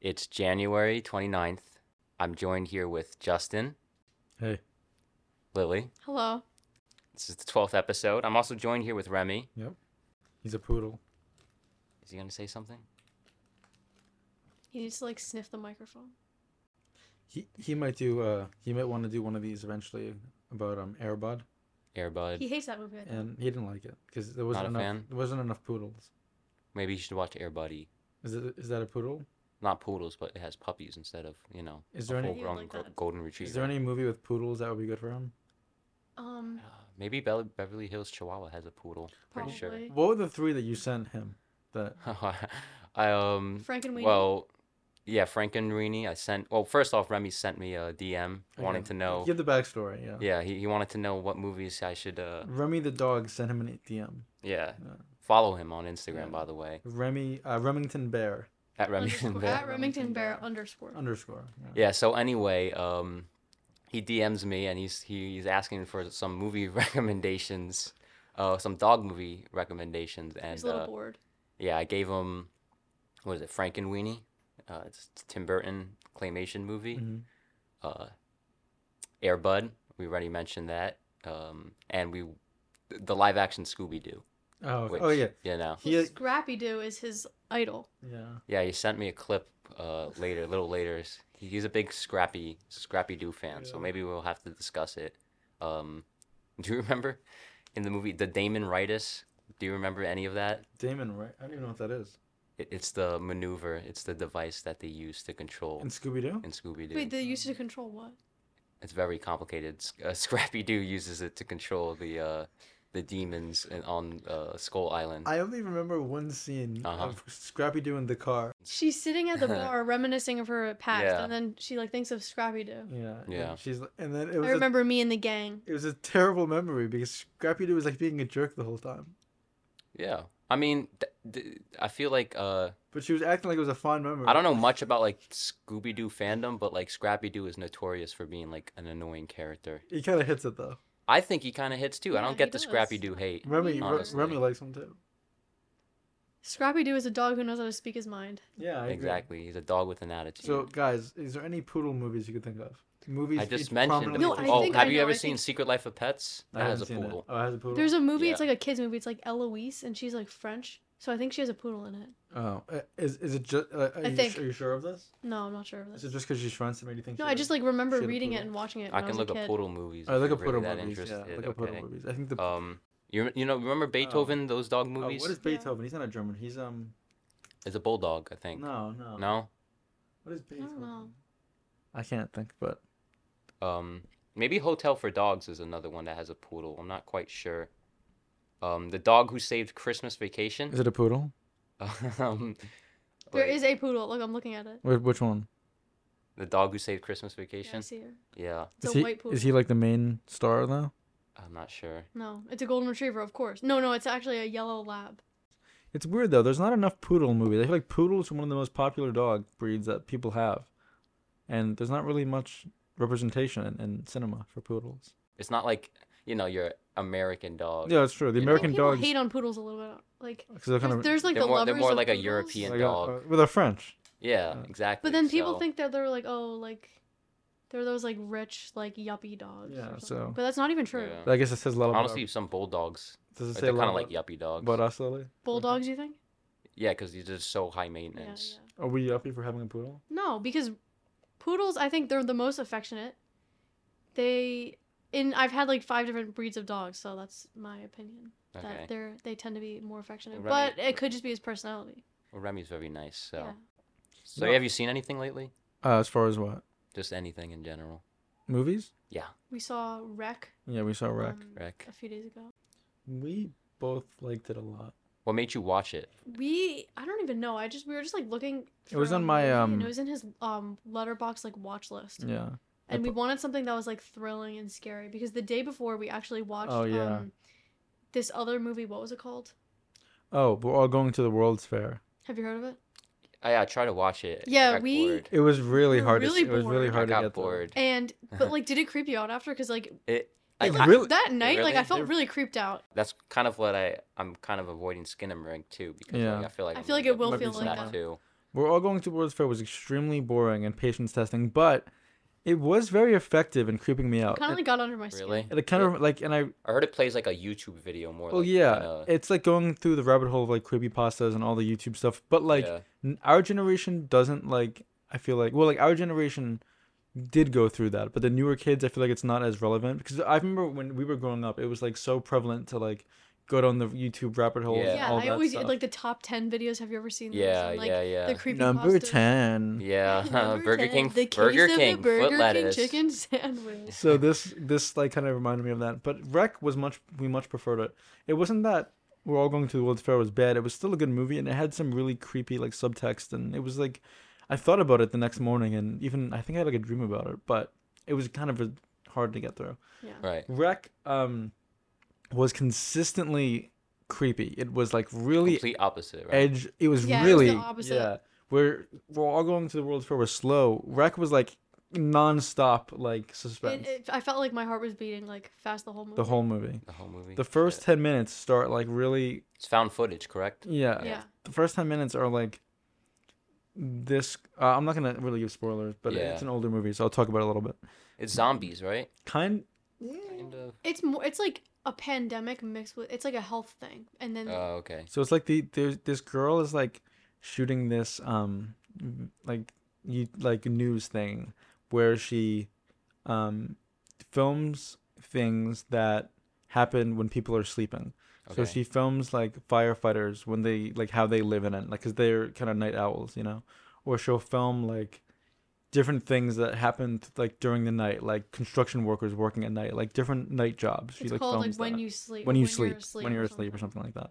It's January 29th. I'm joined here with Justin, Hey. Lily. Hello. This is the 12th episode. I'm also joined here with Remy. Yep. He's a poodle. Is he going to say something? He needs to like sniff the microphone. He he might do uh he might want to do one of these eventually about um Airbud Airbud. He hates that movie. I think. and he didn't like it because there wasn't a enough fan? there wasn't enough poodles. Maybe you should watch Airbuddy. Is it is that a poodle? Not poodles, but it has puppies instead of, you know, Is a there any- full grown He would like that. golden retriever. Is there any movie with poodles that would be good for him? Um, Uh, Maybe Be- Beverly Hills Chihuahua has a poodle. Pretty probably. sure. What were the three that you sent him? That I, um, Frank and Weenie. well, yeah, Frank and Rini. I sent, well, first off, Remy sent me a DM wanting Okay. to know. Give the backstory. Yeah. Yeah, he, he wanted to know what movies I should, uh, Remy the dog sent him an DM. yeah. Yeah. Follow him on Instagram, Yeah. by the way, Remy uh, Remington Bear at Remington underscore, Bear. at Remington Bear underscore. underscore. Yeah. So anyway, um, he DMs me and he's he's asking for some movie recommendations, uh, some dog movie recommendations, and He's a little uh, bored. yeah, I gave him what is it, Frankenweenie? Uh, it's Tim Burton claymation movie. Mhm. Uh, Airbud, we already mentioned that, um, and we the live action Scooby Doo. Oh, okay. oh yeah. You know, He- Well, Scrappy Doo is his idol. Yeah. yeah, he sent me a clip uh, later, a little later. S- He's a big Scrappy Scrappy Doo fan, so Yeah. maybe we'll have to discuss it. Um, do you remember in the movie the Damon Ritus? Do you remember any of that? Damon, right? I don't even know what that is. It, it's the maneuver. It's the device that they use to control And Scooby Doo. in Scooby Doo. Wait, they used to control what? Mm. It's very complicated. S- Uh, Scrappy Doo uses it to control the uh, the demons and on uh, Skull Island. I only remember one scene Uh-huh. of Scrappy Doo in the car. She's sitting at the bar reminiscing of her past, Yeah. and then she like thinks of Scrappy Doo. Yeah. and Yeah. She's li- and then it I was a, remember me and the gang. it was a terrible memory because Scrappy Doo was like being a jerk the whole time. Yeah, I mean, th- th- I feel like uh, But she was acting like it was a fond memory. I don't know much about like Scooby Doo fandom, but like Scrappy Doo is notorious for being like an annoying character. He kind of hits it though. I think he kind of hits too. I Yeah, don't he get the does. Scrappy Doo hate. Remy Re- Mm, honestly. Remy likes him too. Scrappy Doo is a dog who knows how to speak his mind. Yeah. I agree. Exactly, he's a dog with an attitude. So guys, is there any poodle movies you could think of? Movies I just featured mentioned. prominently No, featured- I oh, think have I you know, ever I seen think- Secret Life of Pets? I That has haven't a seen it. poodle. Oh, it has a poodle. There's a movie. It's Yeah. like a kids movie. It's like Eloise, and she's like French, so I think she has a poodle in it. Oh, uh, is is it just? Uh, are, I you think- su- are you sure of this? No, I'm not sure of Is this. it just because she's French that made you think? No, she I was? just like remember she had a reading it poodle. and watching it. I when can was look a up kid. poodle movies. I if look you're up poodle really that movies. Yeah, interested, look up poodle okay. movies. I think the Um, you you know remember Beethoven? Those dog Oh, movies. what is Yeah. Beethoven? He's not a German. He's um. It's a bulldog, I think. No, no. No. What is don't Beethoven? know. I can't think, but Um, maybe Hotel for Dogs is another one that has a poodle. I'm not quite sure. Um, the dog who saved Christmas Vacation. is it a poodle? um, There wait, is a poodle. Look, I'm looking at it. Wh- Which one? the dog who saved Christmas Yeah, I Vacation. see her. Yeah, It's a is he white poodle. is he like the main star though? I'm not sure. No, it's a golden retriever, of course. No, no, it's actually a yellow lab. It's weird though. There's not enough poodle movies. I feel like poodles are one of the most popular dog breeds that people have, and there's not really much representation in, in cinema for poodles. It's not like you know your American dog. Yeah, that's true. The You know, American People dogs hate on poodles a little bit. Like, because they're kind there's, of there's, like They're the more- they're lovers more of like a poodles. European- like, uh, dog. uh, well, they're French. Yeah, Uh, exactly. But then people so- think that they're like, oh, like, they're those like rich, like yuppie dogs. or Yeah, something. so- But that's not even true. Yeah. But I guess it says a lot about honestly some bulldogs. does it uh, But say they're a lot kind of about, like yuppie dogs. about us, Lily? Bulldogs, you think? yeah, because they're just so high Yeah, yeah. maintenance. Are we yuppie for having a poodle? No, because poodles, I think they're the most affectionate. They, in I've had like five different breeds of dogs, so that's my opinion. Okay. That they're they tend to be more affectionate, Well, Remy- but it could just be his personality. Well, Remy's very nice. So, Yeah. so No. have you seen anything lately? Uh, as far as what Just anything in general. movies? We saw Wreck, Yeah, we saw Wreck. um, Wreck. a few days ago. Mm. We both liked it a lot. What made you watch it? We I don't even know. I just we were just like looking. It was for on a my, movie, and um, It was in his um letterbox like watch list, Yeah. I and we put- wanted something that was like thrilling and scary because the day before we actually watched. Oh, yeah. Um, this other movie, what was it called? Oh, we're all going to the World's Fair. Have you heard of it? I, I tried to watch it. I Yeah, got we- bored. It was really We're hard. really to, s- it was really bored. I hard to got get through. bored. And but like, did it creep you out after? Because like It. I, it- It I- really- that night, like really I felt did. really creeped out. that's kind of what I. I'm kind of avoiding Skinnamarink too because like, Yeah. I feel like I I'm feel gonna like it get will bored feel of like that. too. We're all going to World's Fair was extremely boring and patience testing, but it was very effective in creeping me out. Kind And- of like got under my skin. Oh, Really? and it kind of like, and I, I heard it plays like a YouTube video more. well, like, yeah, than a- it's like going through the rabbit hole of like creepy pastas and all the YouTube stuff. But like, yeah. n- our generation doesn't like. I feel like well, like our generation did go through that, but the newer kids, I feel like it's not as relevant because I remember when we were growing up, it was like so prevalent to like go down the YouTube rabbit hole. Yeah. Yeah, Yeah, all I that always stuff. like the top ten videos. Have you ever seen those? Yeah, And, like, yeah, yeah. The creepy number ten. Yeah, Number Burger 10, King, the case Burger of the King, Burger foot lettuce. King chicken sandwich. so this this like kind of reminded me of that. But Rec was much we much preferred it. It wasn't that we're all going to the World's Fair was bad. It was still a good movie, and it had some really creepy like subtext, and it was like I thought about it the next morning, and even I think I had like a dream about it, but it was kind of a, hard to get through. Yeah. Right. Rec um was consistently creepy. It was like really Complete opposite. Right. edge. It was Yeah, it was the really opposite. yeah. We're we're all going to the World's Fair. We're slow. Rec was like nonstop like suspense. It, it, I felt like my heart was beating like fast the whole movie. the whole movie. the whole movie. The first Shit. ten minutes start like really It's found footage, correct? yeah. Yeah. The first ten minutes are like this. Uh, I'm not gonna really give spoilers, but Yeah. it's an older movie, so I'll talk about it a little bit. It's zombies, right? Kind. Kind of. It's more. It's like a pandemic mixed with. It's like a health thing, and then Oh, okay. So it's like the there's this girl is like shooting this um like you like news thing where she um films things that happen when people are sleeping. So Okay. she films like firefighters when they like how they live in it, like because they're kind of night owls, you know. Or she'll film like different things that happened like during the night, like construction workers working at night, like different night jobs. She it's like called like films when that you sleep. when you you're sleep, when you're asleep or something like that.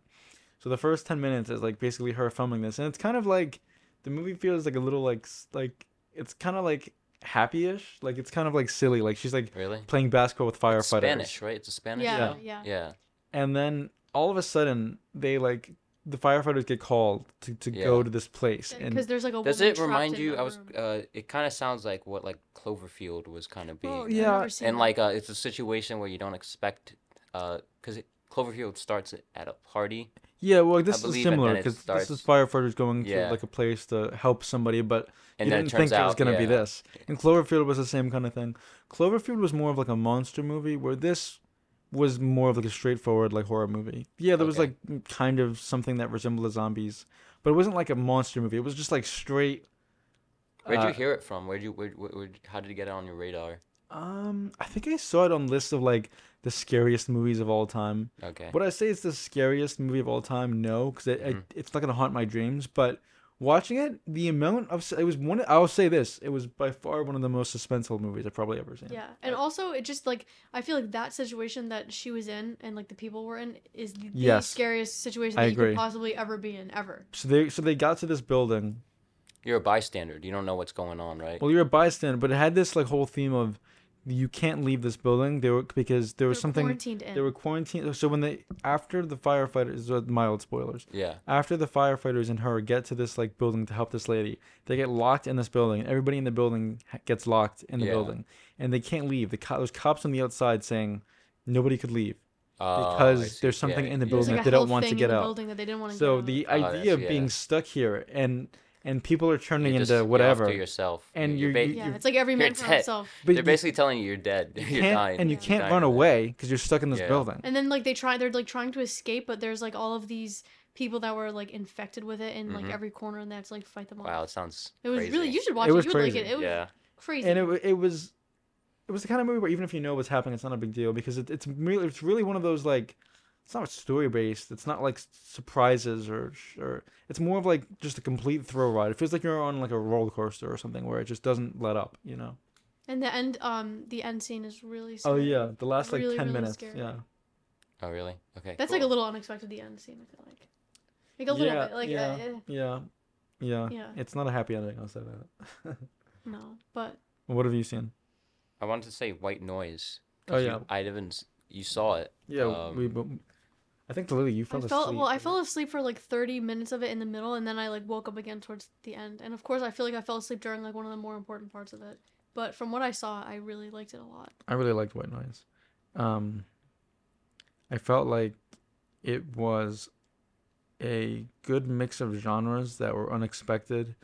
So the first ten minutes is like basically her filming this, and it's kind of like the movie feels like a little like s- like it's kind of like happy-ish, like it's kind of like silly, like she's like Really? playing basketball with firefighters, Spanish, right? It's a Spanish. Yeah, show? yeah. Yeah. and then all of a sudden they like the firefighters get called to, to go Yeah. to this place, Because and there's like a. Does woman it trapped remind in you? her I was. room. Uh, it kind of sounds like what like Cloverfield was kind of being. Well, and- I've Oh, yeah, never seen And that. like, uh, it's a situation where you don't expect, because it Cloverfield starts at a party. yeah, well this is believe, and similar then it because this is starts- firefighters going Yeah. to like a place to help somebody, but And you then it didn't turns think it was out, gonna be yeah. this. And Cloverfield was the same kind of thing. Cloverfield was more of like a monster movie, where this was more of like a straightforward like horror movie. Yeah, there was Okay. like m- kind of something that resembled the zombies, but it wasn't like a monster movie. It was just like straight. Where'd uh, you hear it from? Where'd you? Where, where, where, how did you get it on your radar? Um, I think I saw it on lists of like the scariest movies of all time. Okay. Would I say it's the scariest movie of all time? No, because it, Mhm. it, it's not gonna haunt my dreams. But watching it, the amount of s- it was one. I'll say this: it was by far one of the most suspenseful movies I've probably ever seen. Yeah, and also it just like I feel like that situation that she was in and like the people were in is the, Yes. scariest situation I that you agree. could possibly ever be in ever. So they so they got to this building. You're a bystander. You don't know what's going on, right? Well, you're a bystander, but it had this like whole theme of you can't leave this building. They were because there was They're something quarantined in. they were quarantined. So when they after the firefighters, uh, mild spoilers. yeah. After the firefighters and her get to this like building to help this lady, they get locked in this building. Everybody in the building ha- gets locked in the Yeah. building, and they can't leave. The co- there's cops on the outside saying nobody could leave. Oh, I Because see. there's something in the There was, building like, that a they don't health want to thing in get the out. Building that they didn't want to So get out the Oh, idea that's- of being yeah. stuck here and and people are turning You're into just- you're off whatever. to yourself. And you're, you're- ba- you- yeah, it's like every man you're for dead. himself. But they're you- basically telling you you're dead. you You're can't, dying. and you You're can't dying run to death. away because you're stuck in this Yeah. building. And then like they try, they're like trying to escape, but there's like all of these people that were like infected with it in like Mhm. every corner, and they have to like fight them off. Wow, it sounds. It was crazy. really you should watch It it. was you crazy. would like it. It was yeah. crazy. And it wa- it was it was the kind of movie where even if you know what's happening, it's not a big deal because it, it's really it's really one of those like it's not story based. It's not like s- surprises or sh- or it's more of like just a complete thrill ride. It feels like you're on like a roller coaster or something where it just doesn't let up. You know. and the end, um, the end scene is really. Oh Scary. yeah, the last like Really, ten really minutes. scary. Yeah. Oh really? Okay. That's like a cool. little unexpected. The end scene, I feel like. Like a little Yeah, bit, like yeah. uh, eh, Yeah. Yeah. Yeah. It's not a happy ending. I'll say that. no, but what have you seen? I wanted to say white noise. Oh 'cause you- yeah. I didn't. s- You saw it. Yeah. um, we. But I think Lily, you fell I felt asleep. well. I fell asleep for like thirty minutes of it in the middle, and then I like woke up again towards the end. And of course, I feel like I fell asleep during like one of the more important parts of it. But from what I saw, I really liked it a lot. I really liked White Noise. Um, I felt like it was a good mix of genres that were unexpected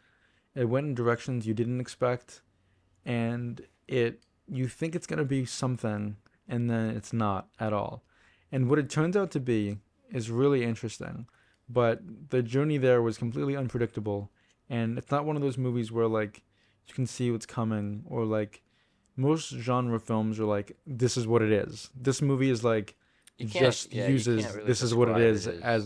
It went in directions you didn't expect, and it you think it's gonna be something, and then it's not at all. And what it turns out to be is really interesting, but the journey there was completely unpredictable, and it's not one of those movies where like you can see what's coming or like most genre films are like this is what it is. This movie is like You can't- just yeah, you uses can't really this is what it describe is, as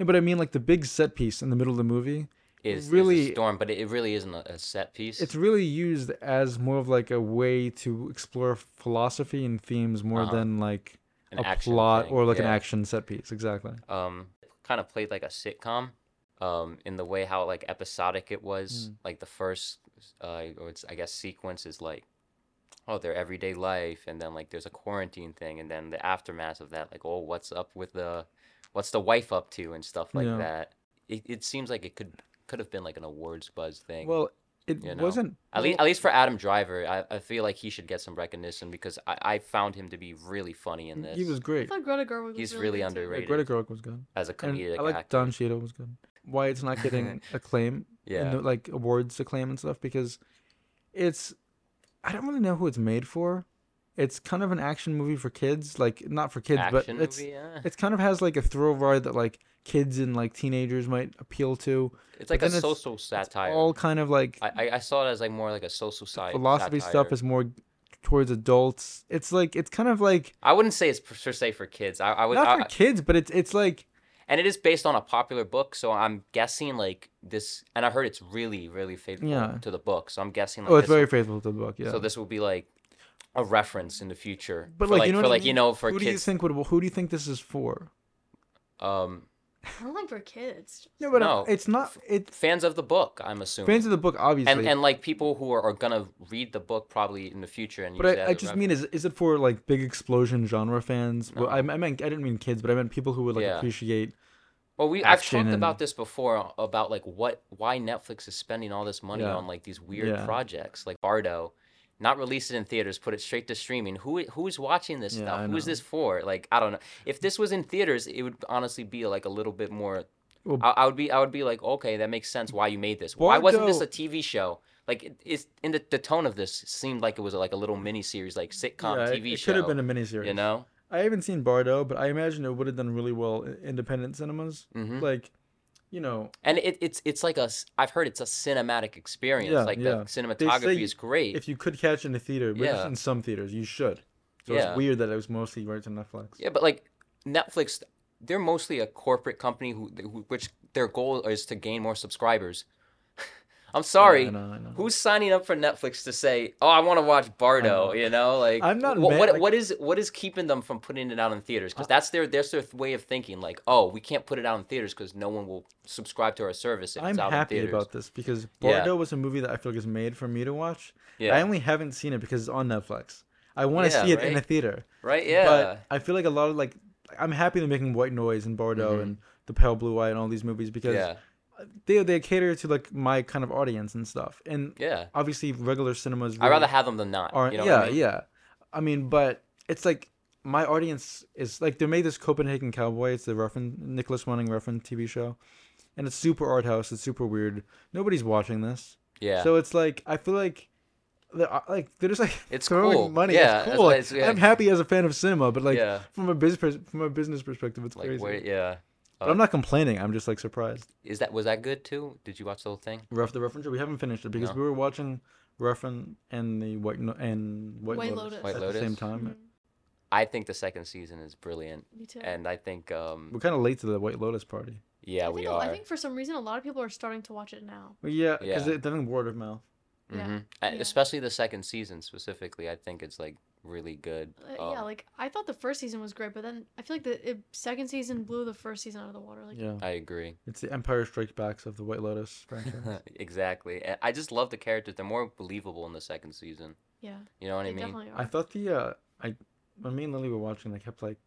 no, but I mean like the big set piece in the middle of the movie. is, is really- a storm, but it, it really isn't a, a set piece. It's really used as more of like a way to explore philosophy and themes more Uh-huh. than like an a action plot thing, or like an yeah. action set piece. Exactly. um kind of played like a sitcom um in the way how like episodic it Hmm. was like the first uh or it's i guess sequence is like oh their everyday life and then like there's a quarantine thing and then the aftermath of that like oh what's up with the what's the wife up to and stuff like Yeah. that it, it seems like it could could have been like an awards buzz thing Well, it you know. wasn't. at least, at least for Adam Driver, I, I feel like he should get some recognition because I, I found him to be really funny in this he was I great. thought Greta Gerwig was He's really really, good, too. underrated. Yeah, Greta Gerwig was good. as a And comedic I like actor. Don Cheadle was good. Why it's not getting acclaim yeah, and the, like awards acclaim and stuff because it's I don't really know who it's made for. It's kind of an action movie for kids, like not for kids, action but it's movie. Yeah. it's kind of has like a thrill ride that like kids and like teenagers might appeal to. It's like But a then it's- social satire. All kind of like I, I I saw it as like more like a social sci- philosophy stuff satire. is more towards adults. It's like it's kind of like I wouldn't say it's per per se for kids. I, I would, not I- for kids, but it's it's like and it is based on a popular book, so I'm guessing like this. And I heard it's really, really faithful Yeah. to the book, so I'm guessing like oh, it's this very faithful to the book. Yeah. So this will be like a reference in the future. but for, like, you know for what I like you mean? know for who do you kids. think would who do you think this is for? um, I don't like for kids. No, but uh, No. it's not. It's fans of the book, I'm assuming. fans of the book, obviously. and and like people who are, are gonna read the book probably in the future and use But that I, as I a just reference. mean, is is it for like big explosion genre fans? Well, No. I, I meant I didn't mean kids, but I meant people who would like Yeah. appreciate. Well, we I've action talked about and- this before uh, about like what why Netflix is spending all this money Yeah. on like these weird Yeah. projects like Bardo, not release it in theaters, put it straight to streaming. Who who's watching this Yeah, I stuff? Who's know. this for? Like I don't know. If this was in theaters, it would honestly be like a little bit more. Well, I, I would be I would be like okay, that makes sense. Why you made this? Why wasn't this a Bardo- TV show? Like it, it's in the, the tone of this seemed like it was like a little mini series, like sitcom yeah, it- TV it show. could have been a miniseries. you know. I haven't seen Bardo, but I imagine it would have done really well in independent cinemas. Mm-hmm. Like, you know, and it, it's it's like a s- I've heard it's a cinematic experience. Yeah, like yeah. the cinematography say is great. if you could catch it in a theater, which Yeah. in some theaters you should. So Yeah. it's weird that it was mostly right to Netflix. yeah, but like Netflix, they're mostly a corporate company who, who which their goal is to gain more subscribers. I'm sorry. I know, I know. Who's signing up for Netflix to say, "Oh, I want to watch Bardo"? know. You know, like I'm not What mad- what, like- what is what is keeping them from putting it out in theaters? Because that's their that's their way of thinking. Like, oh, we can't put it out in theaters because no one will subscribe to our service if I'm it's out happy in theaters. about this because Yeah. Bardo was a movie that I feel like is made for me to watch. yeah, I only haven't seen it because it's on Netflix. I want to Yeah, see it in right? a theater. right. Yeah, But I feel like a lot of like I'm happy they're making White Noise and Bardo Mhm. and The Pale Blue Eye and all these movies because yeah, they they cater to like my kind of audience and stuff. And yeah. obviously regular cinemas I'd really rather have them than not. aren't you know yeah, what I mean? yeah. I mean, but it's like my audience is like they made this Copenhagen Cowboy, it's the Ruffin Nicholas Winning Ruffin TV show. And it's super art house, it's super weird. Nobody's watching this. Yeah. So it's like I feel like they're, uh, like they're just like It's throwing cool. money. Yeah, it's that's cool. why Like, it's- yeah. I'm happy as a fan of cinema, but like Yeah. from a business pers- from a business perspective, it's like crazy. where yeah. But I'm not complaining. I'm just like surprised. Is that was that good too? Did you watch the whole thing? Rough the reference. We haven't finished it because No. we were watching Ruffin and the White no- and White, White Lotus, Lotus. White at Lotus. the same time. I think the second season is brilliant. Mm-hmm. Me too. And I think um We're kind of late to the White Lotus party. yeah, I we think a- I are. think for some reason a lot of people are starting to watch it now. Well, yeah, because Yeah. yeah. then word of mouth. yeah, Mhm. Uh, yeah. Especially the second season specifically, I think it's like really good. Uh, yeah, Um, like I thought the first season was great, but then I feel like the it, second season blew the first season out of the water. Like yeah, I agree. it's the Empire Strikes Backs of the White Lotus franchise. exactly. A- I just love the characters. They're more believable in the second season. yeah, You know what they I mean? definitely are. I thought the uh, I when me and Lily were watching, they kept like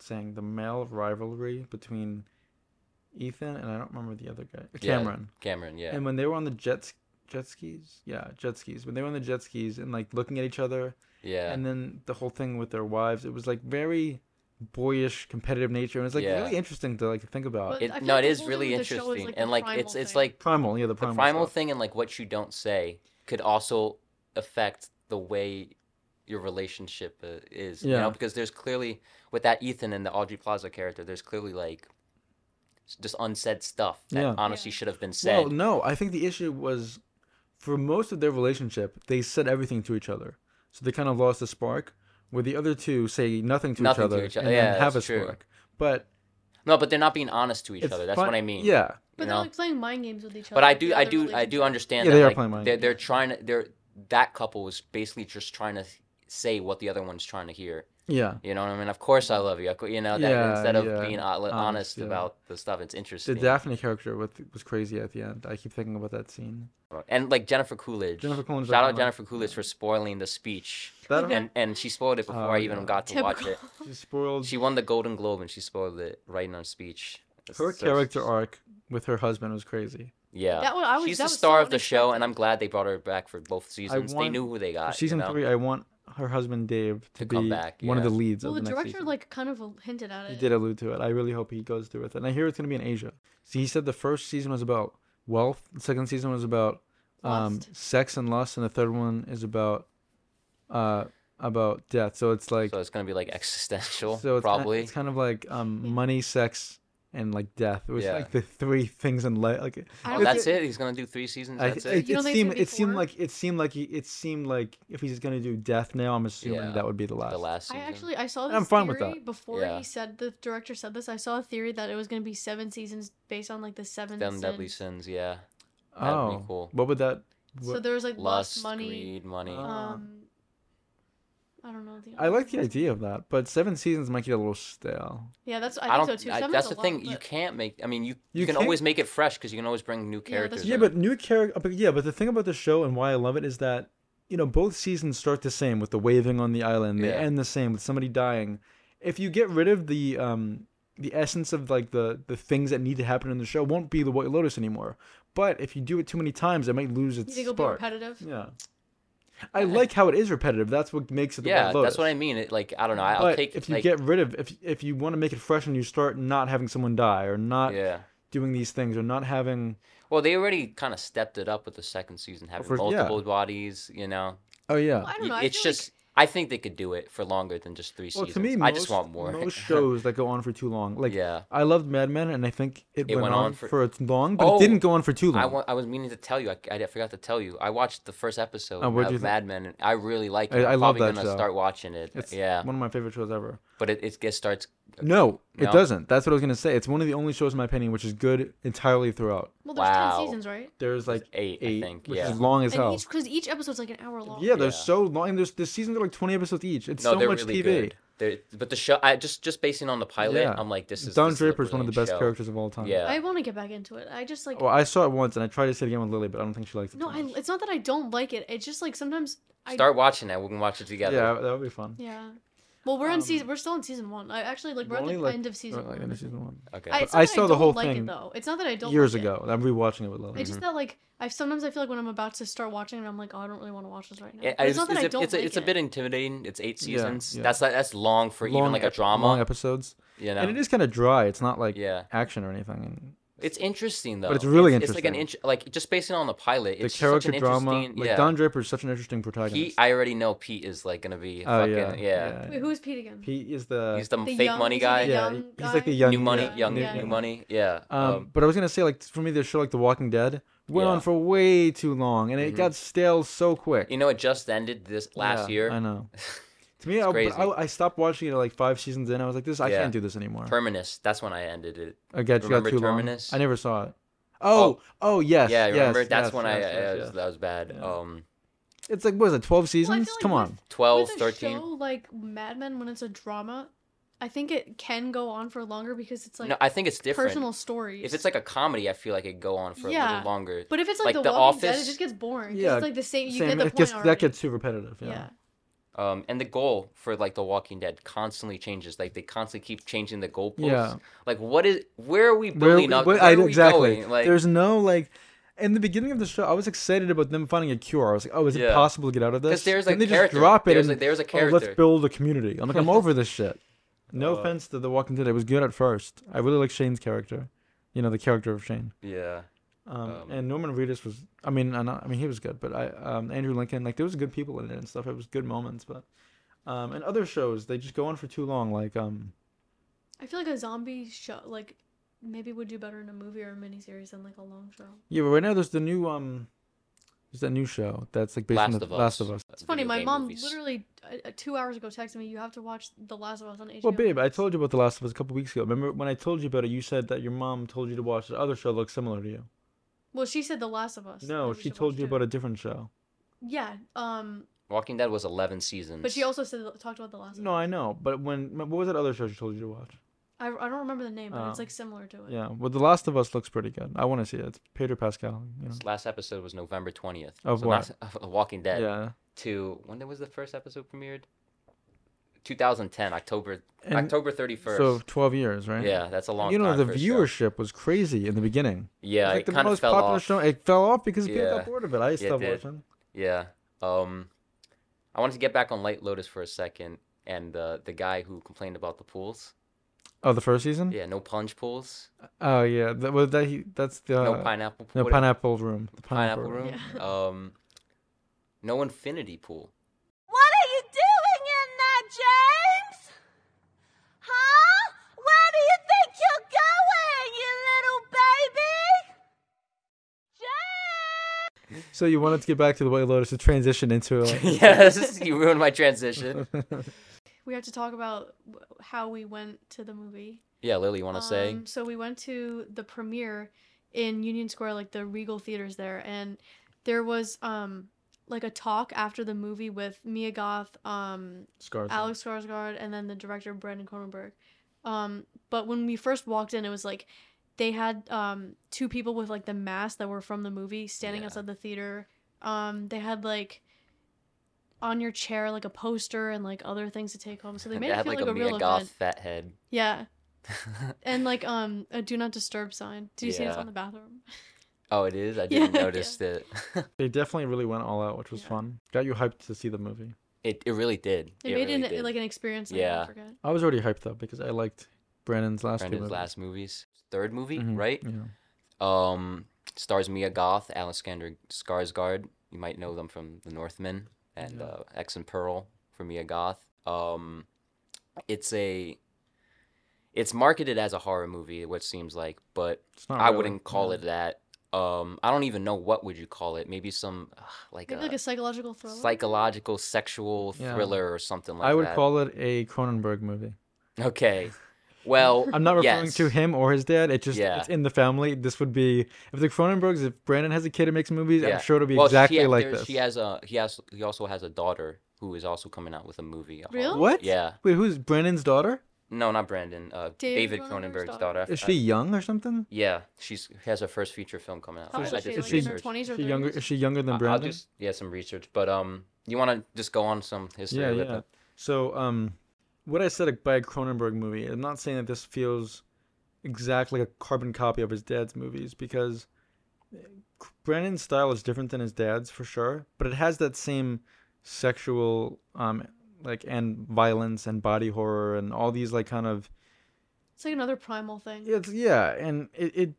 saying the male rivalry between Ethan and I don't remember the other guy, Yeah, Cameron. Cameron, yeah. And when they were on the jets jet skis, yeah, jet skis. When they were on the jet skis and like looking at each other, yeah. and then the whole thing with their wives, it was like very boyish competitive nature, and it's like Yeah. really interesting to like think about. But I It, feel no, like it the is whole thing really with the show is, interesting, like, the and like primal it's it's thing. like primal, yeah, the primal. the primal stuff. thing and like what you don't say could also affect the way your relationship uh, is you Yeah. know because there's clearly with that ethan and the audrey plaza character there's clearly like s- just unsaid stuff that Yeah. honestly Yeah. should have been said Well, no, I think the issue was for most of their relationship, they said everything to each other. So they kind of lost the spark, where the other two say nothing to Nothing each to other each other. and Yeah, then have a that's true. spark. But no but they're not being honest to each it's other that's fun- what i mean you Yeah. But they're know? like playing mind games with each other. but i like, do the i other do i do relationship. understand Yeah, that they are like, playing mind they're, games. they're trying to they're that couple was basically just trying to say what the other one's trying to hear Yeah. You know what I mean? Of course I love you. Of cou- You know that Mm. Yeah, instead of yeah. being hon- honest, yeah. about the stuff, it's The interesting. Daphne character with, was crazy at the end. I keep thinking about that scene. and like Jennifer Coolidge. Jennifer Coolidge, Shout like, out Jennifer Coolidge for spoiling the speech. That And and she spoiled it before Oh, I even yeah. got to watch it. Typical. she spoiled She won the Golden Globe and she spoiled it right in her speech. It's her so- character arc with her husband was crazy. Yeah. That one, I was, She's that the was so star of the show, and unexpected. I'm glad they brought her back for both seasons. they want- knew who they got. Uh, you Season know? three, I want her husband Dave to, To be come back, one of the yeah. leads Well, of the the next director season. like kind of hinted at it. He did allude to it. I really hope he goes through with it. And I hear it's gonna be in Asia. See, he said the first season was about wealth. The second season was about um, Lust. sex and lust, and the third one is about uh, about death. So it's like so it's gonna be like existential, so it's ki- probably. it's kind of like um, money, sex, and like death. It was Yeah. like the three things in life. Like I Oh, don't that's think- it. He's gonna do three seasons. I, That's it, it. You it don't think it's seemed gonna it seemed be four? like it seemed like he, it seemed like if he's gonna do death now, I'm assuming Yeah. that would be the last. The last I season. actually I saw And this I'm fine with theory that. before Yeah. he said the director said this. I saw a theory that it was going to be seven seasons based on like the seven. Them deadly sins. sins. Yeah. oh, That'd be cool. what would that? So what- there was like lost, Lust, money. greed, money. Uh, Um, I don't know. The Ah. I other like the ones. idea of that, but seven seasons might get a little stale. Yeah, that's I, I, don't. think so too. I- Seven that's is the a lot, thing. you but- can't make. I mean, you you, You can can't- always make it fresh because you can always bring new Yeah, that's characters. Yeah, in. but new character. But yeah, but the thing about the show and why I love it is that you know both seasons start the same with the waving on the island. They Yeah. end the same with somebody dying. If you get rid of the um the essence of like the the things that need to happen in the show, it won't be the White Lotus anymore. But if you do it too many times, it might lose you its think it'll be spark. repetitive? yeah, I like how it is repetitive. That's what makes it the yeah, White Lotus. that's what I mean. It, like I don't know. I- I'll But take if you like, get rid of if if you want to make it fresh and you start not having someone die or not yeah. doing these things or not having Well, they already kind of stepped it up with the second season, having For- yeah. multiple bodies. You know, oh yeah Well, I You- don't know. I it's feel just. I think they could do it for longer than just three Well, seasons. to me, I most, just want more. most shows that go on for too long, like yeah, I loved Mad Men, and I think it, went, on, for, it's long, but Oh! it didn't go on for too long. I, wa- I was meaning to tell you. I, I forgot to tell you. I watched the first episode Oh, what'd you of think? Mad Men. And I really like it. I- I am love probably that gonna show. start watching it. it's yeah, one of my favorite shows ever. but it, it gets starts. No, it No? doesn't. That's what I was gonna say. It's one of the only shows, in my opinion, which is good entirely throughout. well, there's Wow. ten seasons, right? There's like eight, I eight, think, which yeah. is long as And hell. each because each episode's like an hour long. yeah, they're Yeah. so long. And there's the seasons are like 20 episodes each. It's No, so they're much really TV. good. They're, but the show, I just just basing on the pilot, Yeah. I'm like, this is Don this is a Draper is one of the brilliant best show. characters of all time. Yeah. I want to get back into it. I just like Well, I saw it once, and I tried to say it again with Lily, but I don't think she likes it. no. too I much. it's not that I don't like it. It's just like sometimes I Start watching that. We can watch it yeah, together. that would be fun. yeah. Well, we're on Um, season. We're still on season one. I actually like we're at Only, the like- end of season. Like, one. in season one. Okay. I, But it's not I that saw the don't whole like thing it, though. It's not that I don't Years like it. ago, Mm-hmm. I'm rewatching it with Lily. It's just that like I sometimes I feel like when I'm about to start watching it, I'm like, oh, I don't really want to watch this right now. It- But it's it's, not that I it's a- don't it's a, like it's a bit intimidating. It's eight Yeah, seasons. yeah. That's that's long for even Long like a ep- long drama. episodes, You know. and it is kind of dry. It's not like yeah. action or anything. And It's interesting though. it's really It's like an int- like just basing on the pilot. the It's character such an drama, interesting- like yeah. Don Draper is such an interesting Pete, protagonist. I already know Pete is like gonna be Oh, fucking yeah, yeah. yeah. Wait, who is Pete again? Pete is the, He's the, The fake young- money is he the guy. yeah, young he's like the guy? young new money, yeah, young yeah. new money. Yeah. Um, but I was gonna say like for me, the show like The Walking Dead went Yeah. on for way too long, and it Mhm. got stale so quick. you know, it just ended this last Yeah, year. I know. To me, I, crazy. but I, I stopped watching it like five seasons in. I was like, this I Yeah. can't do this anymore. Terminus. That's when I ended it. I got you got Remember too Terminus? long. I never saw it. Oh, oh, yes. yeah, I yes, remember that's yes, when I, yes, I yes, was- yes. that was bad. Yeah. Um, It's like what is it? Twelve Well, I seasons? feel like Come with- on. 12, with a 13. show like Mad Men, when it's a drama, I think it can go on for longer because it's like no, I think it's different. personal stories. If it's like a comedy, I feel like it go on for a Yeah. little longer. but if it's like like, The The Walking Dead, Office- it just gets boring. 'cause Yeah, it's like the same. You Same. get the it point gets, that already. gets too repetitive. Yeah. yeah. Um, and the goal for like The Walking Dead constantly changes. Like they constantly keep changing the goalposts. Yeah. Like what is where are we Where- building up? where- Where I- are we exactly. going? Like There's no like. In the beginning of the show, I was excited about them finding a cure. I was like, "Oh, is it Yeah. possible to get out of this?" because there's Then like they character. just drop it there's and like there's a "Oh, character. let's build a community. I'm like, I'm over this shit. No Uh, offense to The Walking Dead, it was good at first. I really like Shane's character, you know, the character of Shane. Yeah. Um, Um, and Norman Reedus was, I mean, I, I mean, he was good, but I, um, Andrew Lincoln, like there was good people in it and stuff. It was good moments, but, um, and other shows they just go on for too long. Like, um, I feel like a zombie show, like maybe would do better in a movie or a miniseries than like a long show. yeah, but right now there's the new, um, there's that new show that's like based Last on the of Us. Last of Us. It's funny. Video My game mom movies. literally uh, uh, two hours ago texted me, "You have to watch The Last of Us on HBO." Well, babe, I told you about the Last of Us a couple weeks ago. Remember when I told you about it? You said that your mom told you to watch the other show that looks similar to you. Well, she said The Last of Us. No, she told you about a different show. Yeah. Um. Walking Dead was 11 seasons. But she also said talked about The Last of No, Us. I know, but when what was that other show she told you to watch? I, I don't remember the name, but it's Oh. like similar to it. Yeah, well, The Last of Us looks pretty good. I want to see it. It's Pedro Pascal. You know. This last episode was November 20th. Of so what? Not, of Walking Dead. Yeah, To when was the first episode premiered? 2010, October And October 31st. so twelve years, right? yeah, that's a long You know, time the for a show. viewership was crazy in the beginning. Yeah, it was it, like the kind of most fell popular off. show. It fell off because people Yeah. got bored of it. I It stopped did. watching. Yeah. Um, I wanted to get back on Light Lotus for a second and uh, the guy who complained about the pools. Oh, the first season. Yeah, no plunge pools, Oh yeah, that, well, that he, that's the no uh, pineapple no, pool, pineapple room. The pineapple, pineapple room. Um, no infinity pool. What are you doing in there, James? Huh? Where do you think you're going, you little baby? James! So you wanted to get back to the White Lotus to transition into uh, yes, you ruined my transition. We have to talk about w- how we went to the movie. Yeah, Lily, you want to say? Um, so we went to the premiere in Union Square, like the Regal theaters there, and there was um like a talk after the movie with Mia Goth, um, Scar's. Alex Skarsgård, and then the director Brandon Cronenberg. Um, but when we first walked in, it was like they had um two people with like the mask that were from the movie standing Yeah. outside the theater. Um, they had like on your chair like a poster and like other things to take home. So they made They it had feel like like, a a real Mia event. Goth fat head. Yeah, and like um a do not disturb sign. Did you see this Yeah. on the bathroom? oh, it is. I Yeah, didn't yeah. notice it. They definitely really went all out, which was Yeah. fun. Got you hyped to see the movie. It it really did. They made really it an, did. like an experience. Night, Yeah. I forget. I was already hyped up because I liked Brandon's last two Brandon's movies. last movies, third movie, Mhm, right? Yeah. Um, stars Mia Goth, Alexander Skarsgård. You might know them from The Northman and Yeah. uh, X and Pearl for Mia Goth. Um, it's a, it's marketed as a horror movie, what seems like, but It's not I Oh, really- wouldn't call yeah. it that. Um, I don't even know what would you call it. Maybe some ugh, like Maybe a like a psychological thriller. psychological sexual Yeah. thriller or something like that. I would call it a Cronenberg movie. Okay. Well, I'm not referring to yes. him or his dad. It just Yeah. it's in the family. This would be if the Cronenbergs, if Brandon has a kid and makes movies, Yeah. I'm sure it'll be Well, she exactly ha- like there's- this. He has a he has he also has a daughter who is also coming out with a movie. a horror- Really? what? Yeah. Wait, who's Brandon's daughter? No, not Brandon. Uh, David, David Cronenberg's Cronenberg's daughter. daughter. I- Is she young or something? yeah, she's she has her first feature film coming out. How I- old I is she? did Like some she's- in her research. twenties Is or she 30s? younger? Is she younger I- than I'll Brandon? just yeah some research, but um, you want to just go on some history yeah, with yeah. it? So, um, what I said by a Cronenberg movie, I'm not saying that this feels exactly a carbon copy of his dad's movies because eh, Brandon's style is different than his dad's for sure, but it has that same sexual, um, like and violence and body horror and all these like kind of It's like another primal thing. it's yeah, and it, it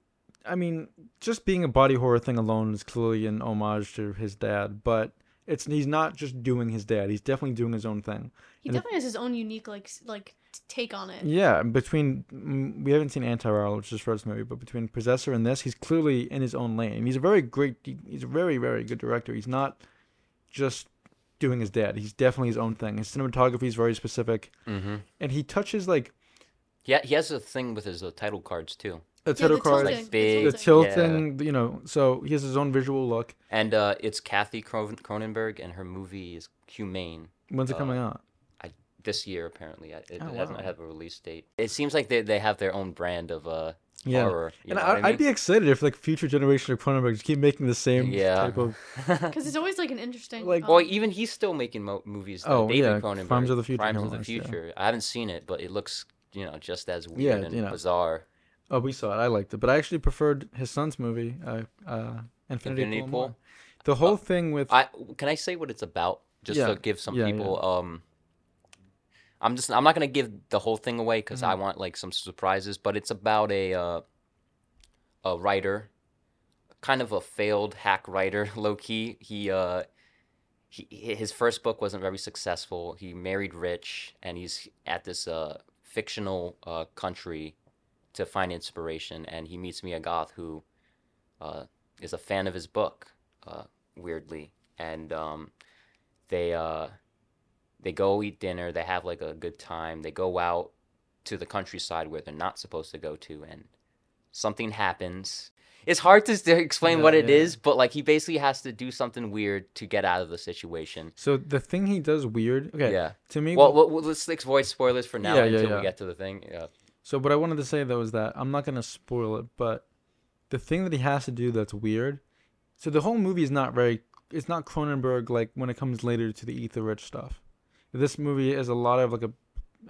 I mean, just being a body horror thing alone is clearly an homage to his dad, but it's he's not just doing his dad. He's definitely doing his own thing. He And if- definitely has his own unique like s- like t- take on it. Yeah, between mm, we haven't seen Antiviral, which is his first movie, but between Possessor and this, he's clearly in his own lane. And he's a very great, he's a very very good director. He's not just doing his dad. He's definitely his own thing. His cinematography is very specific, Mm-hmm. and he touches like He ha- he has a thing with his uh, title cards too, a Yeah, title the card, tilting, Like big- the tilting. tilting. You know, so he has his own visual look. and uh, it's Kathy Cron- Cronenberg, and her movie is Humane. When's it Uh, coming out? This year, apparently, I- it, Oh, it doesn't wow. have a release date. It seems like they, they have their own brand of uh, Yeah. horror. you And know I, what I'd be excited if like future generation of Cronenberg just keep making the same Yeah. type of Because it's always like an interesting. Like- Well, um, even he's still making mo- movies. Oh, Oh, David yeah, Cronenberg. Crimes of the Future Crimes of the Crimes, yeah. Future. I haven't seen it, but it looks, you know, just as weird Yeah, and you know. bizarre. Oh, we saw it. I liked it, but I actually preferred his son's movie, uh, uh, Infinity, Infinity Pool. Pool? more. The whole Uh, thing with I can I say what it's about just Yeah, to give some yeah, yeah. people um I'm just I'm not gonna give the whole thing away because Mm-hmm. I want like some surprises. But it's about a uh, a writer, kind of a failed hack writer, low key. He uh, he hi- his first book wasn't very successful. He married rich, and he's at this uh fictional uh country to find inspiration. And he meets Mia Goth, who uh, is a fan of his book, uh, weirdly, and um, they uh they go eat dinner they have like a good time they go out to the countryside where they're not supposed to go to and something happens it's hard to s- to explain Yeah, what it is, yeah. but like he basically has to do something weird to get out of the situation So the thing he does weird. Okay. Yeah. To me, well, well, well, let's avoid spoilers for now Yeah, yeah, until yeah. we get to the thing yeah So what I wanted to say though is that I'm not gonna spoil it, but the thing that he has to do that's weird. So the whole movie is not very. It's not Cronenberg like when it comes later to the ether rich stuff. This movie is a lot of like a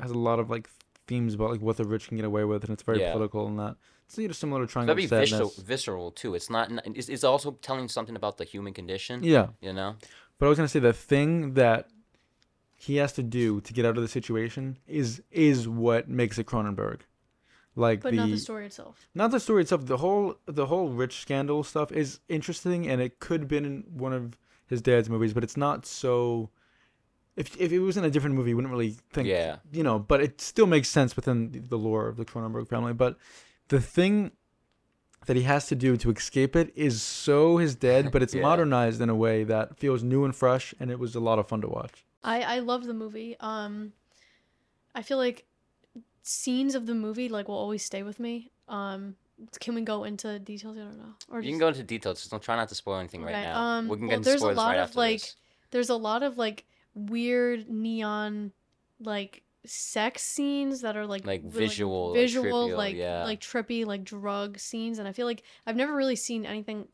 has a lot of like themes about like what the rich can get away with, and it's very Yeah. political and that. It's you know, similar to Triangle that'd of be Sadness. visceral, visceral too it's not n- it's, it's also telling something about the human condition Yeah, you know but I was gonna say the thing that he has to do to get out of the situation is is what makes it Cronenberg. Like but the, not the story itself. not the story itself the whole the whole rich scandal stuff is interesting and it could have been in one of his dad's movies but it's not so if, if it was in a different movie you wouldn't really think Yeah. you know but it still makes sense within the lore of the cronenberg family but the thing that he has to do to escape it is so his dad but it's Yeah. modernized in a way that feels new and fresh and it was a lot of fun to watch I I love the movie. Um, I feel like scenes of the movie like will always stay with me. Um, can we go into details? I don't know. Or you can go into details just don't try not to spoil anything right Okay, now um, we can well, get into there's a spoilers lot right of, after like, this. there's a lot of like weird neon like sex scenes that are like Like really visual, like, visual trippy, like yeah. like trippy like drug scenes and i feel like i've never really seen anything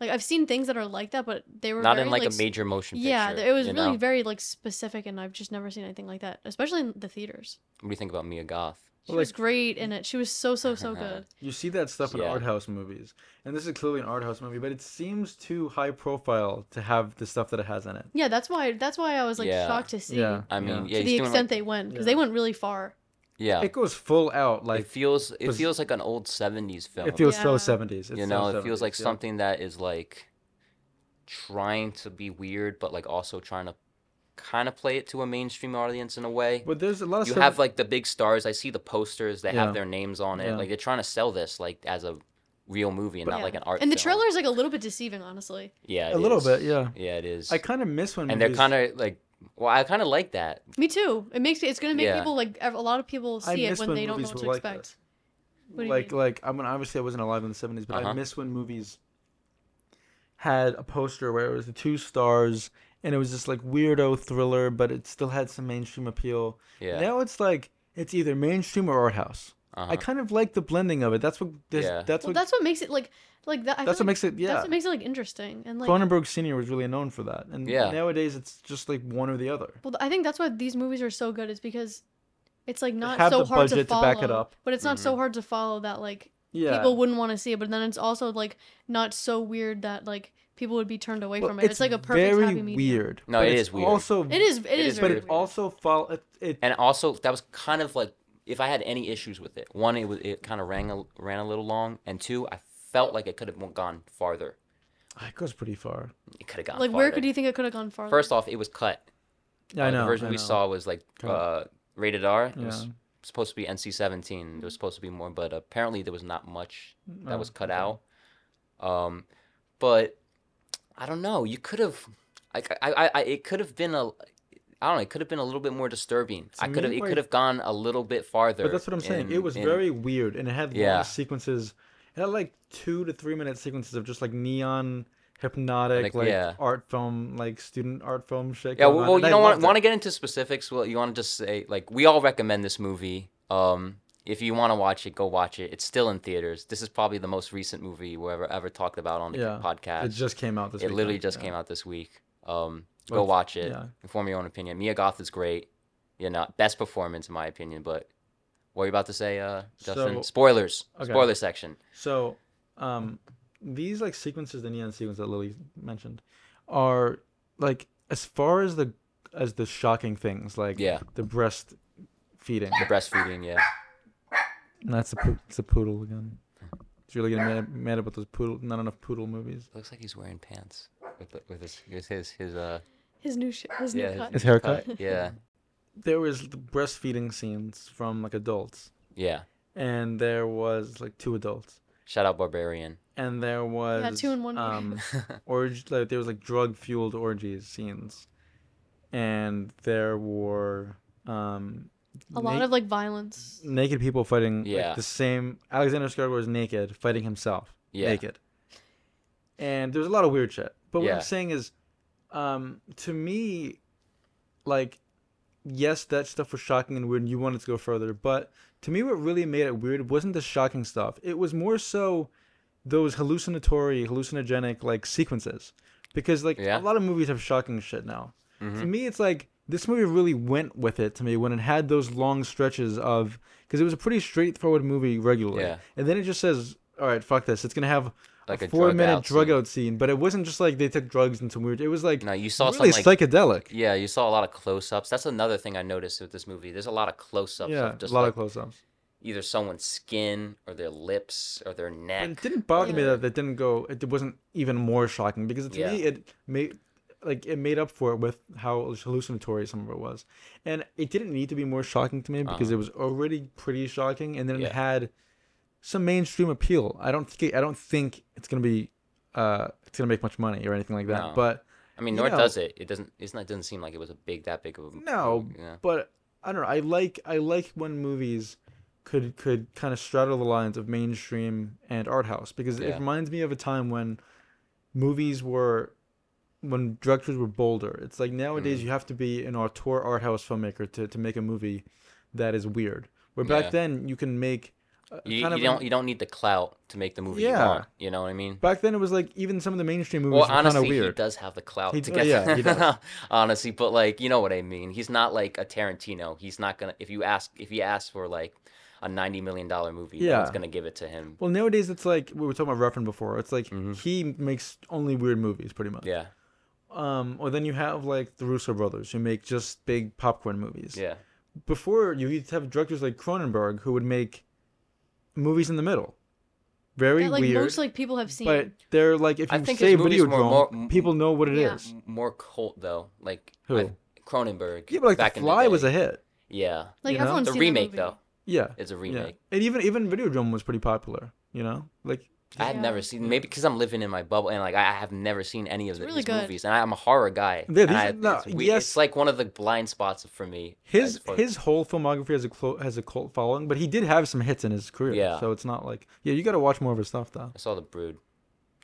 like i've seen things that are like that but they were not very, in like, a s- major motion picture yeah th- it was you really know? very like specific and i've just never seen anything like that especially in the theaters what do you think about mia goth she Well, was like- great in it she was so so so good You see that stuff in Yeah. art house movies, and this is clearly an art house movie, but it seems too high profile to have the stuff that it has in it. yeah that's why that's why i was like Yeah. shocked to see Yeah, I mean, to yeah, he's the doing, extent like- they went because Yeah. they went really far yeah. it goes full out. Like it feels it was- feels like an old seventies film. it feels so Yeah. seventies. you know, it feels like something that is like trying to be weird, but like also trying to kind of play it to a mainstream audience in a way. But there's a lot of You stuff. have like the big stars. I see the posters that Yeah. have their names on it. Yeah. Like they're trying to sell this like as a real movie and But- not Yeah. like an art. and the film. trailer is like a little bit deceiving honestly yeah, A it little is. bit, yeah. yeah, it is. I kind of miss when and they're movies- kind of like, well, I kind of like that. Me too. It makes it's gonna make Yeah. people like a lot of people I see it miss when, when they don't know movies what to were like that. expect. What do you like mean? like I mean obviously I wasn't alive in the seventies, but I Uh-huh. miss when movies had a poster where it was the two stars and it was just like weirdo thriller, but it still had some mainstream appeal. Yeah, Now it's like it's either mainstream or art house. uh-huh. I kind of like the blending of it. That's what this, Yeah. that's well, what that's what makes it like like that. I that's feel what like makes it yeah. That's what makes it like interesting and like. Cronenberg Senior was really known for that, and Yeah. nowadays it's just like one or the other. Well, I think that's why these movies are so good is because it's like not have so the hard to budget to follow, back it up. but it's not so Mm-hmm. hard to follow that like Yeah, people wouldn't want to see it. But then it's also like not so weird that like people would be turned away Well, from it. It's, like a perfect very happy medium. weird. No, but it it's is weird. Also, It is. It, It is. is but very it weird. also follow it. it and also that was kind of like if I had any issues with it, one it was it kind of rang a, ran a little long, and two I felt like it could have gone farther. it goes pretty far. It could have gone like where could farther. you think it could have gone farther? First off, it was cut. Yeah, I Uh, know. the version I we know. saw was like Cut. uh, rated R. It was Yeah. supposed to be NC seventeen. There was supposed to be more, but apparently there was not much that Oh, was cut okay. out. Um, but I don't know. You could have, I, I, I- I, it could have been a, I don't know. It could have been a little bit more disturbing. To I could have, me, it like- could have gone a little bit farther. But that's what I'm saying. it in- was in- very weird, and it had long Yeah. sequences. It had like two to three minute sequences of just like neon, hypnotic, like, Like, yeah. art film, like student art film shit. Yeah, going well, on, well and you I don't want loved want to it. get into specifics. Well, you want to just say like we all recommend this movie. Um, if you want to watch it, go watch it. It's still in theaters. This is probably the most recent movie we've ever ever talked about on the Yeah. podcast. It just came out this. It literally just came out this week. Um, go Well, watch it. yeah. Inform your own opinion. Mia Goth is great. You know, best performance in my opinion. But what are you about to say, uh, Justin? So- Spoilers. Okay. Spoiler section. So, um, these like sequences, the neon sequence that Lily mentioned, are like as far as the as the shocking things, like Yeah. the breast feeding. The breastfeeding, yeah. And that's a poo- it's a poodle again. It's really getting mad, mad about those poodle, not enough poodle movies. Looks like he's wearing pants with the, with his with his his uh His new sh- his yeah new cut. His haircut? yeah There was the breastfeeding scenes from like adults, yeah. and there was like two adults, Shout out Barbarian. and there was two in one. Um, org- like there was like drug fueled orgies scenes, and there were um A lot na- of like violence. naked people fighting Yeah. like, the same Alexander Skarsgård was naked fighting himself Yeah. naked. And there was a lot of weird shit. But what Yeah. I'm saying is um to me like yes that stuff was shocking and weird and you wanted to go further, but to me what really made it weird wasn't the shocking stuff. It was more so those hallucinatory, hallucinogenic like sequences. Because like Yeah. a lot of movies have shocking shit now. To Mhm. me, it's like this movie really went with it to me when it had those long stretches of because it was a pretty straightforward movie regularly, Yeah. and then it just says, "All right, fuck this." It's gonna have Like a a four-minute drug-out drug scene. out scene, but it wasn't just like they took drugs and some weird. It was like No, you saw really something like psychedelic. Yeah, you saw a lot of close ups. That's another thing I noticed with this movie. There's a lot of close ups Yeah, of a just lot like of close-ups. either someone's skin or their lips or their neck. And it didn't bother me Yeah. that it didn't go. It wasn't even more shocking because to Yeah. me it made like it made up for it with how hallucinatory some of it was, and it didn't need to be more shocking to me because it was already pretty shocking, and then Uh-huh. Yeah. it had some mainstream appeal. I don't think I don't think it's gonna be uh it's gonna make much money or anything like that, No. but I mean, you nor know- does it. It doesn't. It's not. It doesn't seem like it was a big that big of a No, Yeah. but I don't know. I like I like when movies could could kind of straddle the lines of mainstream and art house because it Yeah. reminds me of a time when movies were when directors were bolder. It's like nowadays Mm. you have to be an auteur art house filmmaker to, to make a movie that is weird. Where back Yeah. then you can make a, You, kind you of don't. You don't need the clout to make the movie uh, Yeah. you want. You know what I mean? back then it was like even some of the mainstream movies Well, were kind of honestly, he weird. does have the clout He to d- get. yeah, he does. honestly, but like, you know what I mean. He's not like a Tarantino. He's not gonna. If you ask, if he asks for like a ninety million dollar movie, no one's Yeah. gonna give it to him. well, nowadays it's like we were talking about Ruffin before. It's like Mm-hmm. he makes only weird movies pretty much. Yeah. Um, or then you have like the Russo brothers who make just big popcorn movies. Yeah. Before you used to have directors like Cronenberg who would make movies in the middle, very That like weird. most like people have seen. but they're like if I you think say his movies video were more- drone, people know what it is. Yeah. M- More cult though, like Who? I- Cronenberg. Yeah, but like back The in Fly day. was a hit. Yeah. like you know? everyone's The seen remake that movie. though. Yeah, It's a yeah. remake. And even even Videodrome was pretty popular. You know, like I had Yeah. never seen maybe because I'm living in my bubble and like I I have never seen any of the, really these good. movies and I, I'm a horror guy. Yeah, and these- I, no, it's, we- yes. it's like one of the blind spots for me. as his far- his whole filmography has a clo- has a cult following, but he did have some hits in his career. Yeah. So it's not like yeah, you got to watch more of his stuff though. I saw the Brood,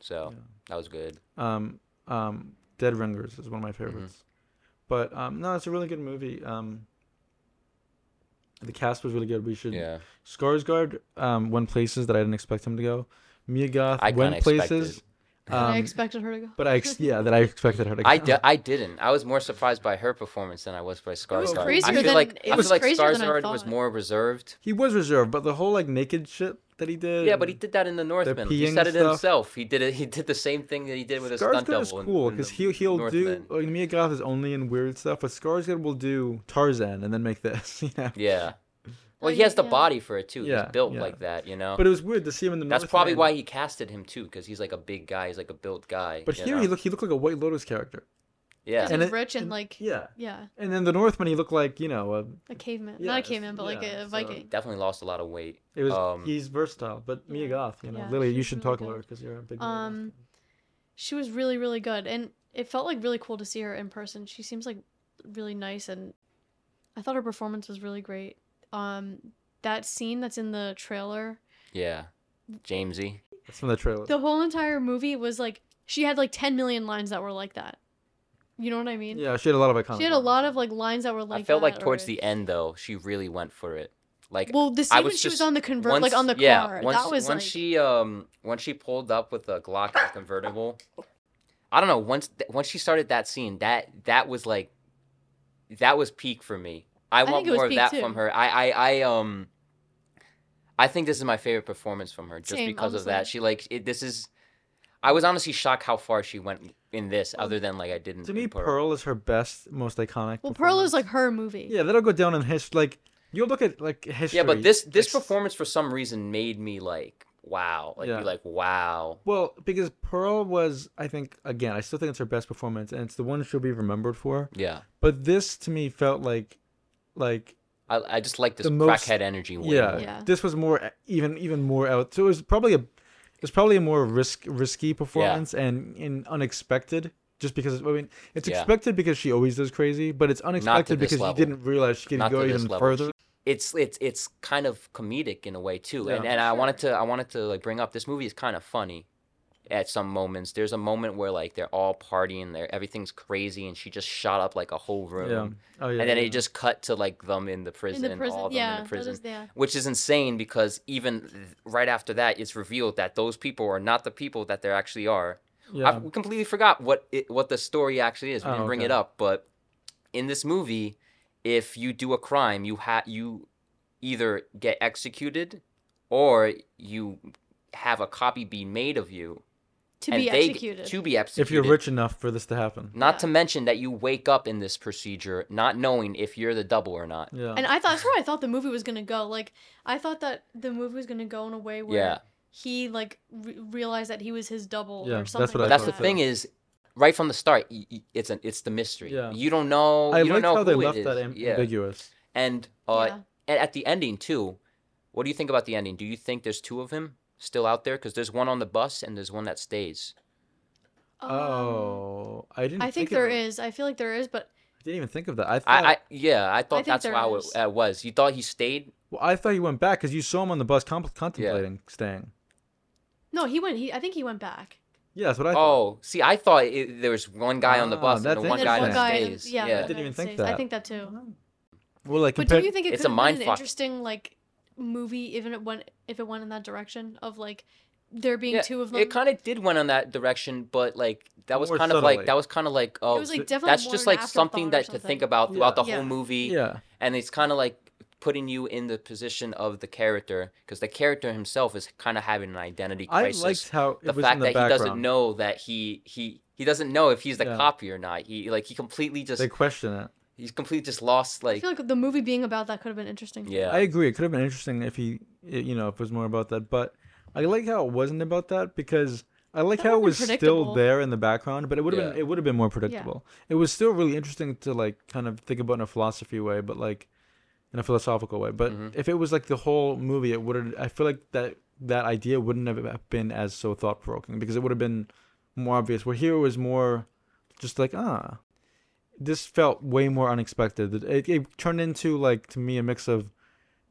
so that was good. um um dead ringers is one of Mm-hmm. my favorites but um no it's a really good movie um the cast was really good we should Yeah, Skarsgård um went places that i didn't expect him to go mia goth I went kinda places expected. And I um, expected her to go. but i ex- yeah that i expected her to go I, di- I didn't. I was more surprised by her performance than I was by Skarsgård. crazier I feel than- like it I feel was like crazier than I Skarsgård was thought. more reserved. he was reserved but the whole like naked shit that he did Yeah, but he did that in the Northman. He peeing said it stuff. himself. He did it. He did the same thing that he did with his stunt Skarsgård double. is in- cool in because the he he'll Northman. do like Mia Goth is only in weird stuff, but Skarsgård will do Tarzan and then make this. You know? Yeah. Well, he yeah, has the Oh, yeah. body for it too. Yeah, He's built yeah. like that, you know. But it was weird to see him in the. That's probably Northman. why he casted him too, because he's like a big guy. He's like a built guy. But you here know? he looked he looked like a White Lotus character. Yeah. He's And and it- rich and like yeah. Yeah. And then the Northman he looked like, you know, uh, a, a caveman. Yeah, Not a it's- caveman, but like yeah, a, so- Viking. Definitely lost a lot of weight. it was Um, he's versatile, but Mia yeah. Goth, you know. Yeah, Lily, you she's should really talk about her good. cuz you're a big Mia Goth Um, she was really really good, and it felt like really cool to see her in person. She seems like really nice, and I thought her performance was really great. Um, that scene that's in the trailer, Yeah. Jamesy. fan. That's from the trailer. the whole entire movie was like she had like ten million lines that were like that. You know what I mean? Yeah, she had a lot of iconic. She had a lot of like lines that were like. I felt like that, towards or- the end though, she really went for it. Like Well, the I scene when was she was just- on the convert, like on the car, yeah, once, that was once like. she um once she pulled up with the Glock in the convertible. I don't know. Once th- once she started that scene, that that was like that was peak for me. I, think want it was more of peak, that too. from her. I, I I um I think this is my favorite performance from her just Same, because of honestly. that. She like it, this is I was honestly shocked how far she went in this Mm. other than like I didn't to me Pearl is her best, most iconic. well, Pearl is performance. like her movie. Yeah, that'll go down in history like You look at like history. Yeah, but this this like, s- performance for some reason made me like wow, like Yeah. be like wow. Well, because Pearl was, I think, again, I still think it's her best performance, and it's the one she'll be remembered for. Yeah, But this to me felt like, like I I just like this The most- crackhead energy. Way yeah, more. Yeah. this was more e, even even more out. So it was probably a, it's probably a more risk risky performance and and unexpected. Just because I mean, it's Yeah. expected because she always does crazy, but it's unexpected this because level. you didn't realize she could Not go to this even level. further. It's it's it's kind of comedic in a way too, and Yeah. and I wanted to I wanted to like bring up this movie is kind of funny, at some moments. There's a moment where like they're all partying, there everything's crazy, and she just shot up like a whole room, yeah. Oh yeah. and then yeah. it just cut to like them in the prison, in the prison. all of them yeah, in the prison. that is yeah. which is insane because even th- right after that, it's revealed that those people are not the people that they actually are. yeah. I completely forgot what it, what the story actually is. We Oh, didn't bring it okay. up, but in this movie, if you do a crime, you ha- you either get executed or you have a copy be made of you To and be they- executed. to be executed. if you're rich enough for this to happen. Not Yeah. to mention that you wake up in this procedure not knowing if you're the double or not. Yeah. And I thought that's where I thought the movie was gonna go. Like I thought that the movie was gonna go in a way where Yeah. he like re- realized that he was his double Yeah, or that's something. what I But like that's the that. thought, thing is, right from the start, y- y- it's an it's the mystery. Yeah. You don't know. I oh, you don't like know how they who it left that is. am- yeah. ambiguous. And uh, Yeah. a- at the ending too, what do you think about the ending? Do you think there's two of him still out there? Because there's one on the bus and there's one that stays. Um, oh, I didn't. I think of there it. is. I feel like there is, but I didn't even think of that. I thought. I, I yeah, I thought think that's there how it is. uh, was. You thought he stayed? well, I thought you went back because you saw him on the bus com- contemplating staying. no, he went. He I think he went back. Yeah, that's what I thought. Oh, see, I thought it, there was one guy on the Ah, bus and that's the one guy interesting. that One guy and- stays. yeah, Yeah. the didn't guy even think stays. I that. Mm-hmm. think that too. Oh. Well, like But compared- don't you think it It's could a have been an mindfuck. interesting like movie even it went if it went in that direction of like there being Yeah, two of them? It kind of did went in that direction, but like that was More kind of subtly. like that was kind of like oh, was, like, th- definitely that's more just an like something afterthought or that to think something. about throughout the Yeah. whole Yeah. movie. yeah, and it's kind of like putting you in the position of the character because the character himself is kind of having an identity I crisis. liked how it the was fact in the that background. he doesn't know that he he he doesn't know if he's the Yeah. copy or not. He like he completely just They question it. he's completely just lost I like, feel like the movie being about that could have been interesting. yeah. I agree. It could have been interesting if he, i- you know, if it was more about that. But I like how it wasn't about that because I like That how it would've was still been predictable. there in the background. But it would have been Yeah. it would have been more predictable. It was still really interesting to like kind of think about in a philosophy way, but like in a philosophical way. But Mhm. if it was like the whole movie, it would have. I feel like that that idea wouldn't have been as so thought provoking because it would have been more obvious. Where here it was more just like ah. This felt way more unexpected. It, it turned into like to me a mix of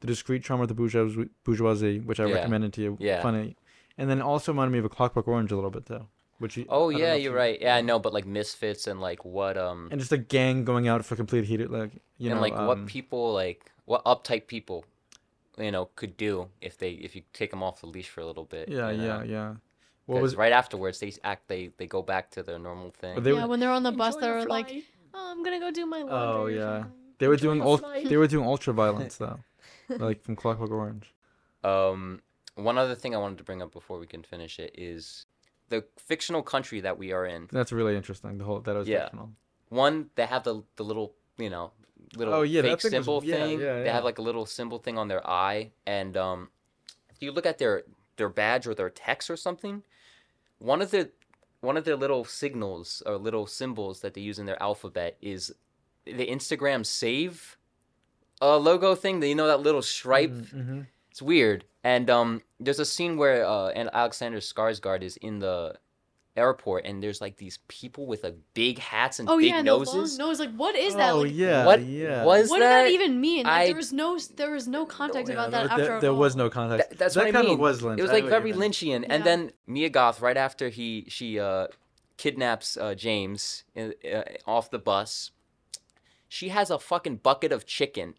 the Discreet Charm of the Bourgeois- Bourgeoisie, which I Yeah. recommended to you. Yeah. Funny. And then it also reminded me of a Clockwork Orange a little bit, though. Which you, oh I don't yeah, know if you're you- right. Yeah, I know, but like misfits and like what um And just a gang going out for complete heat, like you and know, like what um, people like what uptight people you know could do if they if you take them off the leash for a little bit. Yeah, you know? yeah, yeah. What 'Cause was right afterwards they act they they go back to their normal thing. they yeah, were- when they're on the bus, they're like, "Oh, I'm gonna go do my laundry." Oh or yeah, something." they were doing ult- they were doing ultra violence though, like from Clockwork Orange. Um, one other thing I wanted to bring up before we can finish it is the fictional country that we are in. That's really interesting. The whole that was Yeah. fictional. One, they have the the little you know little Oh, yeah, that fake thing was- symbol yeah, thing. yeah, they yeah. have like a little symbol thing on their eye, and um, if you look at their their badge or their text or something, one of the one of their little signals or little symbols that they use in their alphabet is the Instagram save uh, logo thing. You know that little stripe Mm-hmm. It's weird. And um, there's a scene where uh, and Alexander Skarsgård is in the airport, and there's like these people with like big hats and Oh big yeah, and the long noses. nose. Like, what is that? Oh Like, yeah, what yeah. was What did that that- even mean? Like, I- there was no, there was no context yeah, about there, that after there, at there was all. no context. Th- that's that what I kind mean. of was Lynch. It was I like know what you very mean. Lynchian. Yeah. And then Mia Goth, right after he she uh, kidnaps uh, James in, uh, off the bus, she has a fucking bucket of chicken,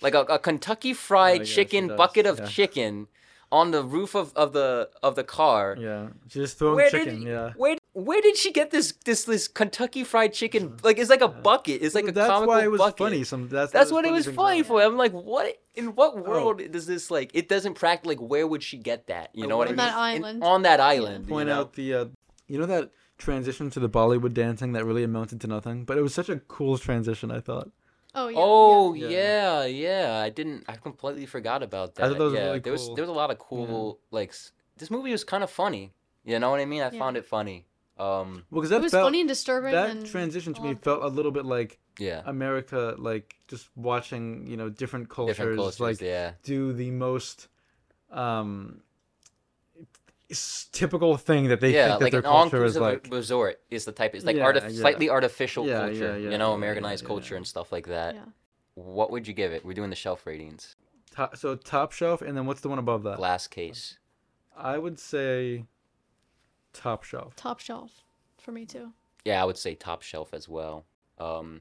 like a, a Kentucky Fried yeah, Oh, she Chicken does, bucket of yeah. chicken, on the roof of, of the of the car. Yeah, she just throwing where chicken. did yeah. where where did she get this this this Kentucky Fried Chicken? Mm-hmm. Like it's like a bucket. It's like Well, a that's comical why it was bucket. funny. Some that's That's why what it was things funny are- for. I'm like, what in Oh. what world does this like? It doesn't practice. Like, where would she get that? You I know what I mean? In- wonder- On that island. on that Yeah. island. Point out the, uh, you know that transition to the Bollywood dancing that really amounted to nothing, but it was such a cool transition. I thought Oh yeah. oh yeah. yeah. yeah, I didn't. I completely forgot about that. I thought that was yeah, really there was cool. there was a lot of cool like s- this movie was kind of funny. You know what I mean? I Yeah. found it funny. Um, Well, because yeah. that It was felt funny and disturbing. that and transition to a me lot of felt a little bit like yeah, America, like just watching you know different cultures, different cultures. like yeah, do the most um s- typical thing that they yeah, think that like their an culture is all-inclusive like. resort is the type. It's like Yeah, artif- yeah. slightly artificial Yeah, culture. yeah, yeah, you know, yeah, Americanized yeah, culture yeah. and stuff like that. Yeah. What would you give it? We're doing the shelf ratings. Top, so top shelf, and then what's the one above that? Glass case. I would say top shelf. Top shelf for me too. Yeah, I would say top shelf as well. Um,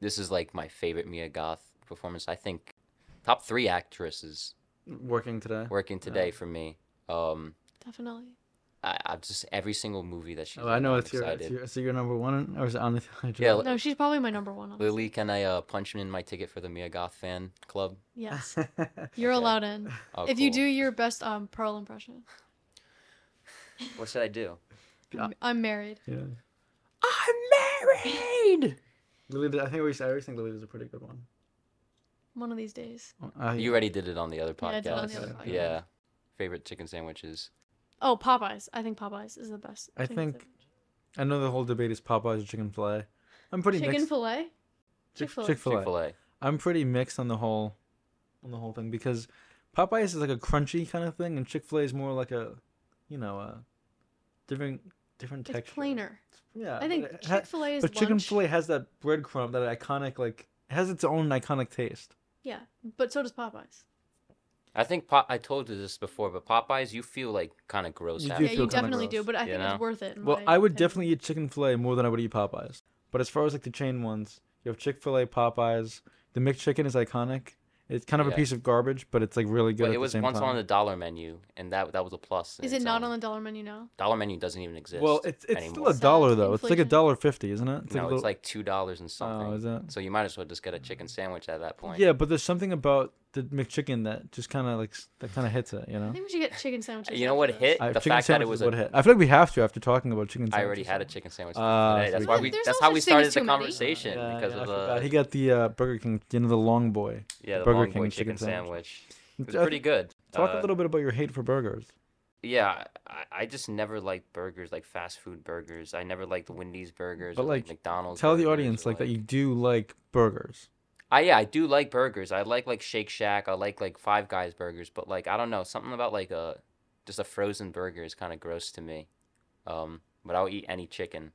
this is like my favorite Mia Goth performance. I think top three actresses Working today. working today for me. Um, Definitely. I, I just every single movie that she's. Oh, I in, know I'm it's your, it's excited. your. So your number one, or is it on the? I Yeah, don't- But- No, she's probably my number one. Honestly. Lily, can I uh, punch in my ticket for the Mia Goth fan club? Yes. You're Okay. allowed in. Oh, if you cool. do your best um Pearl impression. what should I do? I'm, I'm married. yeah. I'm married. Lily, did- I think we. I always think Lily was a pretty good one. One of these days. Uh, You already did it on the other Yeah, I podcast. did on the podcast. other Okay. podcast. Yeah. Favorite chicken sandwiches. Oh, Popeyes. I think Popeyes is the best. I think I know the whole debate is Popeyes or chicken fillet. I'm pretty Chicken mixed. fillet. Chick- Chick-fil-A. Chick Chick-fil-A. Fil A. I'm pretty mixed on the whole, on the whole thing because Popeyes is like a crunchy kind of thing, and Chick Fil A is more like a, you know, a different different It's texture. plainer. Yeah. I think but it ha- Chick Fil A is. But Chicken lunch. Fil A has that breadcrumb, that iconic like it has its own iconic taste. Yeah, but so does Popeyes. I think Pop- I told you this before, but Popeyes, you feel like kind of gross. You do after Yeah, feel you kinda definitely do, gross, but I you think know? it's worth it. in Well, my I would opinion. definitely eat Chicken Fil A more than I would eat Popeyes. But as far as like the chain ones, you have Chick Fil A, Popeyes. The McChicken is iconic. It's kind of Yeah. a piece of garbage, but it's like really good. But at it the was same once time. on the dollar menu, and that that was a plus. in Is it its not own. on the dollar menu now? dollar menu? Doesn't even exist. Well, it's it's anymore. still a dollar Sad though. It's like a inflation. dollar fifty, isn't it? no, a it's little- like two dollars and something. oh, is that? So you might as well just get a chicken sandwich at that point. Yeah, but there's something about the McChicken that just kind of like s- that kind of hits it, you I know. think we should get chicken sandwiches. You know after what this. hit? I, the chicken fact that it sandwiches was would a, hit. I feel like we have to after talking about chicken. I already sandwiches. had a chicken sandwich Ah, today. That's sweet. why we. There's That's no how we such thing started as the too many. conversation Yeah, because yeah, I of forgot. uh, he got the uh, Burger King, you know, the long boy. yeah the Burger Long King Boy chicken chicken sandwich. It was Uh, pretty good. Talk Uh, a little bit about your hate for burgers. Yeah, I, I just never liked burgers, like fast food burgers. I never liked Wendy's burgers But, or like like, McDonald's. Tell the burgers or, audience like that you do like burgers. I yeah, I do like burgers. I like like Shake Shack. I like like Five Guys burgers, but like I don't know, something about like a just a frozen burger is kind of gross to me. Um, but I'll eat any chicken.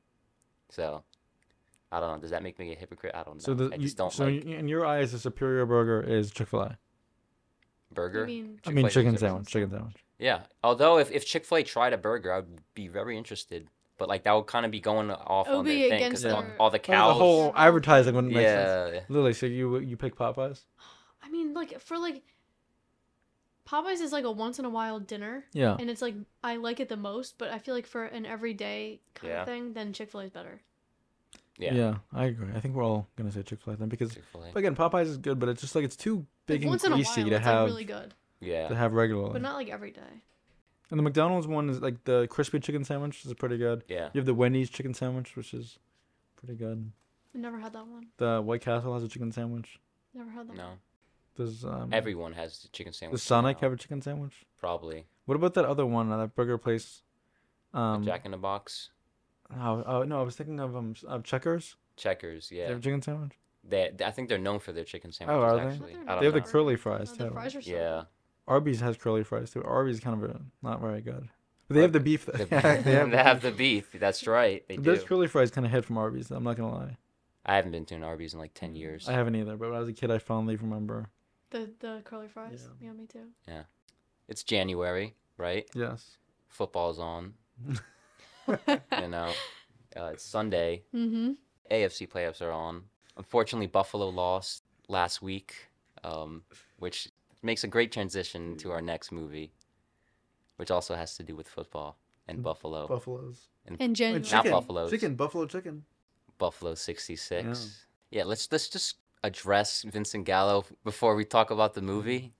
So I don't know. Does that make me a hypocrite? I don't know. So the I you, just don't so like in- in your eyes, the superior burger is Chick Fil A. burger. I I mean, mean, Chick-fil-A chicken deserves it. sandwich. Chicken sandwich. Yeah. Although if, if Chick Fil A tried a burger, I'd be very interested. But like that would kind of be going off It would on be their thing because against all, their- all the Like, cows. the whole advertising wouldn't make sense. yeah. Lily, so you you pick Popeyes? I mean, like for like Popeyes is like a once in a while dinner, Yeah. and it's like I like it the most, but I feel like for an everyday kind Yeah. of thing, then Chick Fil A is better. Yeah. Yeah. I agree. I think we're all gonna say Chick Fil A then because Chick Fil but A. again, Popeyes is good, but it's just like it's too big Like and once in a while, greasy to it's have like really good, to Yeah. have regularly. but not like every day. and the McDonald's one is like the crispy chicken sandwich is pretty good. Yeah. You have the Wendy's chicken sandwich, which is pretty good. I never had that one. The White Castle has a chicken sandwich. Never had that. No. one. Does um Everyone has chicken sandwich. does Sonic now, have a chicken sandwich? probably What about that other one, uh, that burger place? The Um, Jack in the Box, oh, oh, no, I was thinking of um s- of Checkers. Checkers. They Yeah. have a chicken sandwich. They, I think they're known for their chicken sandwiches. Oh, are they? actually. They're I don't They have the know. cur- curly fries Oh, too. the fries are so yeah. Arby's has curly fries too. Arby's is kind of a, not very good. But they have the beef. The- they have, they the have the beef. That's right. They beef. Those do. curly fries kind of hit from Arby's. though, I'm not gonna lie. I haven't been to an Arby's in like Mm. ten years. I haven't either. But when I was a kid, I fondly remember. The the curly fries. Yeah, me too. It's January, right? Yes. Football's on. You mm-hmm. know, uh, it's Sunday. AFC playoffs are on. Unfortunately, Buffalo lost last week, um, which makes a great transition to our next movie, which also has to do with football and Buffalo. Buffaloes. In January. chicken. Oh. buffaloes. Chicken. Buffalo chicken. Buffalo 66. Yeah. let's let's just address Vincent Gallo before we talk about the movie.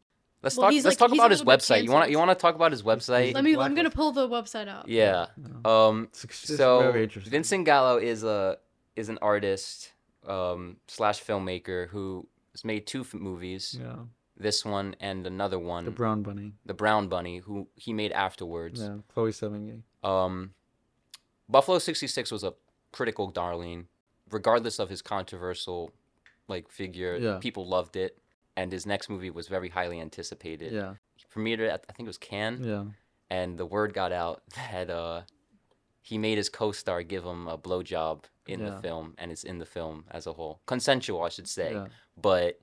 Let's Well, talk he's let's like- talk he's a about his little bit website. You want to you canceled. want to talk about his website? Let me. I'm Blacklist. gonna pull the website up. Yeah. No. Um It's, ex- it's so very interesting. Vincent Gallo is a is an artist um, slash filmmaker who has made two f- movies. Yeah. This one and another one, The the, brown bunny. Brown Bunny, who he made afterwards. Yeah. Chloe Sevigny. Um, Buffalo '66 was a critical darling, regardless of his controversial, like figure. Yeah. People loved it, and his next movie was very highly anticipated. Yeah. He premiered it at I think it was Cannes, Yeah. and the word got out that uh, he made his co-star give him a blowjob in Yeah. the film, and it's in the film as a whole, consensual, I should say, Yeah. but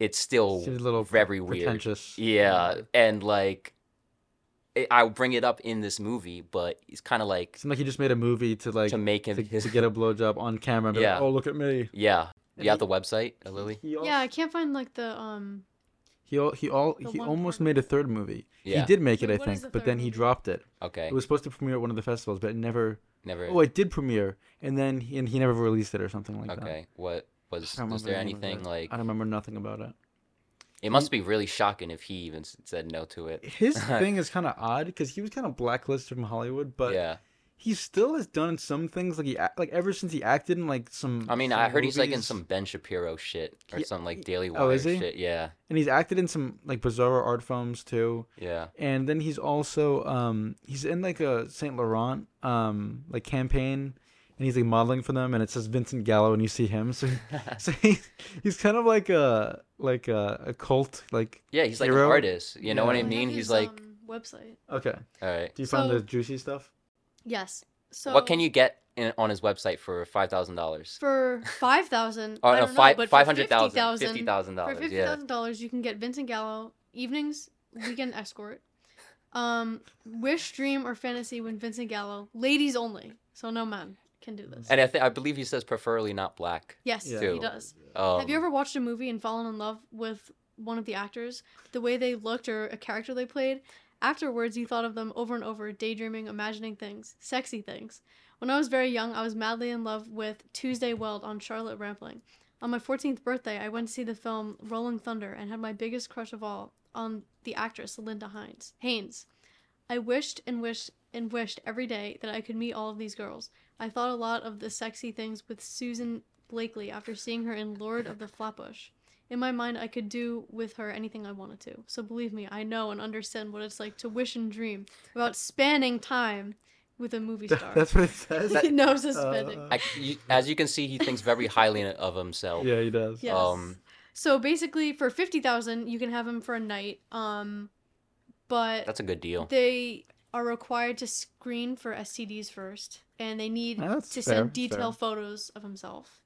it's still Seems a little very weird. pretentious. Yeah, and like, it, I'll bring it up in this movie, but it's kind of like Seemed like he just made a movie to like to make him to, his. to get a blowjob on camera. And be like, Yeah. oh, look at me. yeah, And you have he- the website, uh, Lily. He al- Yeah, I can't find like the um. He al- he all The he one almost part. made a third movie. Yeah. He did make it, Wait, I what is think, the but third then he movie? dropped it. Okay, It was Oh, supposed to premiere at one of the festivals, but it never. never. Oh, it did premiere, and then he, and he never released it or something like that. okay, what was? I don't Was remember there the name of anything it. like? I don't remember nothing about it. It must be really shocking if he even s- said no to it. His thing is kind of odd because he was kind of blacklisted from Hollywood, but yeah, he still has done some things like he act, like ever since he acted in like some. I mean, some I heard he's like in movies, some Ben Shapiro shit or He- some like he- Daily Wire oh, is he? shit. Yeah, and he's acted in some like bizarro art films too. yeah. And then he's also um he's in like a Saint Laurent um like campaign, and he's like modeling for them, and it says Vincent Gallo, and you see him, so so he, he's kind of like a like a, a cult like Yeah, he's like Hero? an artist. You know what Yeah. I have mean? his, He's like, um, website. okay. all right. Do you find So- the juicy stuff? Yes. So what can you get in, on his website for five thousand dollars? for five thousand? Oh I no, don't five know, but five for hundred thousand, $50,000 fifty thousand For dollars. fifty Yeah, thousand dollars, you can get Vincent Gallo evenings, weekend escort, um, wish, dream, or fantasy when Vincent Gallo, ladies only. So no man can do this. and I, th- I believe he says preferably not black. yes, Yeah. Too. he does. Um, Have you ever watched a movie and fallen in love with one of the actors? The way they looked or a character they played. Afterwards, you thought of them over and over, daydreaming, imagining things, sexy things. When I was very young, I was madly in love with Tuesday Weld on Charlotte Rampling. On my 14th birthday, I went to see the film Rolling Thunder and had my biggest crush of all on the actress Linda Hines. Haynes. I wished and wished and wished every day that I could meet all of these girls. I thought a lot of the sexy things with Susan Blakely after seeing her in Lord of the Flatbush. In my mind, I could do with her anything I wanted to. So believe me, I know and understand what it's like to wish and dream about spanning time with a movie star. That's what it says. he knows it's Uh, spending. I, you, as you can see, he thinks very highly of himself. uh, yeah, he does. yes. um, so basically, for fifty thousand, you can have him for a night. Um, but That's a good deal. they are required to screen for STDs first, and they need Ah, that's to fair, send detail fair. photos of himself,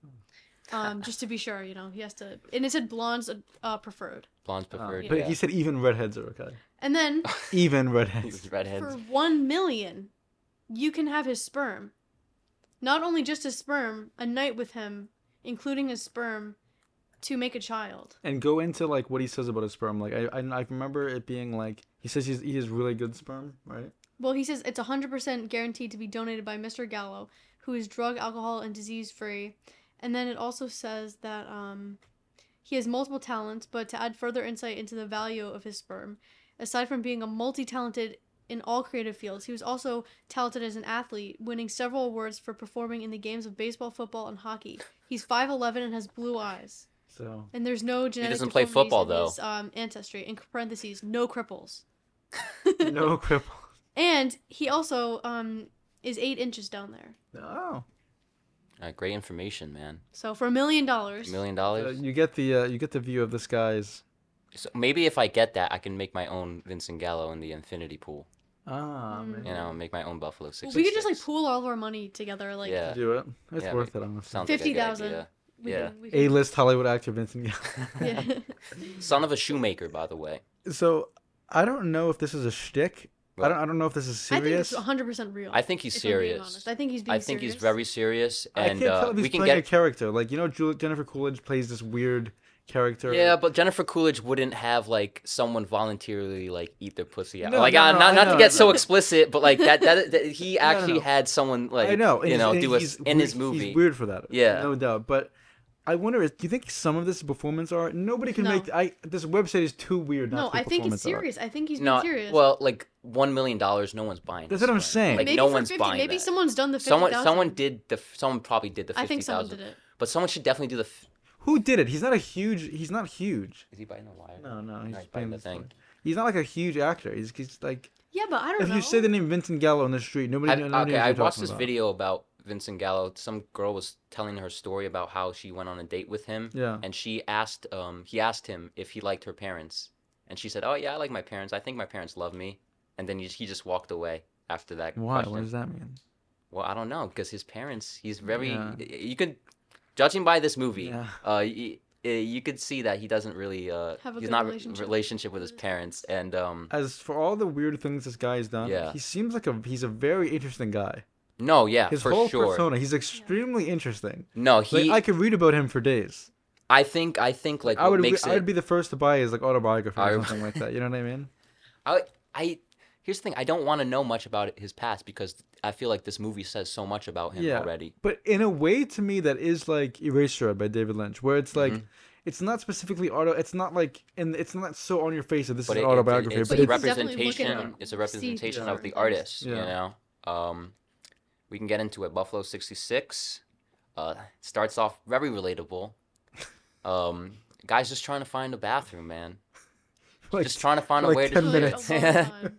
um, just to be sure. You know, he has to. And it said blondes uh, preferred. Blondes Uh, preferred. but yeah. he said even redheads are okay. And then Even redheads. He's redheads. for one million, you can have his sperm. Not only just his sperm, a night with him, including his sperm, to make a child. and go into like what he says about his sperm. Like I, I, I remember it being like he says he's, he has really good sperm, right? Well, he says it's 100% guaranteed to be donated by Mr. Gallo, who is drug, alcohol, and disease free. And then it also says that um, he has multiple talents, but to add further insight into the value of his sperm, aside from being a multi talented in all creative fields, he was also talented as an athlete, winning several awards for performing in the games of baseball, football, and hockey. He's 5'11 and has blue eyes. So And there's no genetic doesn't play deformities football, in though. His, um, ancestry, in parentheses, no cripples. no cripple. And he also um is eight inches down there. Oh, Uh, great information, man. So for a million A dollars, million Uh, dollars. you get the uh, you get the view of the skies. So maybe if I get that, I can make my own Vincent Gallo in the infinity pool. Ah, Mm. man. You know, make my own Buffalo Six. we could just like pool all of our money together. Like Yeah. do it. It's Yeah, worth it, honestly. Sounds like a good 50,000. idea. we Yeah. Can, we A can, list Hollywood actor Vincent Gallo. yeah. Son of a shoemaker, by the way. so I don't know if this is a shtick. I What? don't. I don't know if this is I think it's serious. 100 percent real. I think he's if I'm being serious. honest. I think he's being. I think serious. he's very serious, I and can't tell uh, if he's we can playing get a character. Like you know, Ju- Jennifer Coolidge plays this weird character. Yeah, but Jennifer Coolidge wouldn't have like someone voluntarily like eat their pussy out. No, like no, uh, no, I not, not know, to get I so know. explicit, but like that that, that- he no, actually no. had someone like I know. and you he's- know and do a, he's in his weird- movie. He's weird for that. Yeah. no doubt. But I wonder, is- do you think some of this is performance art? Nobody can No. make. I this website is too weird. Not No, to be I think it's performance art. serious. I think he's No, being serious. well, like one million dollars, no one's buying. That's this what I'm one. saying. Like maybe no for one's 50, buying. Maybe that. someone's done the 50, someone someone did the someone probably did the I fifty think someone thousand. did it. But someone should definitely do the. F- Who did it? He's not a huge. He's not huge. Is he biting the wire? No, no, he's he's just biting playing the the thing. thing. He's not like a huge actor. He's, he's like Yeah, but I don't if know. you say the name Vincent Gallo on the street, nobody. I, kn- okay, nobody knows who I you're watched talking this about. video about Vincent Gallo. Some girl was telling her story about how she went on a date with him. Yeah. And she asked, um, he asked him if he liked her parents, and she said, "Oh yeah, I like my parents. I think my parents love me." And then he, he just walked away after that Why? question. What does that mean? Well, I don't know because his parents. He's very. Yeah. y- You could, judging by this movie, Yeah. uh, you, you could see that he doesn't really uh, Have a he's good not re- relationship relationship with his with his parents, and um, As for all the weird things this guy has done, Yeah. he seems like a he's a very interesting guy. no, yeah, His for whole sure. persona, he's extremely interesting. No, Like, he. I could read about him for days. I think. I think like I what would re- makes I it. would be the first to buy his like autobiography I- or something like that. You know what I mean? I, I here's the thing. I don't want to know much about his past because I feel like this movie says so much about him Yeah. already. But in a way, to me, that is like Erasure by David Lynch, where it's like. Mm-hmm. It's not specifically auto. It's not like, and it's not so on your face that this But is it, an autobiography. it's, but it's a you it's, can definitely look at representation. him, It's a see representation through of the everything. artist. Yeah. You know. Um, we can get into it. Buffalo '66 uh, starts off very relatable. Um, guy's just trying to find a bathroom, man. like, just trying to find a like way to 10 Really, minutes. a long oh, time.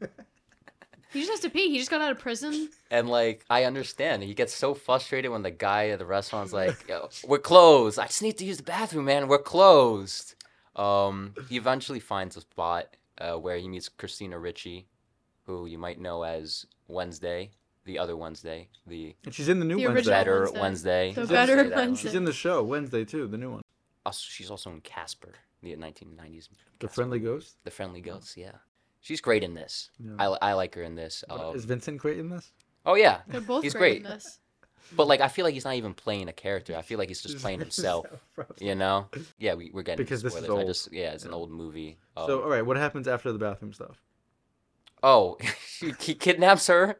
he just has to pee. He just got out of prison. And like, I understand. He gets so frustrated when the guy at the restaurant's like, Yo, "We're closed. I just need to use the bathroom, man. We're closed." Um, he eventually finds a spot uh, where he meets Christina Ricci, who you might know as Wednesday, the other Wednesday, the And she's in the new The one. original better Wednesday. Wednesday. The I'll say better that one. Wednesday. She's in the show Wednesday too, the new one. Also, she's also in Casper, the 1990s. Casper. The Friendly Ghost. The Friendly Ghost. Yeah, she's great in this. Yeah. I, I like her in this. But Um, Is Vincent great in this? oh yeah, They're both He's great, great. in this. but like I feel like he's not even playing a character. I feel like he's just playing himself. You know? Yeah, we, we're getting Because this is spoilers. I old. just yeah, it's an old movie. Um, So, uh, all right, what happens after the bathroom stuff? oh, he, he kidnaps her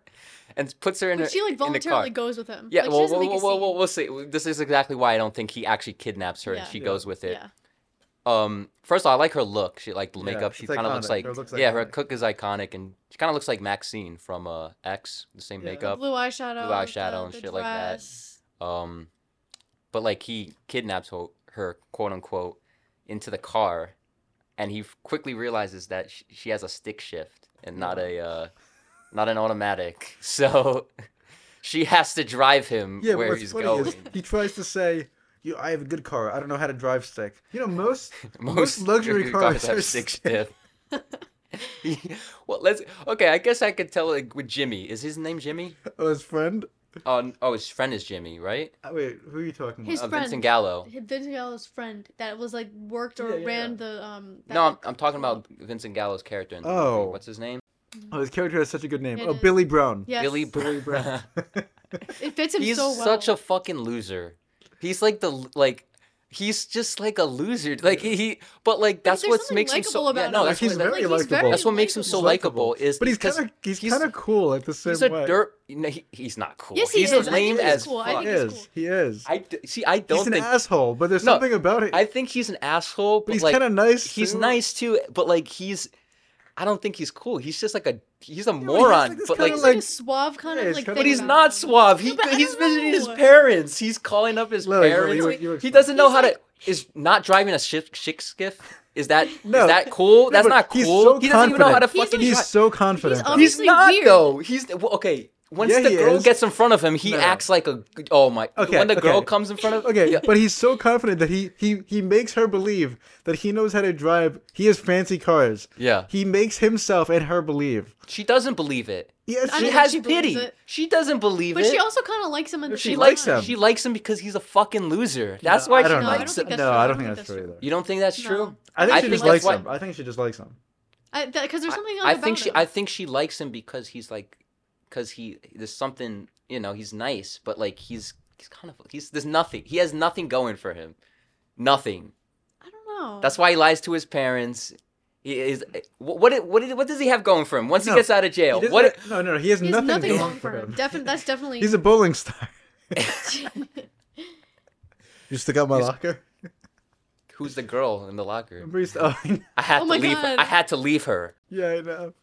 and puts her in, But a- she like in the car. voluntarily goes with him. Yeah, like, she well, doesn't well, make a well, well, scene. we'll see. This is exactly why I don't think he actually kidnaps her and Yeah. she Yeah. goes with it. Yeah. Um, first of all, I like her look. She like the makeup. it's She kind of looks iconic. like Her looks yeah, her iconic. cook is iconic, and she kind of looks like Maxine from uh X, the same Yeah. makeup. Blue Blue eyeshadow. the- eyeshadow and the shit like that. dress. Um, but like he kidnaps ho- her, quote unquote, into the car, and he f- quickly realizes that sh- she has a stick shift and not a, uh, not an automatic. So she has to drive him Yeah, but where what's he's funny going. is he tries to say, "You, I have a good car. I don't know how to drive stick." You know, most Most luxury cars have are stick stiff. shift. well, let's. Okay, I guess I could tell like, with Jimmy. Is his name Jimmy? oh, his friend. Oh, n- oh, his friend is Jimmy, right? Uh, Wait, who are you talking His Uh, about? Vincent friend. Gallo. Vincent Gallo's friend that was like worked or Yeah, yeah, ran yeah. the um. that, No, I'm, like, I'm talking about Vincent Gallo's character. In the Oh. movie. what's his name? Oh, his character has such a good name. It oh, is. Billy Brown. Yes. Billy Billy Brown. It fits him he's so well. such a fucking loser. He's like the l- like he's just like a loser. Like he, he but like that's there's what something makes him so likable about yeah, no, him. that's, He's what, that- very he's likable. that's what makes him likable. so likable is but he's because kind of he's, he's- kind of cool at the same he's a way. dirt no, he, he's not cool. Yes, he he's is. I lame think he's as cool. I fuck. He think he's is. cool. He is. I d- see I don't He's an think asshole, but there's No, something about it. I think he's an asshole, but, but he's like kind of nice. he's too. nice too, but like he's I don't think he's cool. He's just like a he's a he's moron, like this but like kinda He's like, a like- suave kind Yeah, of he's like. kinda- But thing he's about not him. suave. He, Yeah, but I he's don't visiting his know. parents. He's calling up his Lily, Lily, parents. you- you he explain. doesn't know He's how like- to. Is not driving a shift shick skiff. Is that is No. that cool? No, That's but not cool. he's so he doesn't even know how to confident. fucking. He's drive. He's so confident. He's though. He's obviously not weird. though. He's well, okay. Once Yeah, the he girl is. gets in front of him, he No. acts like a oh my. Okay, when the girl okay. comes in front of Okay, yeah. but he's so confident that he he he makes her believe that he knows how to drive. He has fancy cars. Yeah. He makes himself and her believe. she doesn't believe it. Yes, I She mean, has she believes pity. it. She doesn't believe But it. she also kind of likes him in the She same likes time. him. She likes him because he's a fucking loser. That's why I she don't likes know. I don't him. think that's no, true. I don't think that's true either. You don't think that's No. true? I think I she think just that's likes why- him. I think she just likes him. I Because there's something. I about think she him. I think she likes him because he's like because he there's something you know he's nice but like he's he's kind of he's there's nothing he has nothing going for him nothing I don't know. that's why he lies to his parents he is what what what, what does he have going for him once No. he gets out of jail He doesn't- what no, no, no, he has He has nothing, nothing going for him. Defin- that's definitely. He's a bowling star. You stick out my He's- locker. who's the girl in the locker Bruce- oh, I know. I had Oh to my leave God. I had to leave her yeah, I know.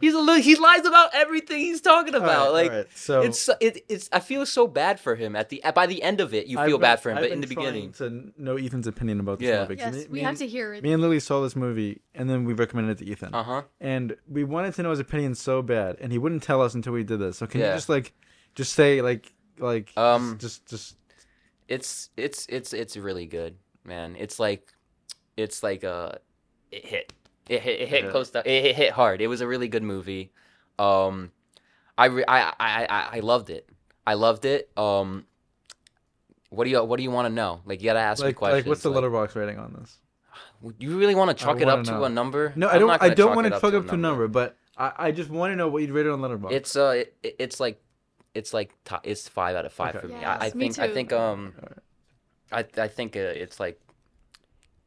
He's a little, he lies about everything he's talking about. like so it's it, it's I feel so bad for him at the by the end of it you feel I've been- bad for him I've but in the been beginning. trying to know Ethan's opinion about this Yeah. movie. 'cause Yes, me- we me have and- to hear it. Me and Lily saw this movie, and then we recommended it to Ethan. Uh huh. and we wanted to know his opinion so bad, and he wouldn't tell us until we did this. So can you Yeah. just like, just say like, like, Um, just, just, It's it's it's it's really good, man. It's like it's like uh it hit. It hit, it hit Yeah. close to it hit, hit hard. It was a really good movie. Um I re- I, I I I loved it. I loved it. Um what do you what do you want to know? Like you got to ask just me like, questions. like, what's the like- letterbox rating on this? You really want to chalk it wanna up know. to a number? No, I'm I don't. not I gonna don't want to it plug up to a number, but I, I just want to know what you'd rate it on letterbox. It's uh, it, it's like, it's like to it's five out of five Okay. for me. Yes, I, I me think I too. think um, Alright. I I think uh, it's like.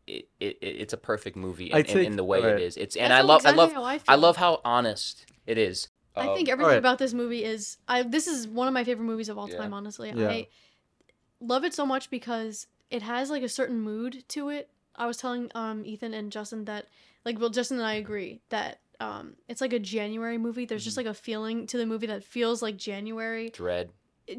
It, it, it- it's a perfect movie I in, in, in take- the way alright. it is. It's and That's I all love exactly I love how I, I feel. love how honest it is. I Um, think everything Alright. about this movie is I this is one of my favorite movies of all Yeah. time, honestly. Yeah. I love it so much because it has like a certain mood to it. I was telling um Ethan and Justin that like well Justin and I agree that um it's like a January movie. There's Mm-hmm. just like a feeling to the movie that feels like January. dread.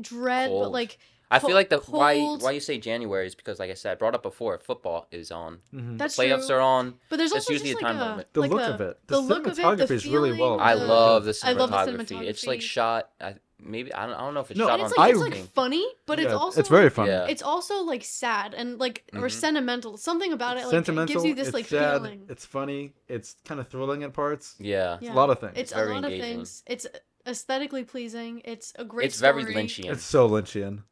Dread, but Cold. like I feel Co- like the why cold. why you say January is because like I said, I brought up before, football is on, Mhm. that's playoffs true. are on. But there's that's also usually just the like time a, element. the like look a- of it. the look of it, the cinematography is really well. feeling, I the- love the cinematography. I love the It's like cinematography. shot. I, maybe I don't. I don't know if it's No, shot and it's on. like it's I- like something. funny, but it's Yeah, also it's very funny. Yeah. it's also like sad and like or Mhm. sentimental. Something about it like Sentimental. it gives you this it's like sad, feeling. It's funny. It's kind of thrilling at parts. Yeah. It's a lot of things. It's very a lot engaging. of things. It's aesthetically pleasing. It's a great. it's very story. Lynchian. It's so Lynchian.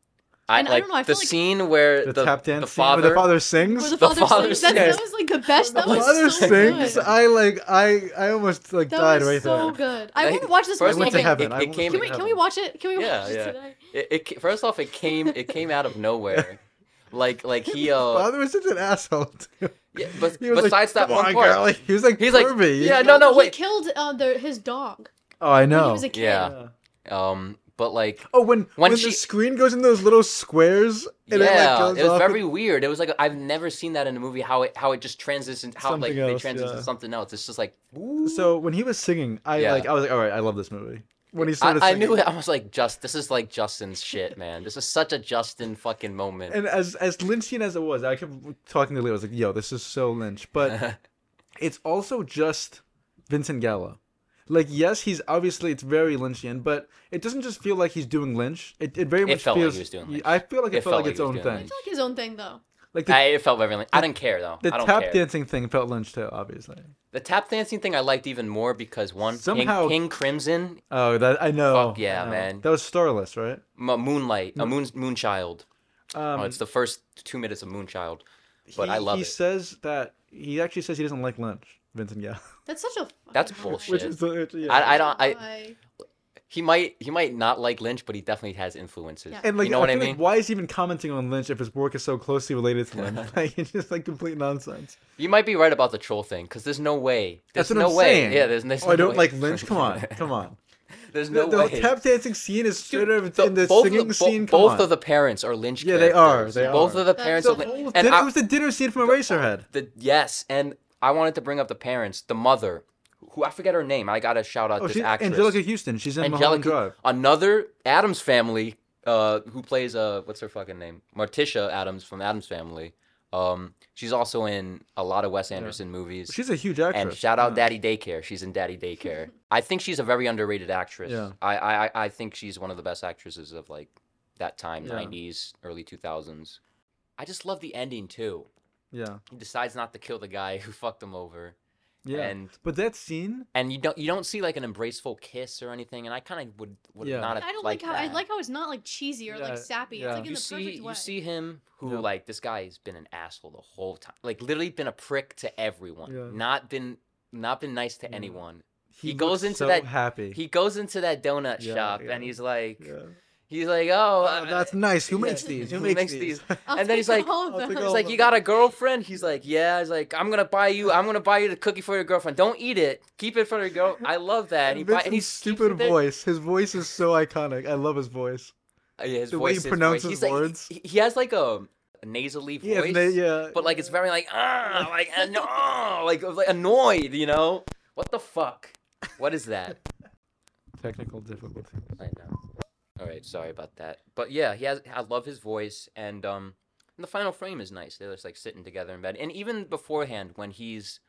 I and I like don't know, I the feel like- scene where The, the, tap dance the scene where father, the father Where sings. the The father, father sings. That, that sings. was like the best. That The was father so sings. good. I like. I I almost like That died was right so there. good. I Like, want to watch this first movie went to again. heaven. It- I it almost came- went to Can we can heaven. we watch it? Can we watch Yeah, it yeah. today? It, it ca- first off, it came it came out of nowhere, like like he uh father was such an asshole. Too. yeah, but He was like, besides that "Come one on, part, girlie." he was like, he's like, pervy. yeah, no, no, he wait, killed uh, the, his dog Oh, I when know. he was a kid. Yeah. um, but like Oh, when When when, the she- screen goes in those little squares and it like yeah, goes it, was off. very weird. It was like I've never seen that in a movie. How it how it just transitions how Something like else, they transition yeah. to something else. It's just like ooh. So when he was singing, I Yeah. like I was like, all right, I love this movie. When he started, I, I singing. knew it. I was like, just this is like Justin's shit, man. This is such a Justin fucking moment. And as as Lynchian as it was, I kept talking to Leo. I was like, yo, this is so Lynch, but it's also just Vincent Gallo. Like, yes, he's obviously it's very Lynchian, but it doesn't just feel like he's doing Lynch. It, it very It much felt like feels. he was doing Lynch. I feel like it, felt, like its he was own doing thing. I Lynch. feel like his own thing though. Like the, I, it felt very. I didn't care though. the I don't tap care. dancing thing felt Lynch too, obviously. The tap dancing thing I liked even more because one King- Somehow- King, Crimson, Oh, that I know. Fuck yeah, I know. man. That was Starless, right? M- Moonlight, a Moon Moonchild. Mm. Um, oh, it's the first two minutes of Moonchild. But he, I love he it. says that he actually says he doesn't like Lynch, Vincent Gallo. That's such a. fucking That's lie. bullshit. Which is the which- yeah. I, I don't. I Lie. he might he might not like Lynch, but he definitely has influences. Yeah. and like you know what I feel mean? like, why is he even commenting on Lynch if his work is so closely related to Lynch? like it's just like complete nonsense. you might be right about the troll thing, because there's no way. There's That's what no I'm way. saying. Yeah, there's, there's oh, no I don't way. like Lynch. Come on, come on. there's no the, the way. tap dancing scene is straight Dude, out of in the both of singing bo- scene. Come both on. of the parents are Lynch. Yeah, they are, characters. they both are. of the That's parents the are so Lynch. whole And dinner, I- it was the dinner scene from Eraserhead. The yes, and I wanted to bring up the parents, the mother, who I forget her name. I got to shout out Oh, this she's actress, Angelica Houston. She's in Mulholland Angelica- Drive. another Adams Family, uh, who plays uh, what's her fucking name, Marticia Adams from Adams Family. Um, she's also in a lot of Wes Anderson movies. She's a huge actress. and shout out yeah. Daddy Daycare. She's in Daddy Daycare. I think she's a very underrated actress. Yeah. I, I I- I think she's one of the best actresses of like that time, Yeah. '90s, early 2000s. I just love the ending too Yeah, he decides not to kill the guy who fucked him over yeah. and but that scene, and you don't you don't see like an embraceful kiss or anything and i kind of would would Yeah. not have I don't liked like how I that. like how it's not like cheesy or Yeah, like sappy. yeah. It's like in Um, you the see perfect way. you see him who Yeah. like this guy has been an asshole the whole time like literally been a prick to everyone Yeah. not been not been nice to Yeah. anyone he, He goes looks into so that- happy. he goes into that donut Yeah, shop yeah. and he's like yeah. he's like oh, Oh, that's nice. Who makes these? Who Who makes, makes these? I'll and then he's take like- all of I'll them. take He's all like, of you them. got a girlfriend? He's like, yeah. He's like, I'm gonna buy you. I'm gonna buy you the cookie for your girlfriend. Don't eat it. Keep it for your girl. I love that. And he buy, and Vincent's he's stupid voice. His voice is so iconic. I love his voice. Yeah, uh, his The way voice. he his pronounces voice. He's like- words. he, he has like a nasally voice. He has na- yeah, But like, it's very like ah, like ah, no, like like annoyed. You know what the fuck? What is that? Technical difficulty. I know. All right, sorry about that. But yeah, he has. I love his voice, and um, and the final frame is nice. They're just like sitting together in bed, and even beforehand when he's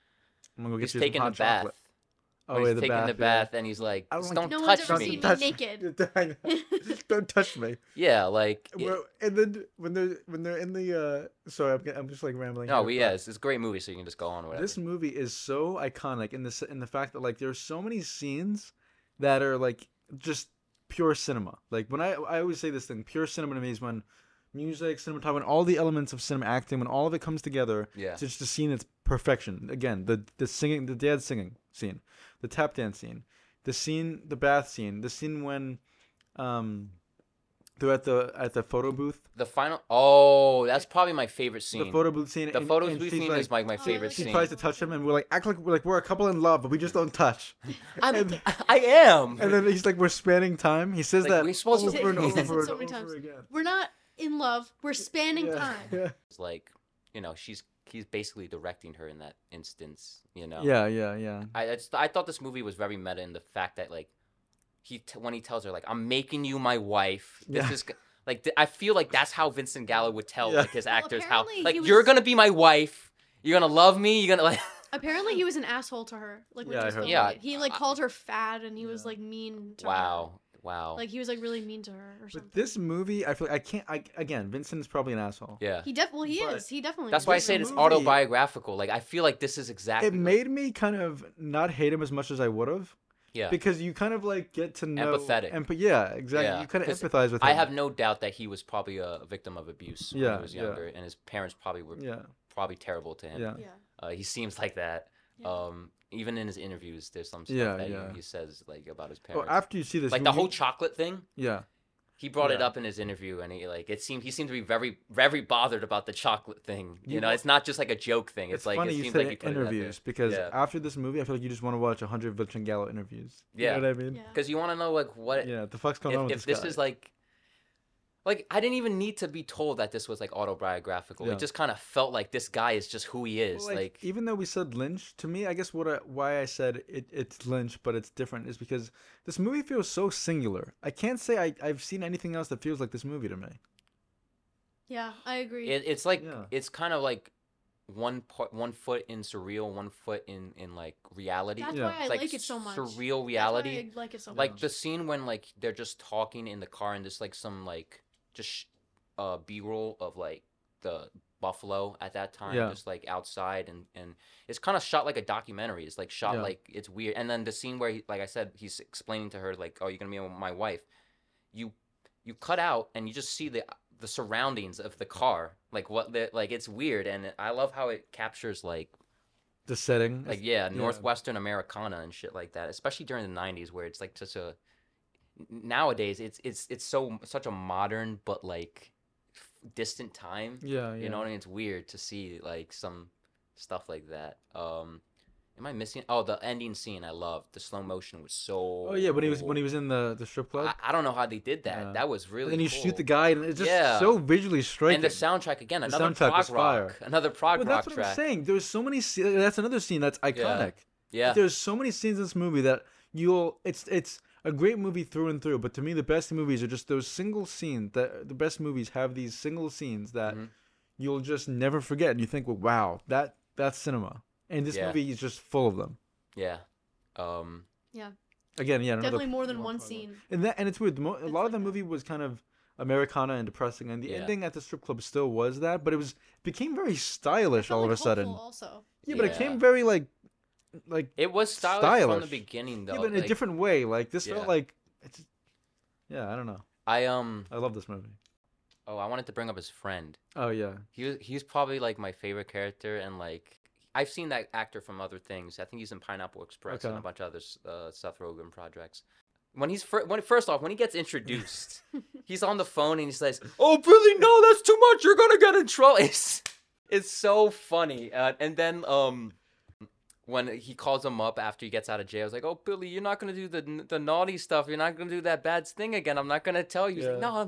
I'm gonna go he's you some taking a hot bath, chocolate. Oh, when yeah, he's taking the yeah. bath, and he's like, I don't "Just like- don't No one's touch ever me. seen Touch- naked. I know. don't touch me. Yeah, like oh, it- Well, and then when they're when they're in the uh, sorry, I'm, I'm just like rambling. no, here, we uh, but- yeah, it's, it's a great movie, so you can just go on whatever. This movie is so iconic in this in the fact that like there's so many scenes that are like just pure cinema. Like when I I always say this thing, pure cinema to me is when music, cinematography, and all the elements of cinema acting, when all of it comes together, Yeah. it's just a scene that's perfection. Again, the the singing, the dad singing scene, the tap dance scene, the scene, the bath scene, the scene when um they're at the at the photo booth, the final. Oh, that's probably my favorite scene. the photo booth scene. The and- photo and booth she's scene like- is like my Oh, favorite yeah, she scene. tries to touch him, and we're like, act like we're like we're a couple in love, but we just don't touch. I'm, I am. And then he's like, we're spanning time. He says Like, that we're supposed to- over and He says over it and so over many times. again. We're not in love. We're spanning Yeah, time. Yeah. It's like, you know, she's he's basically directing her in that instance. You know. yeah, yeah, yeah. I I, just, I thought this movie was very meta in the fact that like he t- when he tells her like I'm making you my wife. This Yeah. is g- like th- I feel like that's how Vincent Gallo would tell Yeah. like his Well, actors how apparently like he you're was- gonna be my wife. You're gonna love me. You're gonna like Apparently, he was an asshole to her. Like when Yeah, I she was heard filming that. it. he like Yeah. called her fat, and he was Yeah. like mean. To her. wow, wow. Like he was like really mean to her or something. But this movie, I feel like I can't. I again, Vincent's probably an asshole. yeah. he def well he But- is. He definitely. That's is. why I this say it's movie- autobiographical. Like I feel like this is exactly It made me kind of not hate him as much as I would have yeah. because you kind of like get to know Empathetic. Emp- yeah, exactly. Yeah, You kind of 'cause empathize with him. I have no doubt that he was probably a victim of abuse when Yeah, he was yeah. younger, and his parents probably were Yeah, probably terrible to him. yeah, Yeah. Uh, he seems like that. Yeah. Um, even in his interviews, there's some stuff Yeah, that he- yeah. He, says like about his Oh, parents. after you see this, like you- the you- whole chocolate thing. Yeah, He brought it Yeah. up in his interview, and he like it seemed he seemed to be very very bothered about the chocolate thing. You, You know, know- it's not just like a joke thing. It's, it's, like funny it you seems say like he put it out there. interviews because Yeah. after this movie, I feel like you just want to watch hundred Vincent Gallo interviews. Yeah. you know what I mean? Yeah. because you want to know like what Yeah, the fuck's going on if, with if this, guy? is like like i didn't even need to be told that this was like autobiographical Yeah. it just kind of felt like this guy is just who he is Well, e- like, even though we said Lynch, to me, I guess what I, why I said it, it's Lynch, but it's different is because this movie feels so singular. I can't say I, I've seen anything else that feels like this movie to me. Yeah, I agree. it, it's like Yeah. it's kind of like one part one foot in surreal one foot in in like reality That's Yeah. why I It's, like, it so much. That's why surreal reality I like it so like much. the scene when like they're just talking in the car and there's like some like just sh- uh b-roll of like the buffalo at that time Yeah. just like outside and and it's kind of shot like a documentary it's like shot Yeah. like it's weird and then the scene where he, like i said he's explaining to her like oh you're gonna be my wife you you cut out and you just see the the surroundings of the car like what the like it's weird and i love how it captures like The setting, like yeah, northwestern Americana and shit like that, especially during the '90s, where it's like such a nowadays it's it's it's so such a modern but like distant time. yeah, yeah. You know what I mean? It's weird to see like some stuff like that. Um, am I missing? Oh, the ending scene I loved. The slow motion was so. oh yeah, when he was when he was in the the strip club, I, I don't know how they did that. Yeah. That was Ah, really. and then you shoot the cool. guy, and it's just Yeah. so visually striking. And the soundtrack again, The another soundtrack was prog rock, fire. another prog well, rock that's what track. I'm saying. There's so many. sce- That's another scene that's iconic. Yeah, There's so many scenes in this movie that you'll it's it's a great movie through and through, but to me the best movies are just those single scenes that the best movies have these single scenes that Mhm. you'll just never forget and you think, Well, wow, that that's cinema. And this Yeah. movie is just full of them. yeah. Um, Again, yeah, another definitely more than more one part of it. scene. and that and it's weird. The mo- a It's lot like of the that. movie was kind of Americana and depressing and the Yeah. ending at the strip club still was that, but it was became very stylish Felt, all of like, a sudden. hopeful Also, Yeah, but it Yeah. came very like like it was stylish, from the Stylish. beginning though. yeah, but in a like, different way. Like this Yeah. felt like it's yeah, I don't know. I um I love this movie. Oh, I wanted to bring up his friend. Oh yeah, He was he's probably like my favorite character, and like I've seen that actor from other things. I think he's in Pineapple Express and Okay. a bunch of other s- uh, Seth Rogen projects. When he's fir- when first off when he gets introduced, he's on the phone and he says, "Oh Billy, no, that's too much. You're gonna get in trouble." It's it's so funny. Uh, and then um. When he calls him up after he gets out of jail, he's like, "Oh, Billy, you're not gonna do the n- the naughty stuff. You're not gonna do that bad thing again. I'm not gonna tell you." He's like, Yeah. "No, I'm."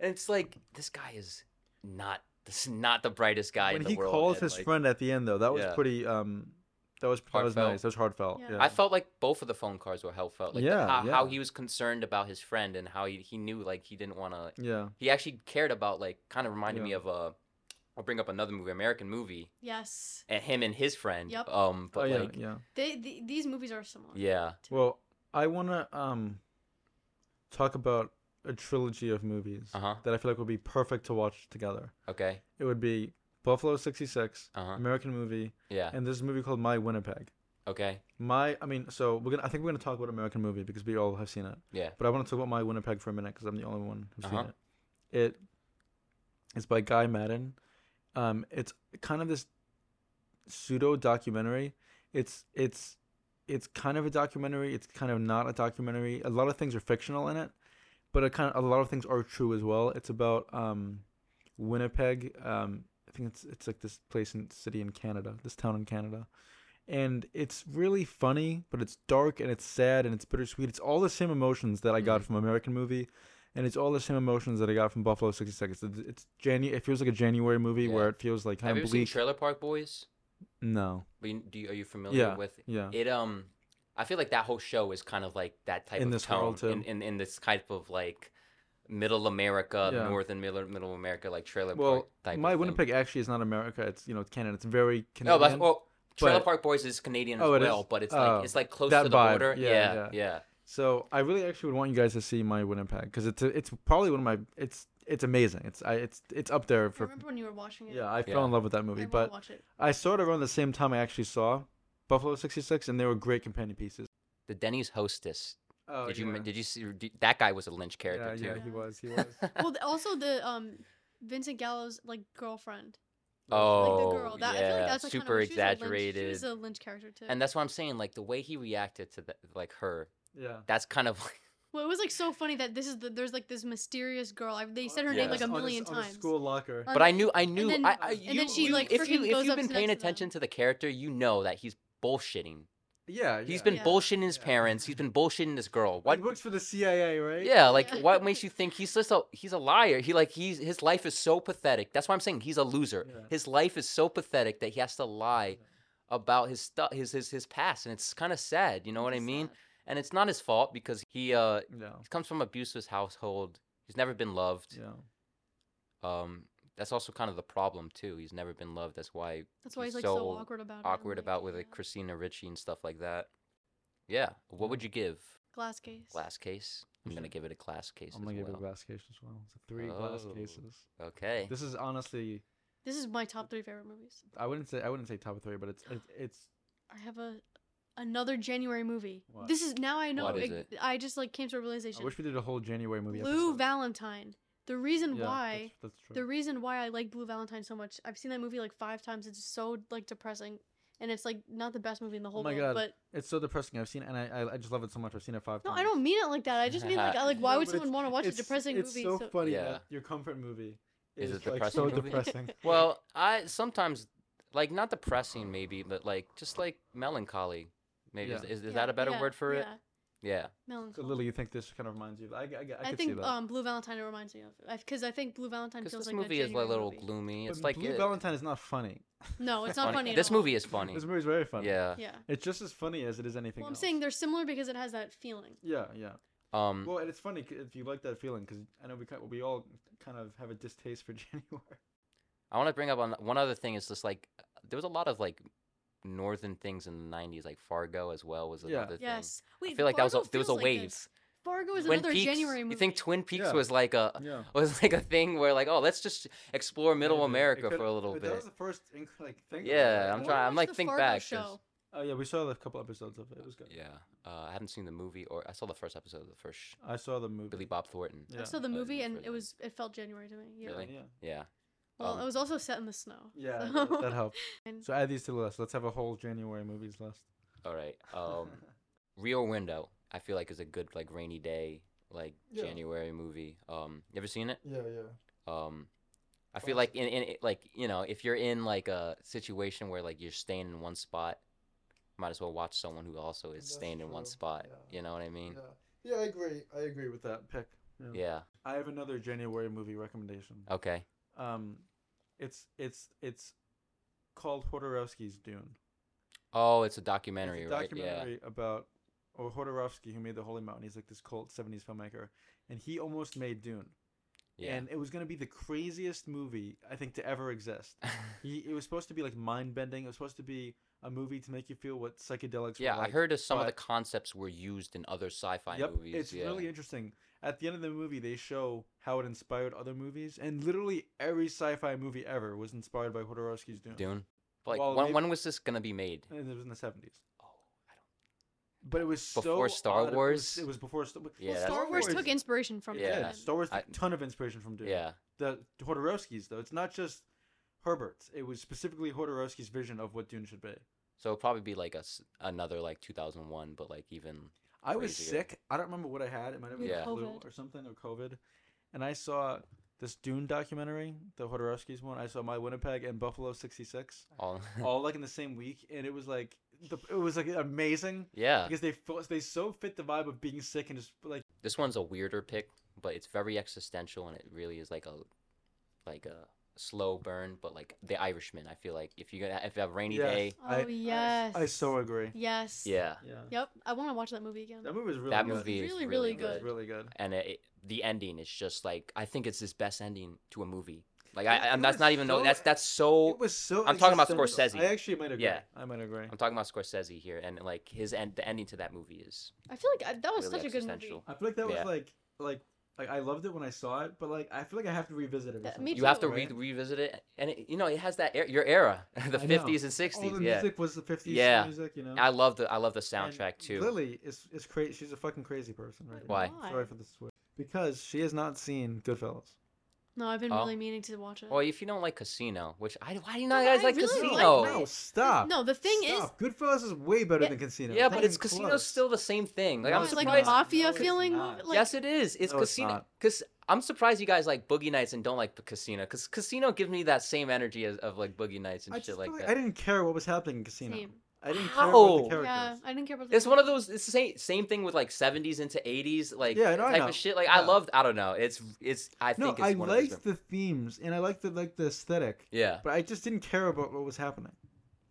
And it's like this guy is not this is not the brightest guy when in the he world. calls and, his like, friend at the end though, that was Yeah. pretty um That was that was Heartfelt. nice. That was heartfelt. Yeah. Yeah. I felt like both of the phone cards were heartfelt. Like the- Yeah, how, how yeah. he was concerned about his friend and how he, he knew like he didn't want to. yeah. He actually cared about like kind of reminded Yeah. me of a. I'll bring up another movie, American movie, Yes. and him and his friend. Yep. Um, Oh but yeah. like yeah. yeah. They, the, these movies are similar. Well, I want to um talk about a trilogy of movies Uh huh. that I feel like would be perfect to watch together. Okay. It would be Buffalo 66, Uh huh. American movie, Yeah. and this movie called My Winnipeg. Okay. My I mean, so we're going to I think we're going to talk about American movie because we all have seen it. Yeah. But I want to talk about My Winnipeg for a minute cuz I'm the only one who's Uh-huh. seen it. It is by Guy Madden. Um it's kind of this pseudo documentary. It's it's it's kind of a documentary, it's kind of not a documentary. A lot of things are fictional in it, but it kind of a lot of things are true as well. It's about um Winnipeg. Um, I think it's it's like this place in city in Canada, this town in Canada, and it's really funny, but it's dark and it's sad and it's bittersweet. It's all the same emotions that I Mm. got from American movie, and it's all the same emotions that I got from Buffalo 60 Seconds. It's, it's Janu- It feels like a January movie Yeah. where it feels like Have kind you of ever seen bleak. Trailer Park Boys? no. But you- do you, are you familiar Yeah, with yeah. it? Um, I feel like that whole show is kind of like that type In of this tone world, too. In, in in this type of like middle America, Yeah. northern middle middle America, like trailer Well, park type. of my thing. Oh, Winnipeg actually is not America. It's you know it's Canada. It's very Canadian. No, but well, Trailer but- Park Boys is Canadian as Oh, it well, is? but it's like Oh, it's like close that to the vibe. border. Yeah, Yeah, yeah. yeah. So I really actually would want you guys to see my Winnipeg because it's it's probably one of my it's it's amazing. It's I it's it's up there I for remember when you were watching it. yeah. I Yeah. fell in love with that I movie, wanna but watch it. I saw it around the same time I actually saw Buffalo '66, and they were great companion pieces. The Denny's hostess. Oh, did you ma- did you see did, that guy was a Lynch character Yeah, yeah, too? he was. He was. Well, th- also the um, Vincent Gallo's like girlfriend, like oh, the girl. That, yeah, I feel like that's like super kind of, exaggerated. She was a Lynch character too. and that's what I'm saying. Like the way he reacted to the, like her, yeah. that's kind of like well, it was like so funny that this is the there's like this mysterious girl. I, they said her Yeah. name like a On this- million on the times. school locker. On But the- I knew, I knew, then- I, I and you, then she, you- like, if you freaking if goes you've up been to paying next to them. attention to the character, you know that he's bullshitting. yeah, He's yeah. been Yeah. bullshitting his Yeah. parents. He's been bullshitting this girl. What What? he works for the CIA, right? Yeah, like Yeah. what makes you think he's just a he's a liar? He like he's his life is so pathetic. That's why I'm saying he's a loser. Yeah. His life is so pathetic that he has to lie Yeah. about his stuff, his his his past, and it's kind of sad. You know what I It's mean? sad. And it's not his fault because he uh No. comes from abusive household. He's never been loved. Yeah. Um, that's also kind of the problem too. He's never been loved. That's why That's why he's he's like so, so awkward about it. and, awkward about with yeah. like Christina Ricci and stuff like that. Yeah. What would you give glass case. glass case? I'm gonna give it a glass case I'm gonna as give it a well. glass case as well. It's a three glass Oh. cases. okay. This is honestly, This is my top three favorite movies. I wouldn't say I wouldn't say top three, but it's it's, it's I have a another January movie. What? This is now I know. What is I just like came to a realization. I wish we did a whole January movie. Blue episode. Valentine. The reason Yeah, why That's, that's true. the reason why I like Blue Valentine so much. I've seen that movie like five times. It's so like depressing, and it's like not the best movie in the whole Oh my God. world. But It's so depressing. I've seen it, and I, I I just love it so much. I've seen it five no, times. I don't mean it like that. I just mean like I- like why No, would but someone it's- want to watch a it's, depressing it's movie? so funny Yeah. that your comfort movie Is is, a like depressing so movie? depressing. Well, I sometimes like not depressing maybe, but like just like melancholy. Maybe is, Yeah. is, is Yeah, that a better yeah, word for it? yeah. Yeah. so Melancholy. Lily, you think this kind of reminds you? of- I I, I, could I, see think that. um, Blue Valentine it reminds me of because I think Blue Valentine Because feels this like movie a is like a January little movie. gloomy. It's But like Blue it- Valentine is not funny. No, it's not funny. at This all. movie is funny. This movie is very funny. Yeah. Yeah. It's just as funny as it is anything. Well, I'm else. saying they're similar because it has that feeling. Yeah, yeah. Um. Well, and it's funny 'cause if you like that feeling, because I know we ki- we all kind of have a distaste for January. I want to bring up on one other thing is just like there was a lot of like northern things in the 90s like Fargo as well was Yeah. another thing. Yes. Wait, I feel like that was a, Fargo there was a feels like wave. this. Fargo is Twin another Peaks. January movie. You think Twin Peaks Yeah. was like a Yeah. was like a thing where like oh let's just explore Middle Maybe. It America could- for a little but That was bit. the first inc- like thing. that I Yeah, read. I'm wanna trying. I'm watch like the think Fargo back. 'cause- show. Oh yeah, we saw a couple episodes of it. It was good. Yeah, uh, I haven't seen the movie or I saw the first episode of the first sh- I saw the movie. Billy Bob Thornton. Yeah. I saw the Oh, you movie went and for it that. was it felt January to me. Yeah. Really? Yeah. Yeah. Well, Um, it was also set in the snow. Yeah, so- that- that helped. And- So add these to the list. Let's have a whole January movies list. All right. Um, Rear Window. I feel like is a good like rainy day like Yeah. January movie. Um, you ever seen it? yeah, yeah. Um, I feel like in, in like you know if you're in like a situation where like you're staying in one spot, might as well watch someone who also is That's staying in one true, spot. yeah. You know what I mean? Yeah. yeah, I agree. I agree with that pick. Yeah. Oh. I have another January movie recommendation. Okay. Um, it's it's it's called Hodorowski's Dune. Oh, it's a It's documentary, a right? documentary about or Hodorovsky who made The Holy Mountain. He's like this cult 70s filmmaker. And he almost made Dune. Yeah. And it was going to be the craziest movie, I think, to ever exist. Yeah. he, it was supposed to be like mind bending. It was supposed to be a movie to make you feel what psychedelics yeah, were like. I heard that some of the but- concepts were used in other sci-fi Yep, movies. it's yeah. really interesting. At the end of the movie, they show how it inspired other movies, and literally every sci-fi movie ever was inspired by Hodorowski's Dune. Dune. Like Well, when, maybe- when was this gonna be made? And it was in the seventies, Oh, I don't. but it was Before so Star odd. It was- Wars? It was, before Star Wars. Yeah, that's- Star Wars took inspiration inspiration from Yeah. Yeah, Dune. Star Wars took I- a ton of inspiration from Dune. Yeah. the Hodorowski's though. It's not just Herbert's. It was specifically Hodorowski's vision of what Dune should be. So it'll probably be like a s another like 2001, but like even I was Crazy. sick. I don't remember what I had. It might have been Yeah. flu COVID. or something or COVID. And I saw this Dune documentary, the Hodorowski's one. I saw My Winnipeg and Buffalo 66 all. all like in the same week, and it was like the, it was like amazing yeah, because they fo- they so fit the vibe of being sick and just like this one's a weirder pick, but it's very existential and it really is like a like a slow burn. But like The Irishman, I feel like if you are gonna if you have a rainy Yes. day, Oh I- yes. I so agree. Yes. yeah, Yeah, Yep. I want to watch that movie again. that movie was really that good. movie is really, Really, really It was good. really good. and it, it- the ending is just like I think it's his best ending to a movie. Like I, It- I'm it that's was not even so- no that's that's so It was so. I'm talking about existential. Scorsese. I actually might agree. Yeah. I might agree. I'm talking about Scorsese here, and like his end the ending to that movie is I feel like I, that was really such a good movie. existential. I feel like that Yeah. was like like like I loved it when I saw it, but like I feel like I have to revisit it. or That- something. me You have to too. re- revisit it, and it, you know it has that er- your era, the I know. 50s and 60s. All the yeah, music was the 50s Yeah. music, you know. I love the I love the And soundtrack too. Lily is is crazy. She's a fucking crazy person, right? But Why? now. Sorry for the switch. Because she has not seen Goodfellas. No, I've been Oh. really meaning to watch it. Well, if you don't like Casino, which I why do you not No, guys I like really like Casino? that. No, stop. No, the thing is, Stop. Goodfellas is way better Yeah, than Casino. yeah, but Not it's even Casino's close. still the same thing. Like No, I'm it's like surprised. a No, mafia it's feeling not. movie. Like, yes, it is. It's No, it's Casino. not. Because I'm surprised you guys like Boogie Nights and don't like p- Casino. Because Casino gives me that same energy as of like Boogie Nights and I, shit just like feel like that. I didn't care what was happening in Casino. Same. I didn't care about How? the characters. Yeah, I didn't care about the It's one of those. It's the same same thing with like seventies into eighties, like Yeah, I know, I type know. of shit. Like I Yeah. loved. I don't know. It's it's. I no, think it's I one of those. liked the themes and I liked the like the aesthetic, Yeah, but I just didn't care about what was happening.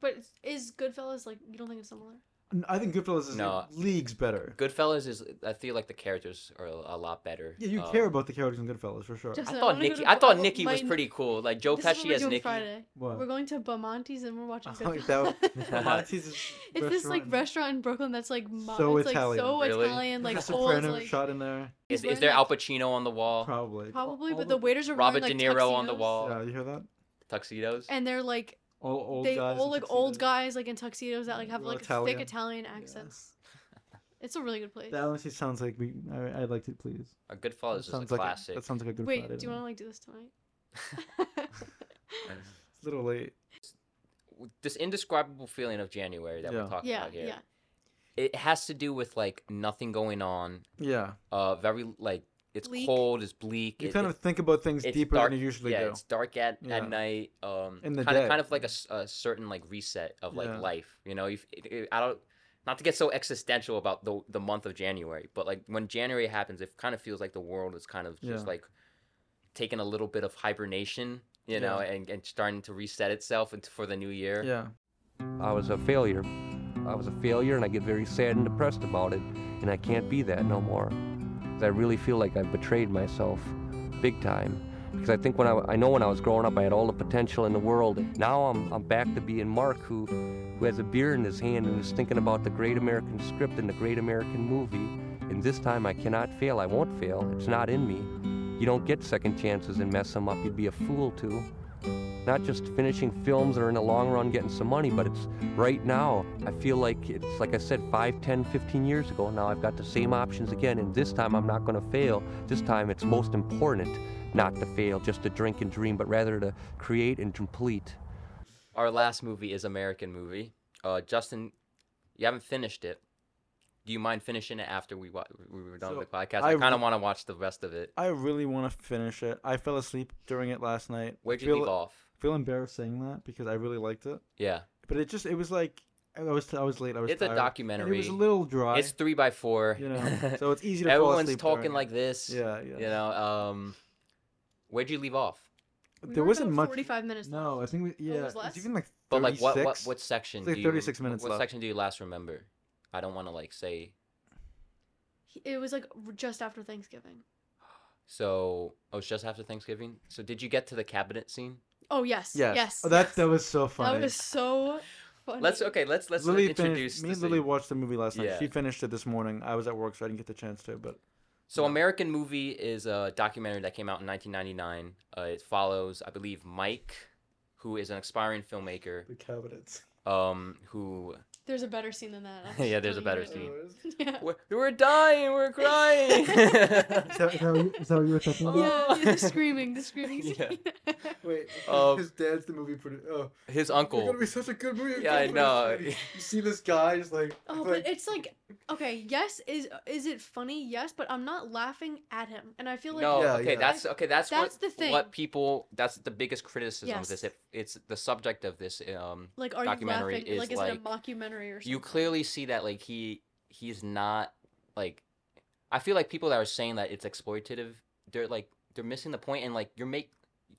But is Goodfellas like you don't think it's similar? And I think Goodfellas is No. leagues better. Goodfellas is. I feel like the characters are a a lot better. Yeah, you Um, care about the characters in Goodfellas for sure. Just- I So I thought wanna go Nikki. to- I thought I- Nikki was my- pretty cool. Like Joe this is what Pesci we're as doing Nikki. Friday. What? We're going to Bamonti's and we're watching Oh, like Goodfellas. that- Monty's is it's this like restaurant. restaurant in Brooklyn that's like mo- So it's, like, Italian. so Really? Italian, like Professor old, Craner like, shot in there. Is, He's is there wearing, Al like- Pacino on the wall? Probably. probably, All but the waiters are Robert wearing, De like, Niro on the tuxedos, wall. Yeah, you hear that? Tuxedos. and they're like All old they guys. all in like old tuxedos. guys like in tuxedos that like have Real like Italian. thick Italian accents. It's a really good place. That honestly sounds like we. I, I'd like to please. A Goodfellas Oh, is a sounds like classic. that sounds like a good. Wait, Friday do you night. want to like do this tonight? It's a little late. this indescribable feeling of January that we're Yeah. talking yeah, about here. yeah. It has to do with like nothing going on. Yeah, Uh, very like it's Bleak. cold. It's bleak. you it- kind it- of think about things it's deeper dark- than you usually yeah, do. it's dark at, Yeah. at night. Um, In the kind of day. kind of like a, s- a certain like reset of like Yeah. life. You know, if it, it- I don't not to get so existential about the the month of January, but like when January happens, it kind of feels like the world is kind of just Yeah. like taking a little bit of hibernation. You know, and, and starting to reset itself into, for the new year. Yeah. I was a failure. I was a failure, and I get very sad and depressed about it, and I can't be that no more. 'Cause I really feel like I've betrayed myself big time. Because I think when I, I know when I was growing up, I had all the potential in the world. Now I'm, I'm back to being Mark, who, who has a beer in his hand and is thinking about the great American script and the great American movie. And this time I cannot fail. I won't fail. It's not in me. You don't get second chances and mess them up. You'd be a fool to not just finishing films or in the long run getting some money, but it's right now. I feel like it's like I said, 5, 10, 15 years ago. Now I've got the same options again, and this time I'm not going to fail. This time it's most important not to fail, just to drink and dream, but rather to create and complete. Our last movie is American movie. Uh, Justin, you haven't finished it. Do you mind finishing it after we wa- we were done with So, the podcast? I, I kind re- of want to watch the rest of it. I really want to finish it. I fell asleep during it last night. Where'd you feel, leave off? Feel embarrassed saying that because I really liked it, Yeah, but it just it was like I was I was late. I was. It's a tired, and It documentary. was a little dry. it's three by four. you know, so it's easy to fall everyone's asleep talking during it. like this. Yeah, yeah. You know, um, where'd you leave off? We there were wasn't about much. 45 minutes. No, left. I think we yeah. Oh, was it's less? even like But like, what what 36. what section? like do you- 36 minutes What left. section do you last remember? I don't want to like say. He- It was like r- just after Thanksgiving. So oh, it's just after Thanksgiving. So did you get to the cabinet scene? Oh yes. Yes. Yes. Oh, that yes. that was so funny. That was so funny. Let's uh, okay. Let's let's Lily introduce. finished, me the and Lily scene. watched the movie last night. Yeah. She finished it this morning. I was at work, so I didn't get the chance to. But So American Movie is a documentary that came out in 1999. Uh, it follows, I believe, Mike, who is an aspiring filmmaker, the cabinets. um, who There's a better scene than that. I'm Yeah, just there's a telling better you right now. yeah. we're, we're dying, we're crying. is that what you were talking Oh. Yeah, the screaming, the screaming. Yeah. scene. Wait, Um, his dad's the movie producer. Oh, His it's uncle. gonna be such a good movie. Yeah, I know. You see this guy, just like, Oh, like but it's like, okay, yes, is is it funny? Yes, but I'm not laughing at him, and I feel like no, Yeah, okay, yeah. that's okay. That's That's what, the thing. What people? That's the biggest criticism of this. Yes. It, it's the subject of this. Um, like are documentary you laughing? is like is it like- a mockumentary or something? you clearly see that like he he's not like. I feel like people that are saying that it's exploitative, they're like they're missing the point, and like you're make.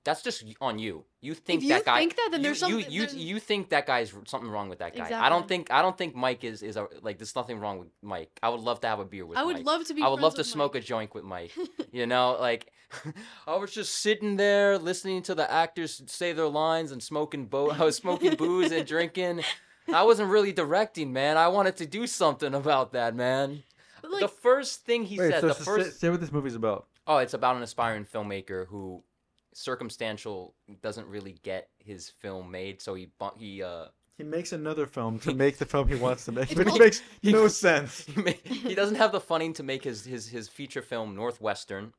That's just on you. You think you that guy. think that, then you, there's you, something- You, then- you think that guy's r- something wrong with that guy. I don't Exactly. think I don't think Mike is is a, like there's nothing wrong with Mike. I would love to have a beer with. I would Mike. love to be. I would friends love to with smoke Mike. a joint with Mike. you know, like I was just sitting there listening to the actors say their lines and smoking bo- I was smoking booze and drinking. I wasn't really directing, man. I wanted to do something about that, man. But like, the first thing he Wait, said, so the s- first say what this movie's about. Oh, it's about an aspiring filmmaker who circumstantial doesn't really get his film made, so he bu- he uh He makes another film to make the film he wants to make, It's but it called- makes no sense. he, ma- he doesn't have the funding to make his his his feature film Northwestern.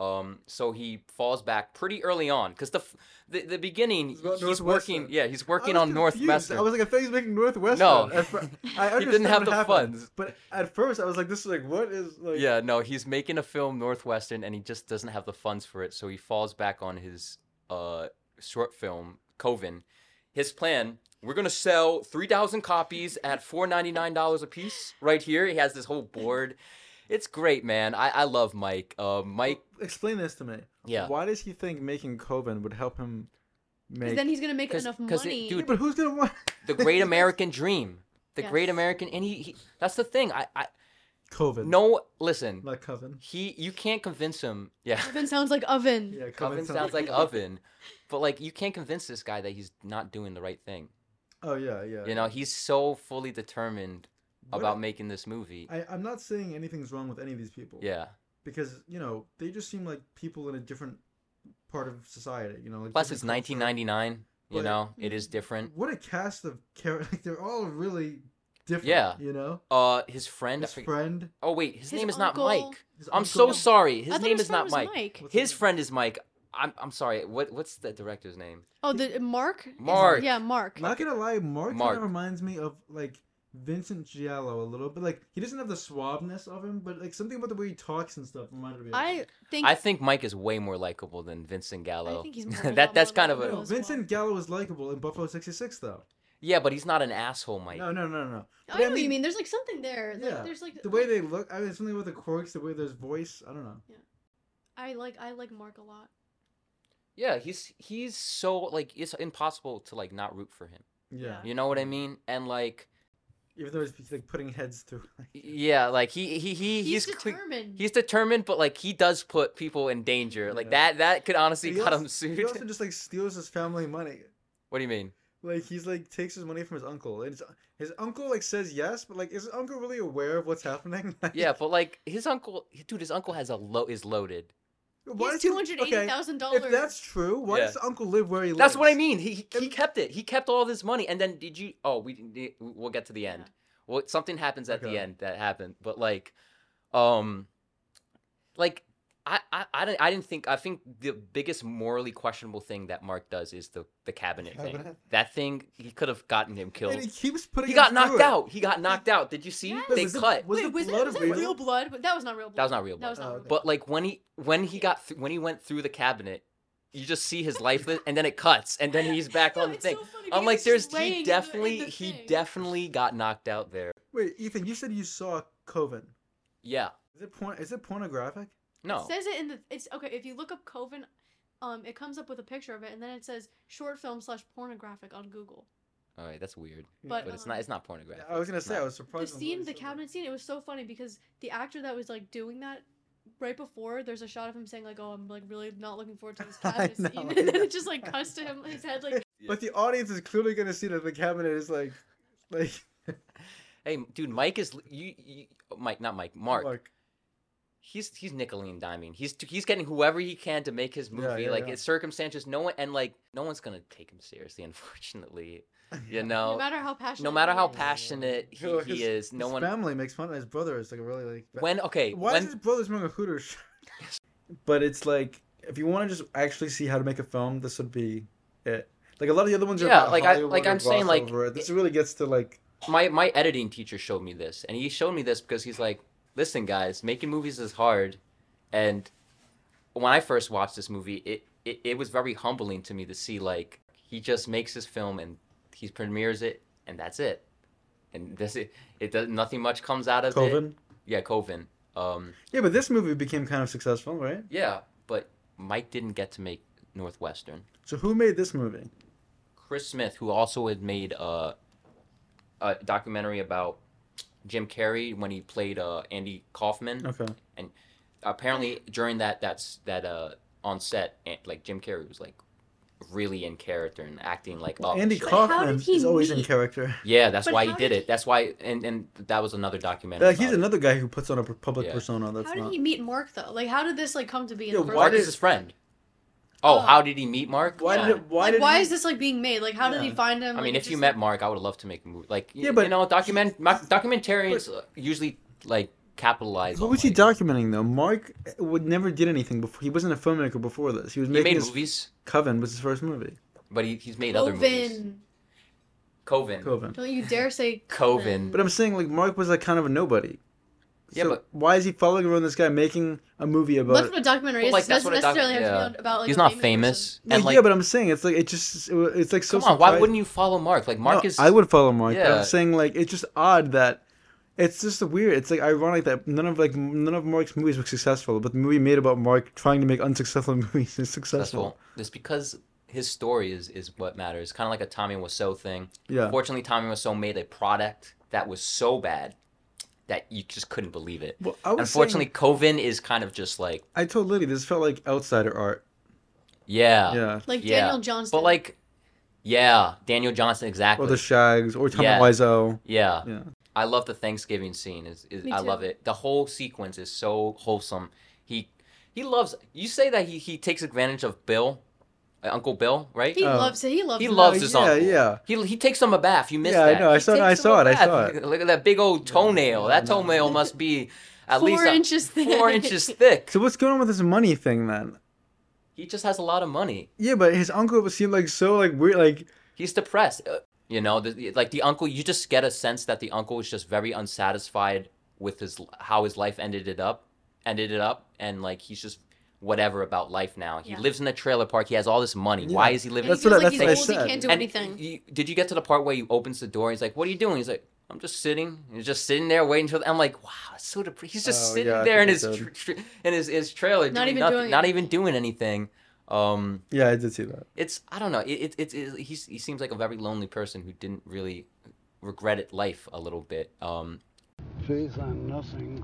Um, so he falls back pretty early on because the, f- the the beginning It's about he's working Northwestern. yeah he's working I was on confused. Northwestern. I was like, I thought he was making Northwestern. No. At fir- I He didn't understand have what the happened, funds. But at first, I was like, this is like, what is like? yeah, no, he's making a film Northwestern and he just doesn't have the funds for it, so he falls back on his uh short film Coven. His plan: we're gonna sell three thousand copies at four ninety nine dollars a piece. Right here, he has this whole board. It's great, man. I, I love Mike. Uh, Mike, Explain this to me. yeah. Why does he think making Coven would help him 'cause make? then he's gonna make 'Cause- enough 'cause it- money. dude, but who's gonna want? the great American dream. The great Yes. American, and he, he that's the thing. I, I Coven. no listen. not Coven. He you can't convince him. Yeah. oven sounds like oven. Yeah, Coven, Coven sounds like oven, but like you can't convince this guy that he's not doing the right thing. Oh yeah, yeah. You know, he's so fully determined What about a- making this movie. I, I'm not saying anything's wrong with any of these people. yeah. Because you know they just seem like people in a different part of society. You know, like Plus different it's culture. 1999, you But- Mm. know, it is different. What a cast of characters! Like, they're all really different. Yeah. You know, Uh his friend, I his forget- friend. Oh wait, his, His name is uncle- not Mike. his I'm so uncle. sorry. I His thought name his is friend not was Mike. Mike. What's His his name? friend is Mike. I'm I'm sorry. What what's the director's name? Oh, the Mark. Is- Mark. Yeah, Mark. Not gonna lie, Mark, Mark. kind of reminds me of like Vincent Giallo a little bit. Like he doesn't have the suaveness of him, but like something about the way he talks and stuff reminded me. Of him. I think. I think Mike is way more likable than Vincent Gallo. I think he's more that that's likable kind than of a no, as Vincent well. Gallo is likable in Buffalo '66 though. yeah, but he's not an asshole, Mike. No, no, no, no. But I know what you mean. There's like something there. Like, Yeah, There's like The way they look, I mean, something with the quirks, the way there's voice. I don't know. I like. I like Mark a lot. Yeah, he's he's so like it's impossible to like not root for him. Yeah, You know what I mean? And like even though he's like putting heads through. yeah, like he he, he He's, he's cle- determined. he's determined, but like he does put people in danger. Like Yeah. that that could honestly He cut also- him He sued. also just like steals his family money. what do you mean? Like he's like takes his money from his uncle, and his, his uncle like says yes, but like is his uncle really aware of what's happening? Like, Yeah, but like his uncle, dude, his uncle has a low is loaded. why he's does he- two hundred eighty thousand If dollars. that's true, why Yeah. does the uncle live where he lives? That's what I mean. He he- he kept it. He kept all this money, and then did you? Oh, we didn't- we'll get to the end. Yeah. Well, something happens at Okay. the end that happened, but like, um, like I I I didn't I didn't think I think the biggest morally questionable thing that Mark does is the the cabinet, thing. Cabinet? That thing he could have gotten him killed. And he keeps putting. He him got through knocked it. out. He got knocked out. Did you see? Yes. They Was it- cut. was Wait, the was, blood it, was of that real? real? blood? But that was not real blood. That was not real That was blood. not Oh, real okay. blood. But like when he when he got th- when he went through the cabinet, you just see his lifeless, and then it cuts, and then he's back No, on the it's thing. so funny I'm because like, it's there's just laying he in the- in definitely the he thing. definitely got knocked out there. Wait, Ethan, you said you saw Coven. Yeah. Is it porn? Is it pornographic? No. It says it in the. It's okay. If you look up Coven, um, it comes up with a picture of it, and then it says short film slash pornographic on Google. All right, that's weird. But, But uh, it's um, not. It's not pornographic. I was gonna It's say not- I was the surprised. when scene, Lori the said that. cabinet scene, it was so funny because the actor that was like doing that right before, there's a shot of him saying like, "Oh, I'm like really not looking forward to this I cabinet know, scene," and then yeah. it just like cuts to him his head like, But the audience is clearly gonna see that the cabinet is like, like Hey, dude, Mike is you, you. Mike, not Mike. Mark. Mark. He's he's nickeline diming. He's he's getting whoever he can to make his movie. yeah, like yeah. it's circumstances. No one and like no one's gonna take him seriously. Unfortunately, you know. no matter how passionate, no matter he how is. passionate he, Who- he his- is, no his one. family makes fun of his brother. It's like really like. ba- When okay, Why when is his brother's wearing a Hooters shirt? but it's like if you want to just actually see how to make a film, this would be it. Like a lot of the other ones are Yeah, about like I- Hollywood like or I'm saying, gloss like, over it. this really gets to like my my editing teacher showed me this, and he showed me this because he's like, listen, guys, making movies is hard, and when I first watched this movie, it it, it was very humbling to me to see like he just makes his film and he premieres it, and that's it, and that's it. It does nothing much comes out of it. Coven. Yeah, Coven. Um, Yeah, but this movie became kind of successful, right? yeah, but Mike didn't get to make Northwestern. So who made this movie? Chris Smith, who also had made a, a documentary about Jim Carrey when he played uh, Andy Kaufman. Okay. Apparently, during that that's that uh, on set, and, like Jim Carrey was like really in character and acting like Well, up. Andy But how Kaufman did he is always in meet? character. Yeah, that's But why how he did did it. he- That's why, and and that was another documentary. Like he's about it. another guy who puts on a pu- public Yeah. persona. That's How did not. he meet Mark though? Like, how did this like come to be? In Yeah, the first why Mark did- is his friend. Oh, Oh. how did he meet Mark? Why Yeah. did? It, why Like, did? why he- is this like being made? Like, how did he Yeah. find him? I mean, Like, if it you just- met Mark, I would love to make a movie. Like, yeah, Yeah, but but- you know, document mo- documentarians uh, usually like capitalize. Who on, was he like- documenting though? Mark would never did anything before. He wasn't a filmmaker before this. He was He making made his movies, Coven was his first movie. but he, he's made other movies. Coven. Coven, Coven. don't you dare say Coven. But I'm saying like Mark was like kind of a nobody. Yeah, so but- why is he following around this guy making a movie about? That's what a documentary Well, is. like, it that's doesn't what a doc- necessarily have yeah. to be about like. he's a not person. famous. No, And like, yeah, but I'm saying it's like it just it, it's like so. come on, why surprising. wouldn't you follow Mark? Like, Mark no, is. I would follow Mark. but Yeah. I'm saying like it's just odd that it's just weird. It's like ironic that none of like none of Mark's movies were successful, but the movie made about Mark trying to make unsuccessful movies is successful. successful. It's because his story is is what matters. Kind of like a Tommy Wiseau thing. Yeah. Fortunately, Tommy Wiseau made a product that was so bad that you just couldn't believe it. Well, I was Unfortunately, saying- Coven is kind of just like I told Liddy this felt like outsider art. yeah, Yeah. Like Yeah. Daniel Johnston. But like, yeah, Daniel Johnson exactly. Or the Shags, or Tommy Yeah. Wiseau. yeah. Yeah. I love the Thanksgiving scene. Is, is Me I too. love it. The whole sequence is so wholesome. He he loves. You say that he he takes advantage of Bill, uh, Uncle Bill, right? he Oh. loves it. He loves. uh, he it. loves his yeah, uncle. yeah. He, he takes him a bath. You missed Yeah, I that. know. I He saw it- takes I him saw a it, I bath. saw it. Look at that big old toenail. yeah, that I know. toenail must be at Four least a- inches thick. four inches thick. So what's going on with this money thing then? He just has a lot of money. Yeah, but his uncle would seem like so like weird like He's depressed. Uh, You know, the, like the uncle. You just get a sense that the uncle is just very unsatisfied with his how his life ended it up, ended it up, and like he's just whatever about life now. He Yeah. lives in a trailer park. He has all this money. Why Yeah. is he living? And he That's That's what I- feels like that's he's what I said. old. He can't do anything. You, did you get to the part where he opens the door? He's like, "What are you doing?" He's like, "I'm just sitting." He's just sitting there waiting till. I'm like, "Wow, it's so depressed." He's just Oh, sitting yeah, I there in his think I tr- tr- in his, his trailer, Not doing even nothing, doing not anything. even doing anything. Um, Yeah, I did see that. it's I don't know. It it, it, it he's, he seems like a very lonely person who didn't really regret it life a little bit. Um, Trees are nothing.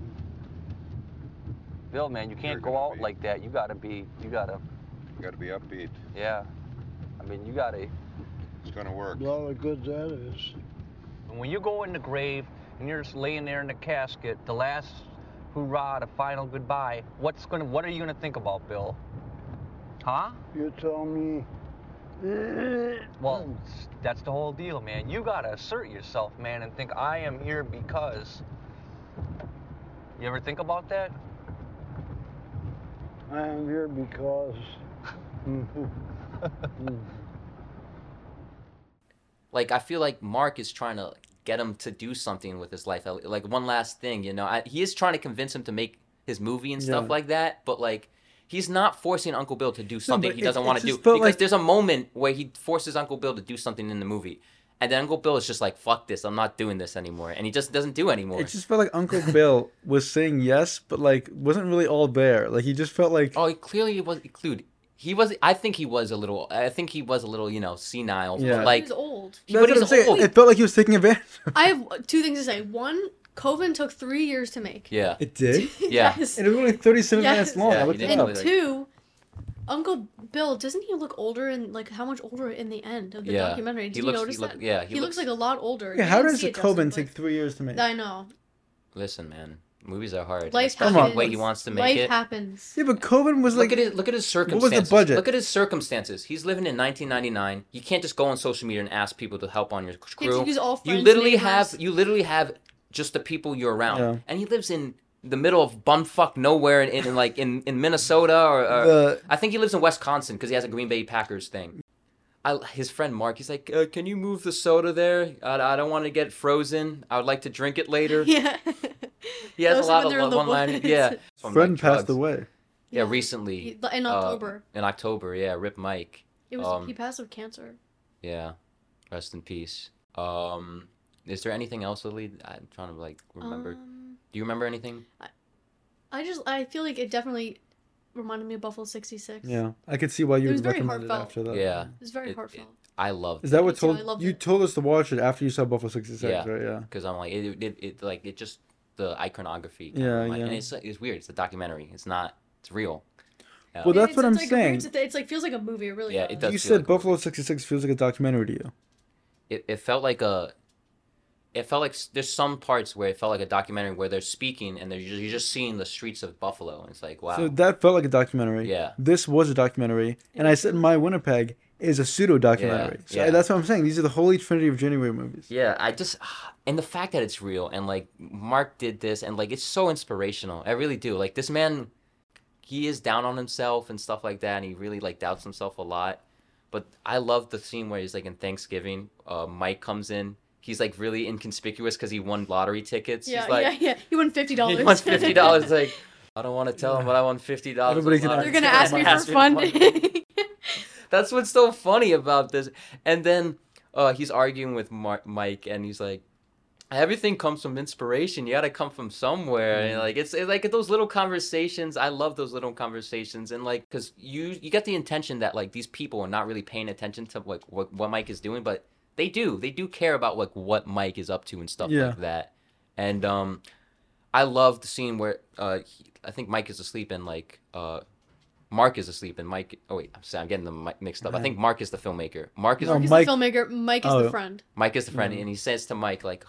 Bill, man, you can't You're go gonna out be- like that. You gotta be, you gotta, Got to be upbeat. yeah. I mean, you gotta. It's gonna work. All the good that is. When you go in the grave and you're just laying there in the casket, the last hoorah, the final goodbye, what's gonna, what are you gonna think about, Bill? Huh? You tell me. Well, s- that's the whole deal, man. You gotta assert yourself, man, and think I am here because. You ever think about that? I am here because. like I feel like Mark is trying to get him to do something with his life, like one last thing. You know, I, he is trying to convince him to make his movie and stuff Yeah. like that, but like. He's not forcing Uncle Bill to do something but he it- doesn't it want to do just because felt like- there's a moment where he forces Uncle Bill to do something in the movie, and then Uncle Bill is just like, "Fuck this, I'm not doing this anymore," and he just doesn't do anymore. It just felt like Uncle Bill was saying yes, but like wasn't really all there. Like he just felt like Oh, he clearly was. Dude, He was. I think he was a little. I think he was a little. You know, senile. but, Yeah. Like, he was old. he- but what I'm he's saying. old. It felt like he was taking advantage. of- I have two things to say. One, Coven took three years to make. yeah. It did. Yeah. yes. And it was only 37 Yes. minutes long. Yeah, I "Oh, he looked it did. up. And two, Uncle Bill doesn't he look older in like how much older in the end of the Yeah. documentary? Did He you looks- notice he look- that? yeah, he, he looks looks- like a lot older. Yeah, You how didn't does see a it, Justin, Coven but- take three years to make? I know. Listen, man. Movies are hard. Life especially happens. the way he wants to make Life it. happens. Yeah, but Coven was Look like at his look at his was circumstances. the budget? Look at his circumstances. He's living in 1999. You can't just go on social media and ask people to help on your You have crew. to use all friends. you literally neighbors. have you literally have just the people you're around Yeah. and he lives in the middle of bumfuck nowhere in, in like in, in minnesota or, or The- i think he lives in wisconsin because he has a green bay packers thing I, his friend mark he's like uh, can you move the soda there i, I don't want to get frozen i would like to drink it later Yeah. he has a Those when lot of they're in the one line woods. yeah From, friend like, passed drugs. away. yeah, Yeah. recently He- in uh, October. in october yeah rip mike it was um, he passed of cancer. yeah rest in peace um is there anything else Lily? i'm trying to like remember Um, do you remember anything I just I feel like it definitely reminded me of Buffalo '66. Yeah, I could see why you It was would very recommend it heartfelt. after that. Yeah. It was very It- heartfelt. I love uh, Is that Me what too, I told loved you it. told us to watch it after you saw Buffalo 66, Yeah. right? Yeah. because I'm like it, it, it like it just the iconography. Kind Yeah, of like, yeah. And it's it's weird. It's a documentary. It's not. It's real. Yeah. Well, Yeah, that's it's- what I'm it's like a weird- saying. It's, it's like feels like a movie. It really Yeah, does. it does. you feel said like a Buffalo movie. 66 feels like a documentary to you. It, it felt like a. It felt like s- there's some parts where it felt like a documentary where they're speaking and they're just, you're just seeing the streets of Buffalo and it's like wow. So that felt like a documentary. Yeah. This was a documentary, and I said my Winnipeg is a pseudo documentary. Yeah, so yeah. that's what I'm saying. These are the holy trinity of January movies. yeah, I just and the fact that it's real and like Mark did this and like it's so inspirational. I really do like this man. He is down on himself and stuff like that, and he really like doubts himself a lot. But I love the scene where he's like in Thanksgiving. Uh, Mike comes in. He's like really inconspicuous because he won lottery tickets. Yeah, he's like, yeah, yeah. You won fifty dollars. he won fifty dollars. like, I don't want to tell him, but I won fifty dollars. Everybody can They're gonna ask me for funding. That's what's so funny about this. And then uh, he's arguing with Mar- Mike, and he's like, "Everything comes from inspiration. You got to come from somewhere." And like it's, it's like those little conversations. I love those little conversations, and like because you you get the intention that like these people are not really paying attention to like what what Mike is doing, but they do. They do care about like what Mike is up to and stuff Yeah. like that. And um, I love the scene where uh, he, I think Mike is asleep and like uh. Mark is asleep and Mike. Oh wait, I'm sorry, I'm getting them mi- mixed up. I think Mark is the filmmaker. Mark is No, Mark Oh, is Mike- Mm-hmm. the filmmaker. Mike is Oh. the friend. Mike is the friend, and he says to Mike like,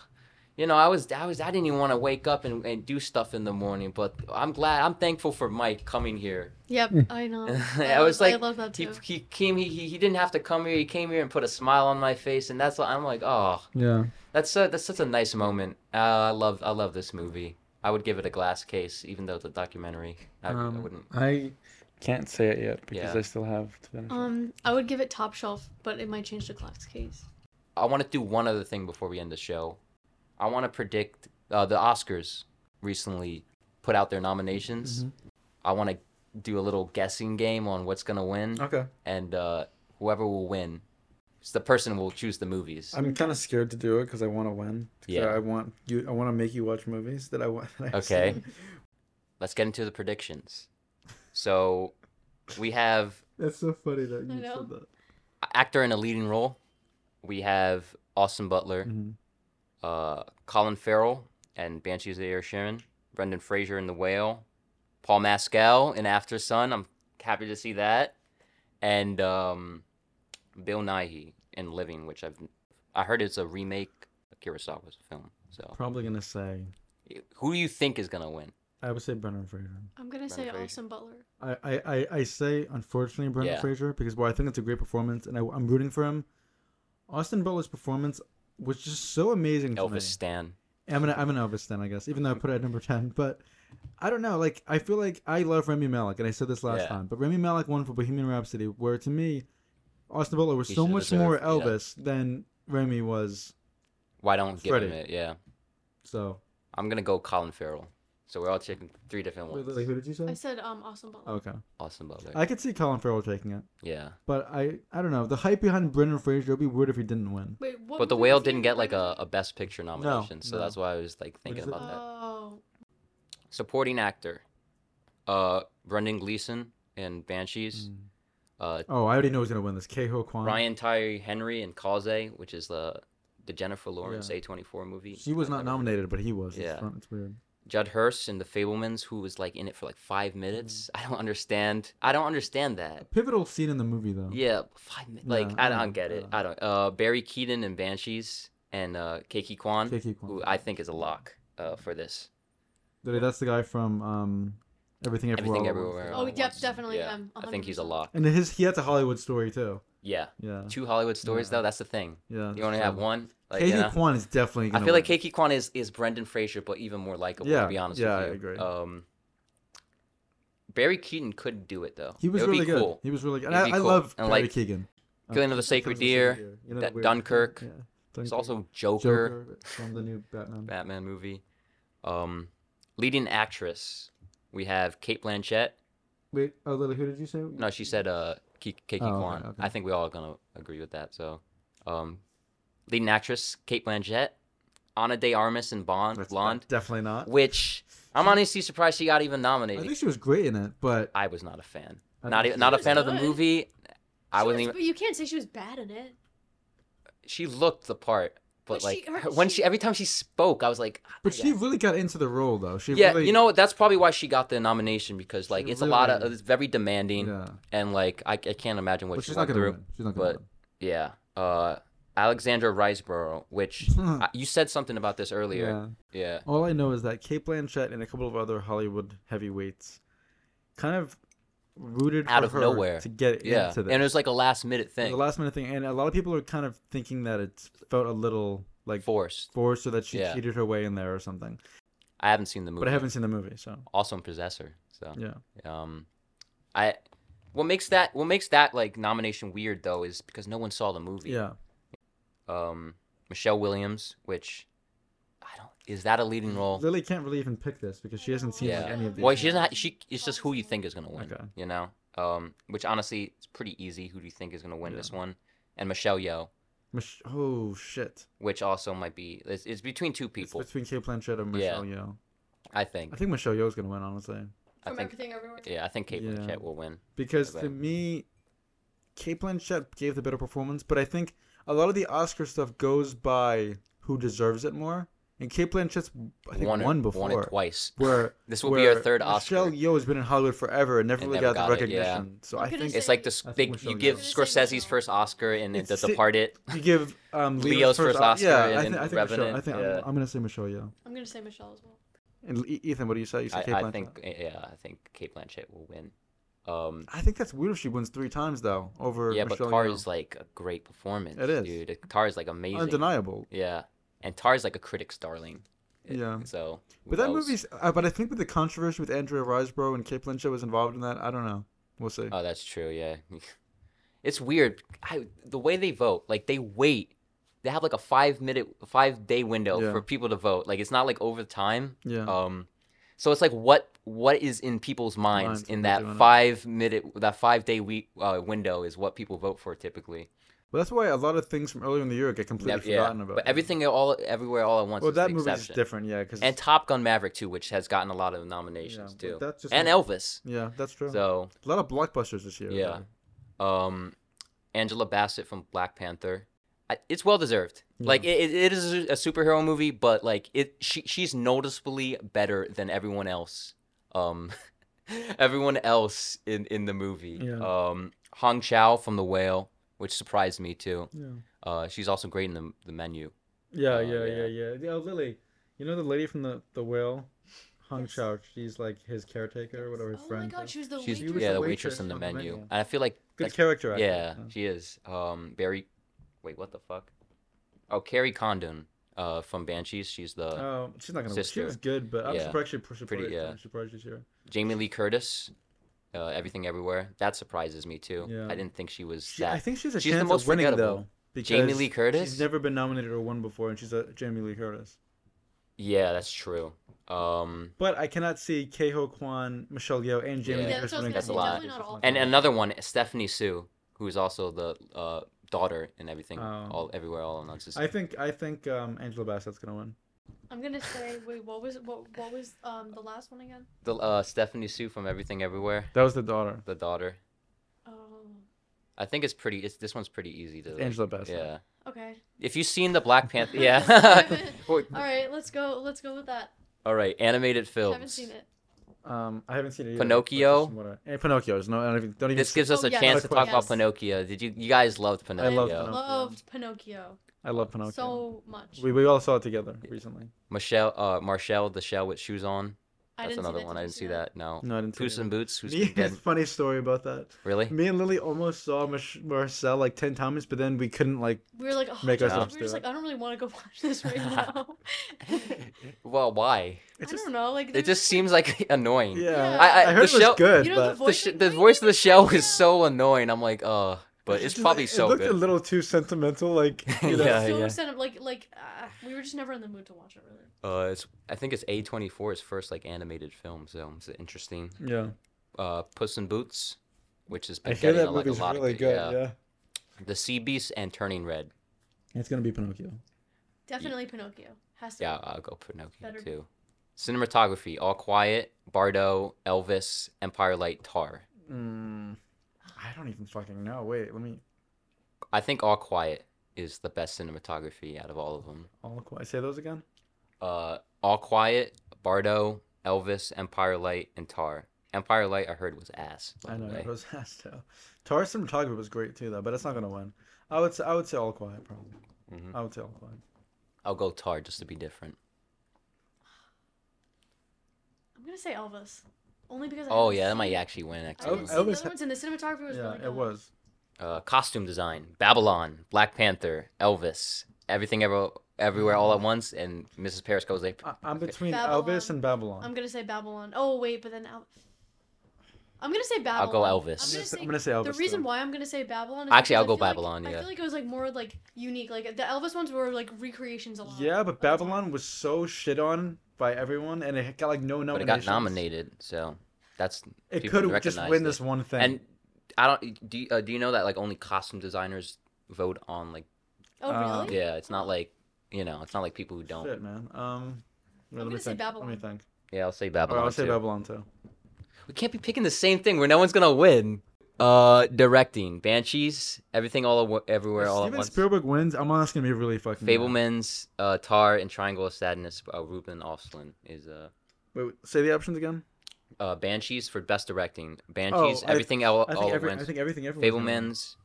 you know, I was I was I didn't even want to wake up and, and do stuff in the morning, but I'm glad I'm thankful for Mike coming here. Yep, Hmm. I know. I love- was like, I love that he too. he came he, he he didn't have to come here. He came here and put a smile on my face, and that's why I'm like, oh, Yeah. that's a, that's such a nice moment. Uh, I love I love this movie. I would give it a glass case, even though it's a documentary. I, I Um, wouldn't. I can't say it yet because Yeah. I still have to finish. Um, I would give it top shelf, but it might change the class case. I want to do one other thing before we end the show. I want to predict uh, the Oscars recently put out their nominations. I want to do a little guessing game on what's gonna win, okay. and uh, whoever will win, it's the person will choose the movies. I'm kind of scared to do it because I want to win. 'Cause Yeah. I want you. I want to make you watch movies that I want. that I have Okay, seen. let's get into the predictions. So we have That's so funny that you know. said that. actor in a leading role. We have Austin Butler, Mhm. uh, Colin Farrell, and Banshees of Air Sharon. Brendan Fraser in The Whale. Paul Mascal in After Sun. I'm happy to see that. And um, Bill Nighy in Living, which I've I heard it's a remake of Kurosawa's film. So Probably gonna say. who do you think is gonna win? I would say Brendan Fraser. I'm gonna say Fraser. Austin Butler. I, I, I- I say unfortunately Brendan Yeah. Fraser because while I think it's a great performance and I, I'm rooting for him, Austin Butler's performance was just so amazing. To me. Elvis Stan. I'm an I'm an Elvis then I guess even though I put it at number ten, but I don't know. Like I feel like I love Remy Malek and I said this last Yeah. time, but Remy Malek won for Bohemian Rhapsody, where to me, Austin Butler was He so should much deserve- more yeah. Elvis than Remy was. Why don't give him Freddie. it? Yeah, So I'm gonna go Colin Farrell. So we're all checking three different wait, ones. like, who did you I say? said um Austin Butler. Okay, Austin Butler. I could see Colin Farrell taking it, yeah. but I I don't know. The hype behind Brendan Fraser would be weird if he didn't win. Wait, what? But the movie whale was he didn't in? get like a, Brendan- a best picture nomination, so no. that's why I was like thinking is it? about that. Oh, Hmm. Mm. Supporting actor, uh, Brendan Gleeson in Banshees, uh, Oh, I already know who's gonna win this. Keho Kwan. Ryan Tyree Henry and Cause, which is the the Jennifer Lawrence Yeah. A24 movie. He was I've not never- nominated, but he was. Yeah. It's, fun- it's weird. Judd Hurst in The Fablemans, who was like in it for like Mm. five minutes. I don't understand. I don't understand that. Pivotal scene in the movie though. Uh, Yeah, five minutes. Like Yeah, I I don't don't- get it. yeah. I don't. Uh, Barry Keaton and Banshees and uh, Keiki Kwan, Keiki Kwan. who I think is a lock uh, for this. Dude, That's the guy from um, Everything Everywhere. Everything All at Once. everywhere. Oh, at yep, Once. definitely Yeah, him, I think he's a 100%. lock. And his he has a Hollywood story too. Yeah, Yeah. two Hollywood stories Yeah. though. That's the thing. Yeah. You only have one. Like, Keiko you know? Kwan is definitely. I Gonna feel like win. Keiki Kwan is is Brendan Fraser, but even more likable. Yeah, to be honest yeah, with I you. agree. Um, Barry Keaton could do it though. He was it would really be good. Cool. He was really good. And It'd I, be I cool. love And, Barry like, Keegan. Killing of the Sacred Deer, You know, that- the weird- Dunkirk. Yeah. He's Dunkirk. also Joker, Joker from the new Batman. Batman movie. Um, leading actress, we have Kate Blanchett. Wait, oh Lily, who did you say? No, she said uh, Ke- Keiki Oh, okay, Kwan. okay. I think we all are gonna agree with that. So, um, leading actress Kate Blanchett, Ana de Armas in Bond, That's- Blonde, Definitely not. which I'm honestly surprised she got even I nominated. think she was great in it, but I was not a fan. I Not think even she not a was fan of the good. movie. I wasn't She was- even. But you can't say she was bad in it. She looked the part, but But like she- her- her- when she- she every time she spoke, I was like, "Ah, but yeah." she really got into the role though. She yeah, really, you know what? That's probably why she got the nomination because like She it's a lot of really- it's very demanding Yeah, and like I, I can't imagine what but she she's not went gonna through. win. She's not gonna but- Yeah. Uh, Alexandra Riseborough, which win. I, you said something about this earlier. yeah. Yeah. All I know is that Kate Blanchett and a couple of other Hollywood heavyweights kind of rooted Out for of her nowhere. to get Yeah. into this. And it was like a last minute It was thing. a last minute thing, and a lot of people are kind of thinking that it felt a little like Forced. forced, or that she Yeah. cheated her way in there or something. I haven't seen the movie. But I haven't seen the movie, so Also in Possessor. So yeah. um, I what makes that what makes that like nomination weird though is because no one saw the movie. Yeah. Um, Michelle Williams, which I don't is that a leading role? Lily can't really even pick this because she hasn't seen Yeah. like, any of these. Well, she doesn't. Have, she it's just who you think is gonna win. Okay. You know. Um, which honestly, it's pretty easy. Who do you think is gonna win Yeah. this one? And Michelle Yeoh, Mich- oh shit! which also might be it's, it's between two people. It's between Kate Blanchett and Yeah. Michelle Yeoh. I think. I think Michelle Yeoh's gonna win, honestly, I From think. everything everywhere. Yeah, I think Kate Yeah. Blanchett will win. because Okay. to me, Kate Blanchett gave the better performance, but I think a lot of the Oscar stuff goes by who deserves it more, and Kate Blanchett's I think Won won, it- before. Won it twice. Where This will be her where third Michelle Oscar. Yeoh has been in Hollywood forever and never And really never got the got it, yeah. recognition. So You I could've think It's like this. I think They, Michelle you Yeoh. give I'm gonna say Scorsese's Michelle. first Oscar and It's The si- Departed. you give um, Leo's first Oscar Yeah, and I, thi- then I think Michelle. I Revenant, think I'm- yeah. I'm, gonna say Michelle Yeoh. I'm gonna say Michelle as well. And E- Ethan, what do you say? You say I, Kate I Blanchett? think. Yeah, I think Kate Blanchett will win. Um, I think that's weird if she wins three times though over yeah, Michelle but Tar Yeoh. is like a great performance. It is. dude. Tar is like amazing. undeniable. Yeah, and Tar is like a critic's darling. It- Yeah. So. who But that knows? movie's. Uh, but I think with the controversy with Andrea Riseborough and Kate Blanchett was involved in that. I don't know. We'll see. Oh, that's true. Yeah, it's weird. I the way they vote, like they wait. They have like a five minute, five day window Yeah. for people to vote. Like it's not like over time. yeah. Um, so it's like what what is in people's minds Minds in when they're that doing it. five minute, that five day week uh, window is what people vote for typically. but that's why a lot of things from earlier in the year get completely Nev- yeah. forgotten about. But everything all everywhere all at once. Well, is the that movie's exception. different. Yeah, because And Top Gun Maverick too, which has gotten a lot of nominations Yeah, too, but that's just and like- Elvis. yeah, that's true. So a lot of blockbusters this year. Yeah. Um, Angela Bassett from Black Panther. I, it's well deserved. Like it, it- it is a superhero movie, but like it, she she's noticeably better than everyone else. Um, everyone else in in the movie. Yeah. Um, Hong Chao from The Whale, which surprised me too. Yeah. Uh, she's also great in the the menu. Yeah, Oh, yeah. yeah, yeah, yeah, yeah. Oh, Lily, you know the lady from the the whale, Hong Chao. She's like his caretaker, or whatever his Oh my friend. god, she was the She's waitress. yeah, the The waitress waitress in the on the menu. menu. And I feel like Good like, character. actor, Yeah, she is. Um, Barry. Wait, what the fuck? Oh, Carrie Condon. Uh, from Banshees. She's the. Um, she's not gonna. win. She Uh, sister. was good, but I'm Yeah. surprised she pushed Pretty- Pretty, yeah. I'm surprised she's here. Jamie Lee Curtis, uh, Everything Everywhere. That surprises me too. Yeah. I didn't think she was She, that. I think she's a she's the chance most of winning forgettable. though. Because Jamie Lee Curtis? She's never been nominated or won before, and she's a Jamie Lee Curtis. yeah, that's true. Um, But I cannot see Keho Kwan, Michelle Yeoh, and Jamie Yeah. Lee Yeah, Curtis that's what I winning. was gonna all say, of definitely them. not and another one, Stephanie Sue, who is also the uh, daughter in everything, Oh. all everywhere, all at once. is- I think I think um, Angela Bassett's gonna win. I'm gonna say wait, what was what what was um the last one again? The uh, Stephanie Sue from Everything Everywhere, That was the daughter. the daughter. Oh. I think it's pretty. It's this one's pretty easy to. like- Angela Bassett. Yeah. Okay. If you've seen the Black Panther, yeah. Wait, All right, let's go. Let's go with that. All right, animated films. Haven't seen it. Um, I haven't seen it. Pinocchio? Hey, Pinocchio's no, I don't even. Don't even This gives us Oh, a yes, chance to talk about yes. Pinocchio. Did you? You guys loved I Pinocchio. love Pinocchio. Loved Pinocchio I love Pinocchio. so much. we we all saw it together recently. Michelle, uh, Marshall, the shell with shoes on. I That's didn't another see that. one. Did I you didn't see that. No. No, I didn't see Puss it. in Boots. Who's Me, dead? funny story about that. Really? Me and Lily almost saw Mich- Marcel like ten times, but then we couldn't like. We were like, oh, Make Josh, ourselves we were just do like, it. I don't really want to go watch this right now. Well, why? I It's just- don't know. Like It there's just seems like annoying. Yeah, Yeah. I- I- heard the it shell- was good, You know the but voice The, Voice sh- of the the voice of the shell is Marshall. so annoying. I'm like, uh, but it's just, probably like, so It looked good. a little too sentimental, like you know. Yeah, so yeah. set up- like like uh, we were just never in the mood to watch it really. Uh, it's I think it's A24's first like animated film, so it's interesting. Yeah, Uh, Puss in Boots, which has I been hear getting that like a movie's lot really of good. Yeah. The Sea Beast and Turning Red. it's gonna be Pinocchio. Definitely Pinocchio has to. Yeah, I'll go Pinocchio Better. too. Cinematography: All Quiet, Bardo, Elvis, Empire Light, Tar. Mm, I don't even fucking know. Wait, let me. I think All Quiet is the best cinematography out of all of them. All quiet. Say those again. Uh, All Quiet, Bardo, Elvis, Empire Light, and Tar. Empire Light, I heard was ass. By I know the way. it was Hastel. Taurus cinematography was great too, though, but it's not gonna win. I would say I would say All Quiet probably. Mhm. I would say All Quiet. I'll go Tar just to be different. I'm gonna say Elvis, only because. I Oh haven't yeah, that seen might it. actually win. I Actually, Elvis haven't seen the ha- other ones, and the cinematography was yeah, really good. it was. uh, costume design: Babylon, Black Panther, Elvis, everything ever, everywhere, all at once, and Mrs. Paris goes like, I, I'm between Babylon. Elvis and Babylon. I'm gonna say Babylon. Oh wait, but then Al- I'm gonna say I'll Babylon. go I'm Elvis. gonna say, I'm gonna say Elvis. the reason too. why I'm gonna say Babylon. Is Actually, I'll because go I feel Babylon, Like, yeah. I feel like it was like more like unique. Like the Elvis ones were like recreations a lot. Yeah, of but the time. Babylon was so shit on by everyone, and it got like no but it nominations. got nominated, so that's It people could just recognized win it. this one thing. And I don't. Do you, uh, do you know that like only costume designers vote on like? Oh Uh, really? Yeah, it's not like you know, it's not like people who don't. shit, man. Um, wait, let me gonna say think. Let me Babylon. think. Yeah, I'll say All right, Babylon. I'll say too. Babylon too. We can't be picking the same thing where no one's gonna win. Uh, directing Banshees, everything all awa- everywhere, all at Steven once. Spielberg wins. I'm honest, gonna be really fucking. mad. Fableman's uh, Tar and Triangle of Sadness. Uh, Ruben Ostlund is uh, Wait, wait, say the options again. uh, Banshees for best directing. Banshees, Oh, I- everything all, I all think, at every, once. I think everything. everyone's gonna win. Fableman's,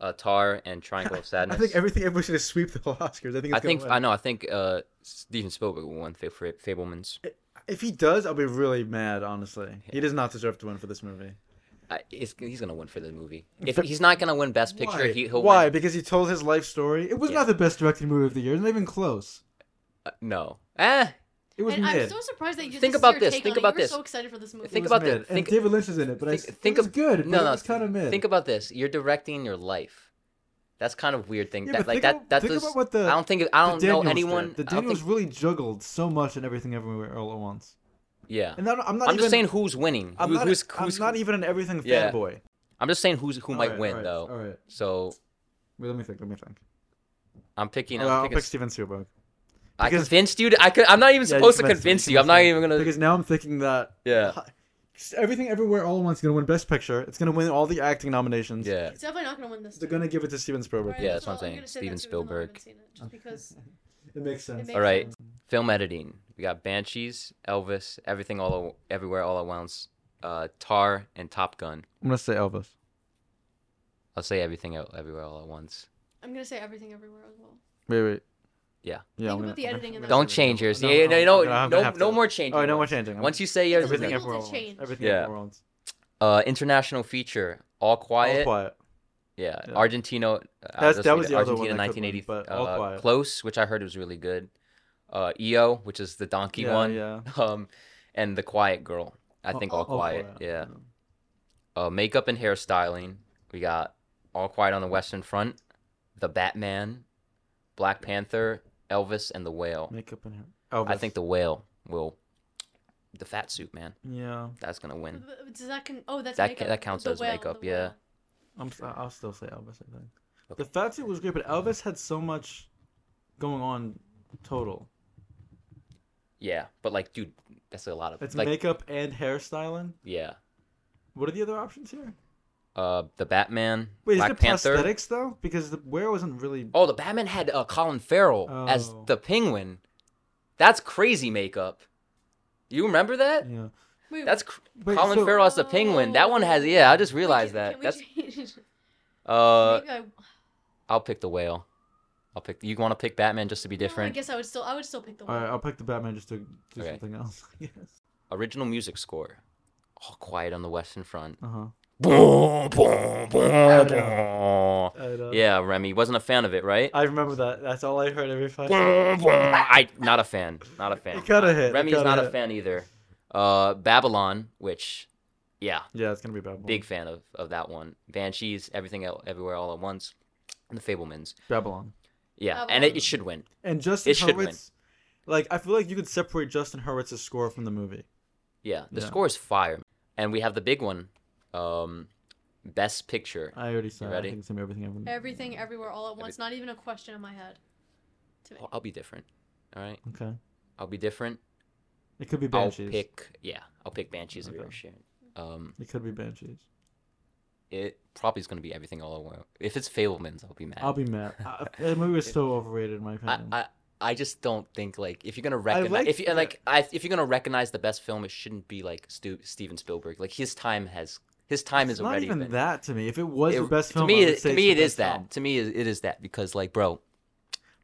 uh, Tar and Triangle of I Sadness. think everything. Everyone should just sweep the whole Oscars. I think. It's I think Gonna win. I know. I think uh, Steven Spielberg won Fa- for Fableman's. If he does, I'll be really mad. Honestly, he does not deserve to win for this movie. I, it's, he's gonna win for the movie. If he's not gonna win Best Picture, Why? he, he'll Why? win. Because he told his life story. It was Yeah. not the best directed movie of the year. It's Not even close. Uh, no. Eh. It was And mid. I'm so surprised that you. Think is about your this, take think on it. about you were this. so excited for this movie. Think It was about this. mid. And Think- David Lynch is in it, but I Think, think, think it's of good. No, but no. it's kind of mid. Think about this. You're directing your life. That's kind of weird thing. Yeah, that but like think that. about- that think does, about what the- I don't think. The I don't know Daniels did. anyone. The I don't Daniels think- really juggled so much and everything everywhere all at once. yeah. And I'm, I'm not I'm even, just saying who's winning. I'm Who- not, e-, who's, I'm who's, not even an everything Yeah. fanboy. I'm just saying who's who might Alright, win alright, though. alright. So Wait, let me think. Let me think. I'm picking. Alright, I'm I'll picking pick s- Steven Spielberg. I because- convinced you. To, I could. I'm not even Yeah, supposed to convinced convince me, you. I'm not convinced me. even gonna. Because now I'm thinking that yeah. everything everywhere all at once is gonna win Best Picture. It's gonna win all the acting nominations. Yeah. It's definitely not gonna win this. They're time. gonna give it to Steven Spielberg. Right, Yeah, that's what I'm all- saying. gonna say Steven that too, even though I Spielberg. haven't seen it, just because It makes it sense. makes All right. sense. Film editing. We got Banshees, Elvis, everything all o- everywhere all at once. Uh, Tar and Top Gun. I'm gonna say Elvis. I'll say everything El- everywhere all at once. I'm gonna say everything everywhere as well. Wait, wait. Yeah. Yeah. Think about the editing in that. Don't change yours. No, yeah, no, no, I'm no, gonna- I'm no, gonna have no to. more changing. Oh, no more yours. changing. I'm- Once you say yours, everything Illegal to everywhere all at once. change. Everything Yeah. everywhere all at once. uh, international feature, All Quiet. All quiet. Yeah, Yeah. Argentino. uh, That's- just that read was it. the other one Argentina, that could win, 1980. but All uh, Quiet. Close, which I heard was really good. Uh, EO, which is the donkey Yeah, one. yeah. Um, and the Quiet Girl. I All- think All All, quiet. Quiet, Yeah. Uh, makeup and hairstyling. We got All Quiet on the Western Front, The Batman, Black Panther, Elvis, and the Whale. Makeup and hair. Elvis. I think the Whale will. The fat suit man. Yeah. That's gonna win. But- but Does that con- oh that's That ca- makeup. that counts The as whale, makeup, the yeah. whale. I'm. si will still say Elvis. I think. Okay. The fat suit was great, but Elvis had so much going on. Total. Yeah, but like, dude, that's a lot of It's like. makeup and hairstyling. yeah. What are the other options here? uh, the Batman, Wait, Black is it Panther. prosthetics though? Because the wear wasn't really. Oh, the Batman had uh, Colin Farrell as Oh. the Penguin. That's crazy makeup. You remember that? Yeah. Wait, That's cr- Wait, Colin so- Farrell as the Penguin. That one has yeah. I just realized that. That's uh. Maybe I, well, I'll pick the whale. I'll pick. You want to pick Batman just to be I different? Uh, guess I would still I would still pick the All right, one. I'll pick the Batman just to do Okay. something else. yes. Original music score. All quiet on the Western Front. Uh huh. Boom, boom, boom, boom. I, know. Yeah, Remy wasn't a fan of it, right? uh, I remember that. That's all I heard every five. Boom, boom. I not a fan. Not a fan. It gotta hit, it Remy's gotta not a hit. fan either. Uh, Babylon, which, yeah, Yeah, it's gonna be Babylon. big fan of of that one. Banshees, everything, El- everywhere, all at once. And the Fablemans. Babylon. Yeah, and it, it should win. And Justin It should win. Hurwitz. Like I feel like you could separate Justin Hurwitz's score from the movie. Yeah, the Yeah. score is fire, and we have the big one, um, best picture. I already said. it. I ready? think it's gonna be everything. I've- Everything, everywhere, all at once. Not even a question in my head. I'll- I'll be different. All right, Okay. I'll be different. It could be Banshees. I'll pick. Yeah, I'll pick Banshees of Okay. Inisherin. Um, It could be Banshees. it probably is going to be everything all at once. If it's Fablemans, I'll be mad. I'll be mad. I, that movie was so overrated in my I, opinion. I I just don't think like if you're gonna recognize like if you that. like I, if you're gonna recognize the best film, it shouldn't be like Stu- Steven Spielberg. Like his time has his time it's is not already even been- that to me. If it was it- the best to film, me, I would it, say to it's me the it is best that. film. To me, it, it is that because like bro,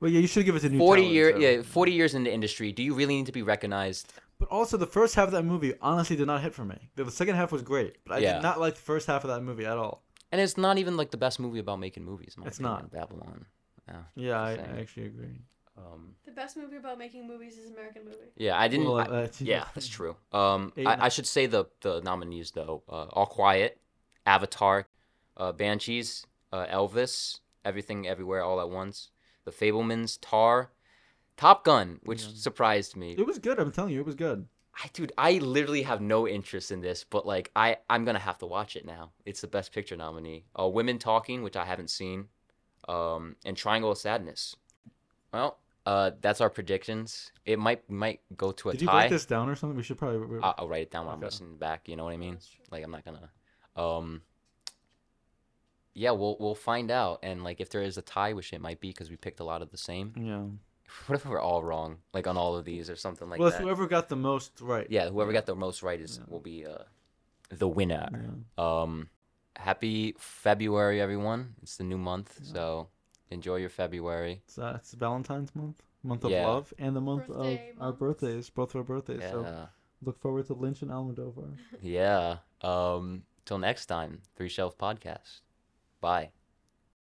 Well, yeah, you should give it a new. forty talent, year so. yeah forty years in the industry, do you really need to be recognized? But also, the first half of that movie honestly did not hit for me. The the second half was great, but I Yeah. did not like the first half of that movie at all. And it's not even like the best movie about making movies. in my It's opinion, not. Babylon. Yeah. Yeah, I, I Same. actually agree. Um, The best movie about making movies is American movie. yeah, I didn't. Well, I- uh, yeah, that's true. Um, Eight and I, a- I should say the the nominees though: uh, All Quiet, Avatar, uh, Banshees, uh, Elvis, Everything Everywhere All at Once, The Fablemans, Tar, Top Gun, which surprised me. It was good. I'm telling you, it was good. I dude, I literally have no interest in this, but like I I'm gonna have to watch it now. It's the Best Picture nominee. Uh, Women Talking, which I haven't seen, um, and Triangle of Sadness. Well, uh, that's our predictions. It might might go to a Did you tie. write this down or something? We should probably. we- I- I'll write it down when I'm Okay. listening back. You know what I mean? Like I'm not gonna. Um. Yeah, we'll we'll find out, and like if there is a tie, which it might be, because we picked a lot of the same. yeah. What if we're all wrong, like on all of these or something like well, it's that? whoever got the most right. Yeah, whoever got the most right is will be uh, the winner. Um, happy February, everyone! It's the new month, so enjoy your February. It's, uh, it's Valentine's month, month of Yeah. love, and the month Birthday of our months. birthdays, both of our birthdays. Yeah, So look forward to Lynch and Almodovar. yeah. Um, till next time, Three Shelf Podcast. Bye.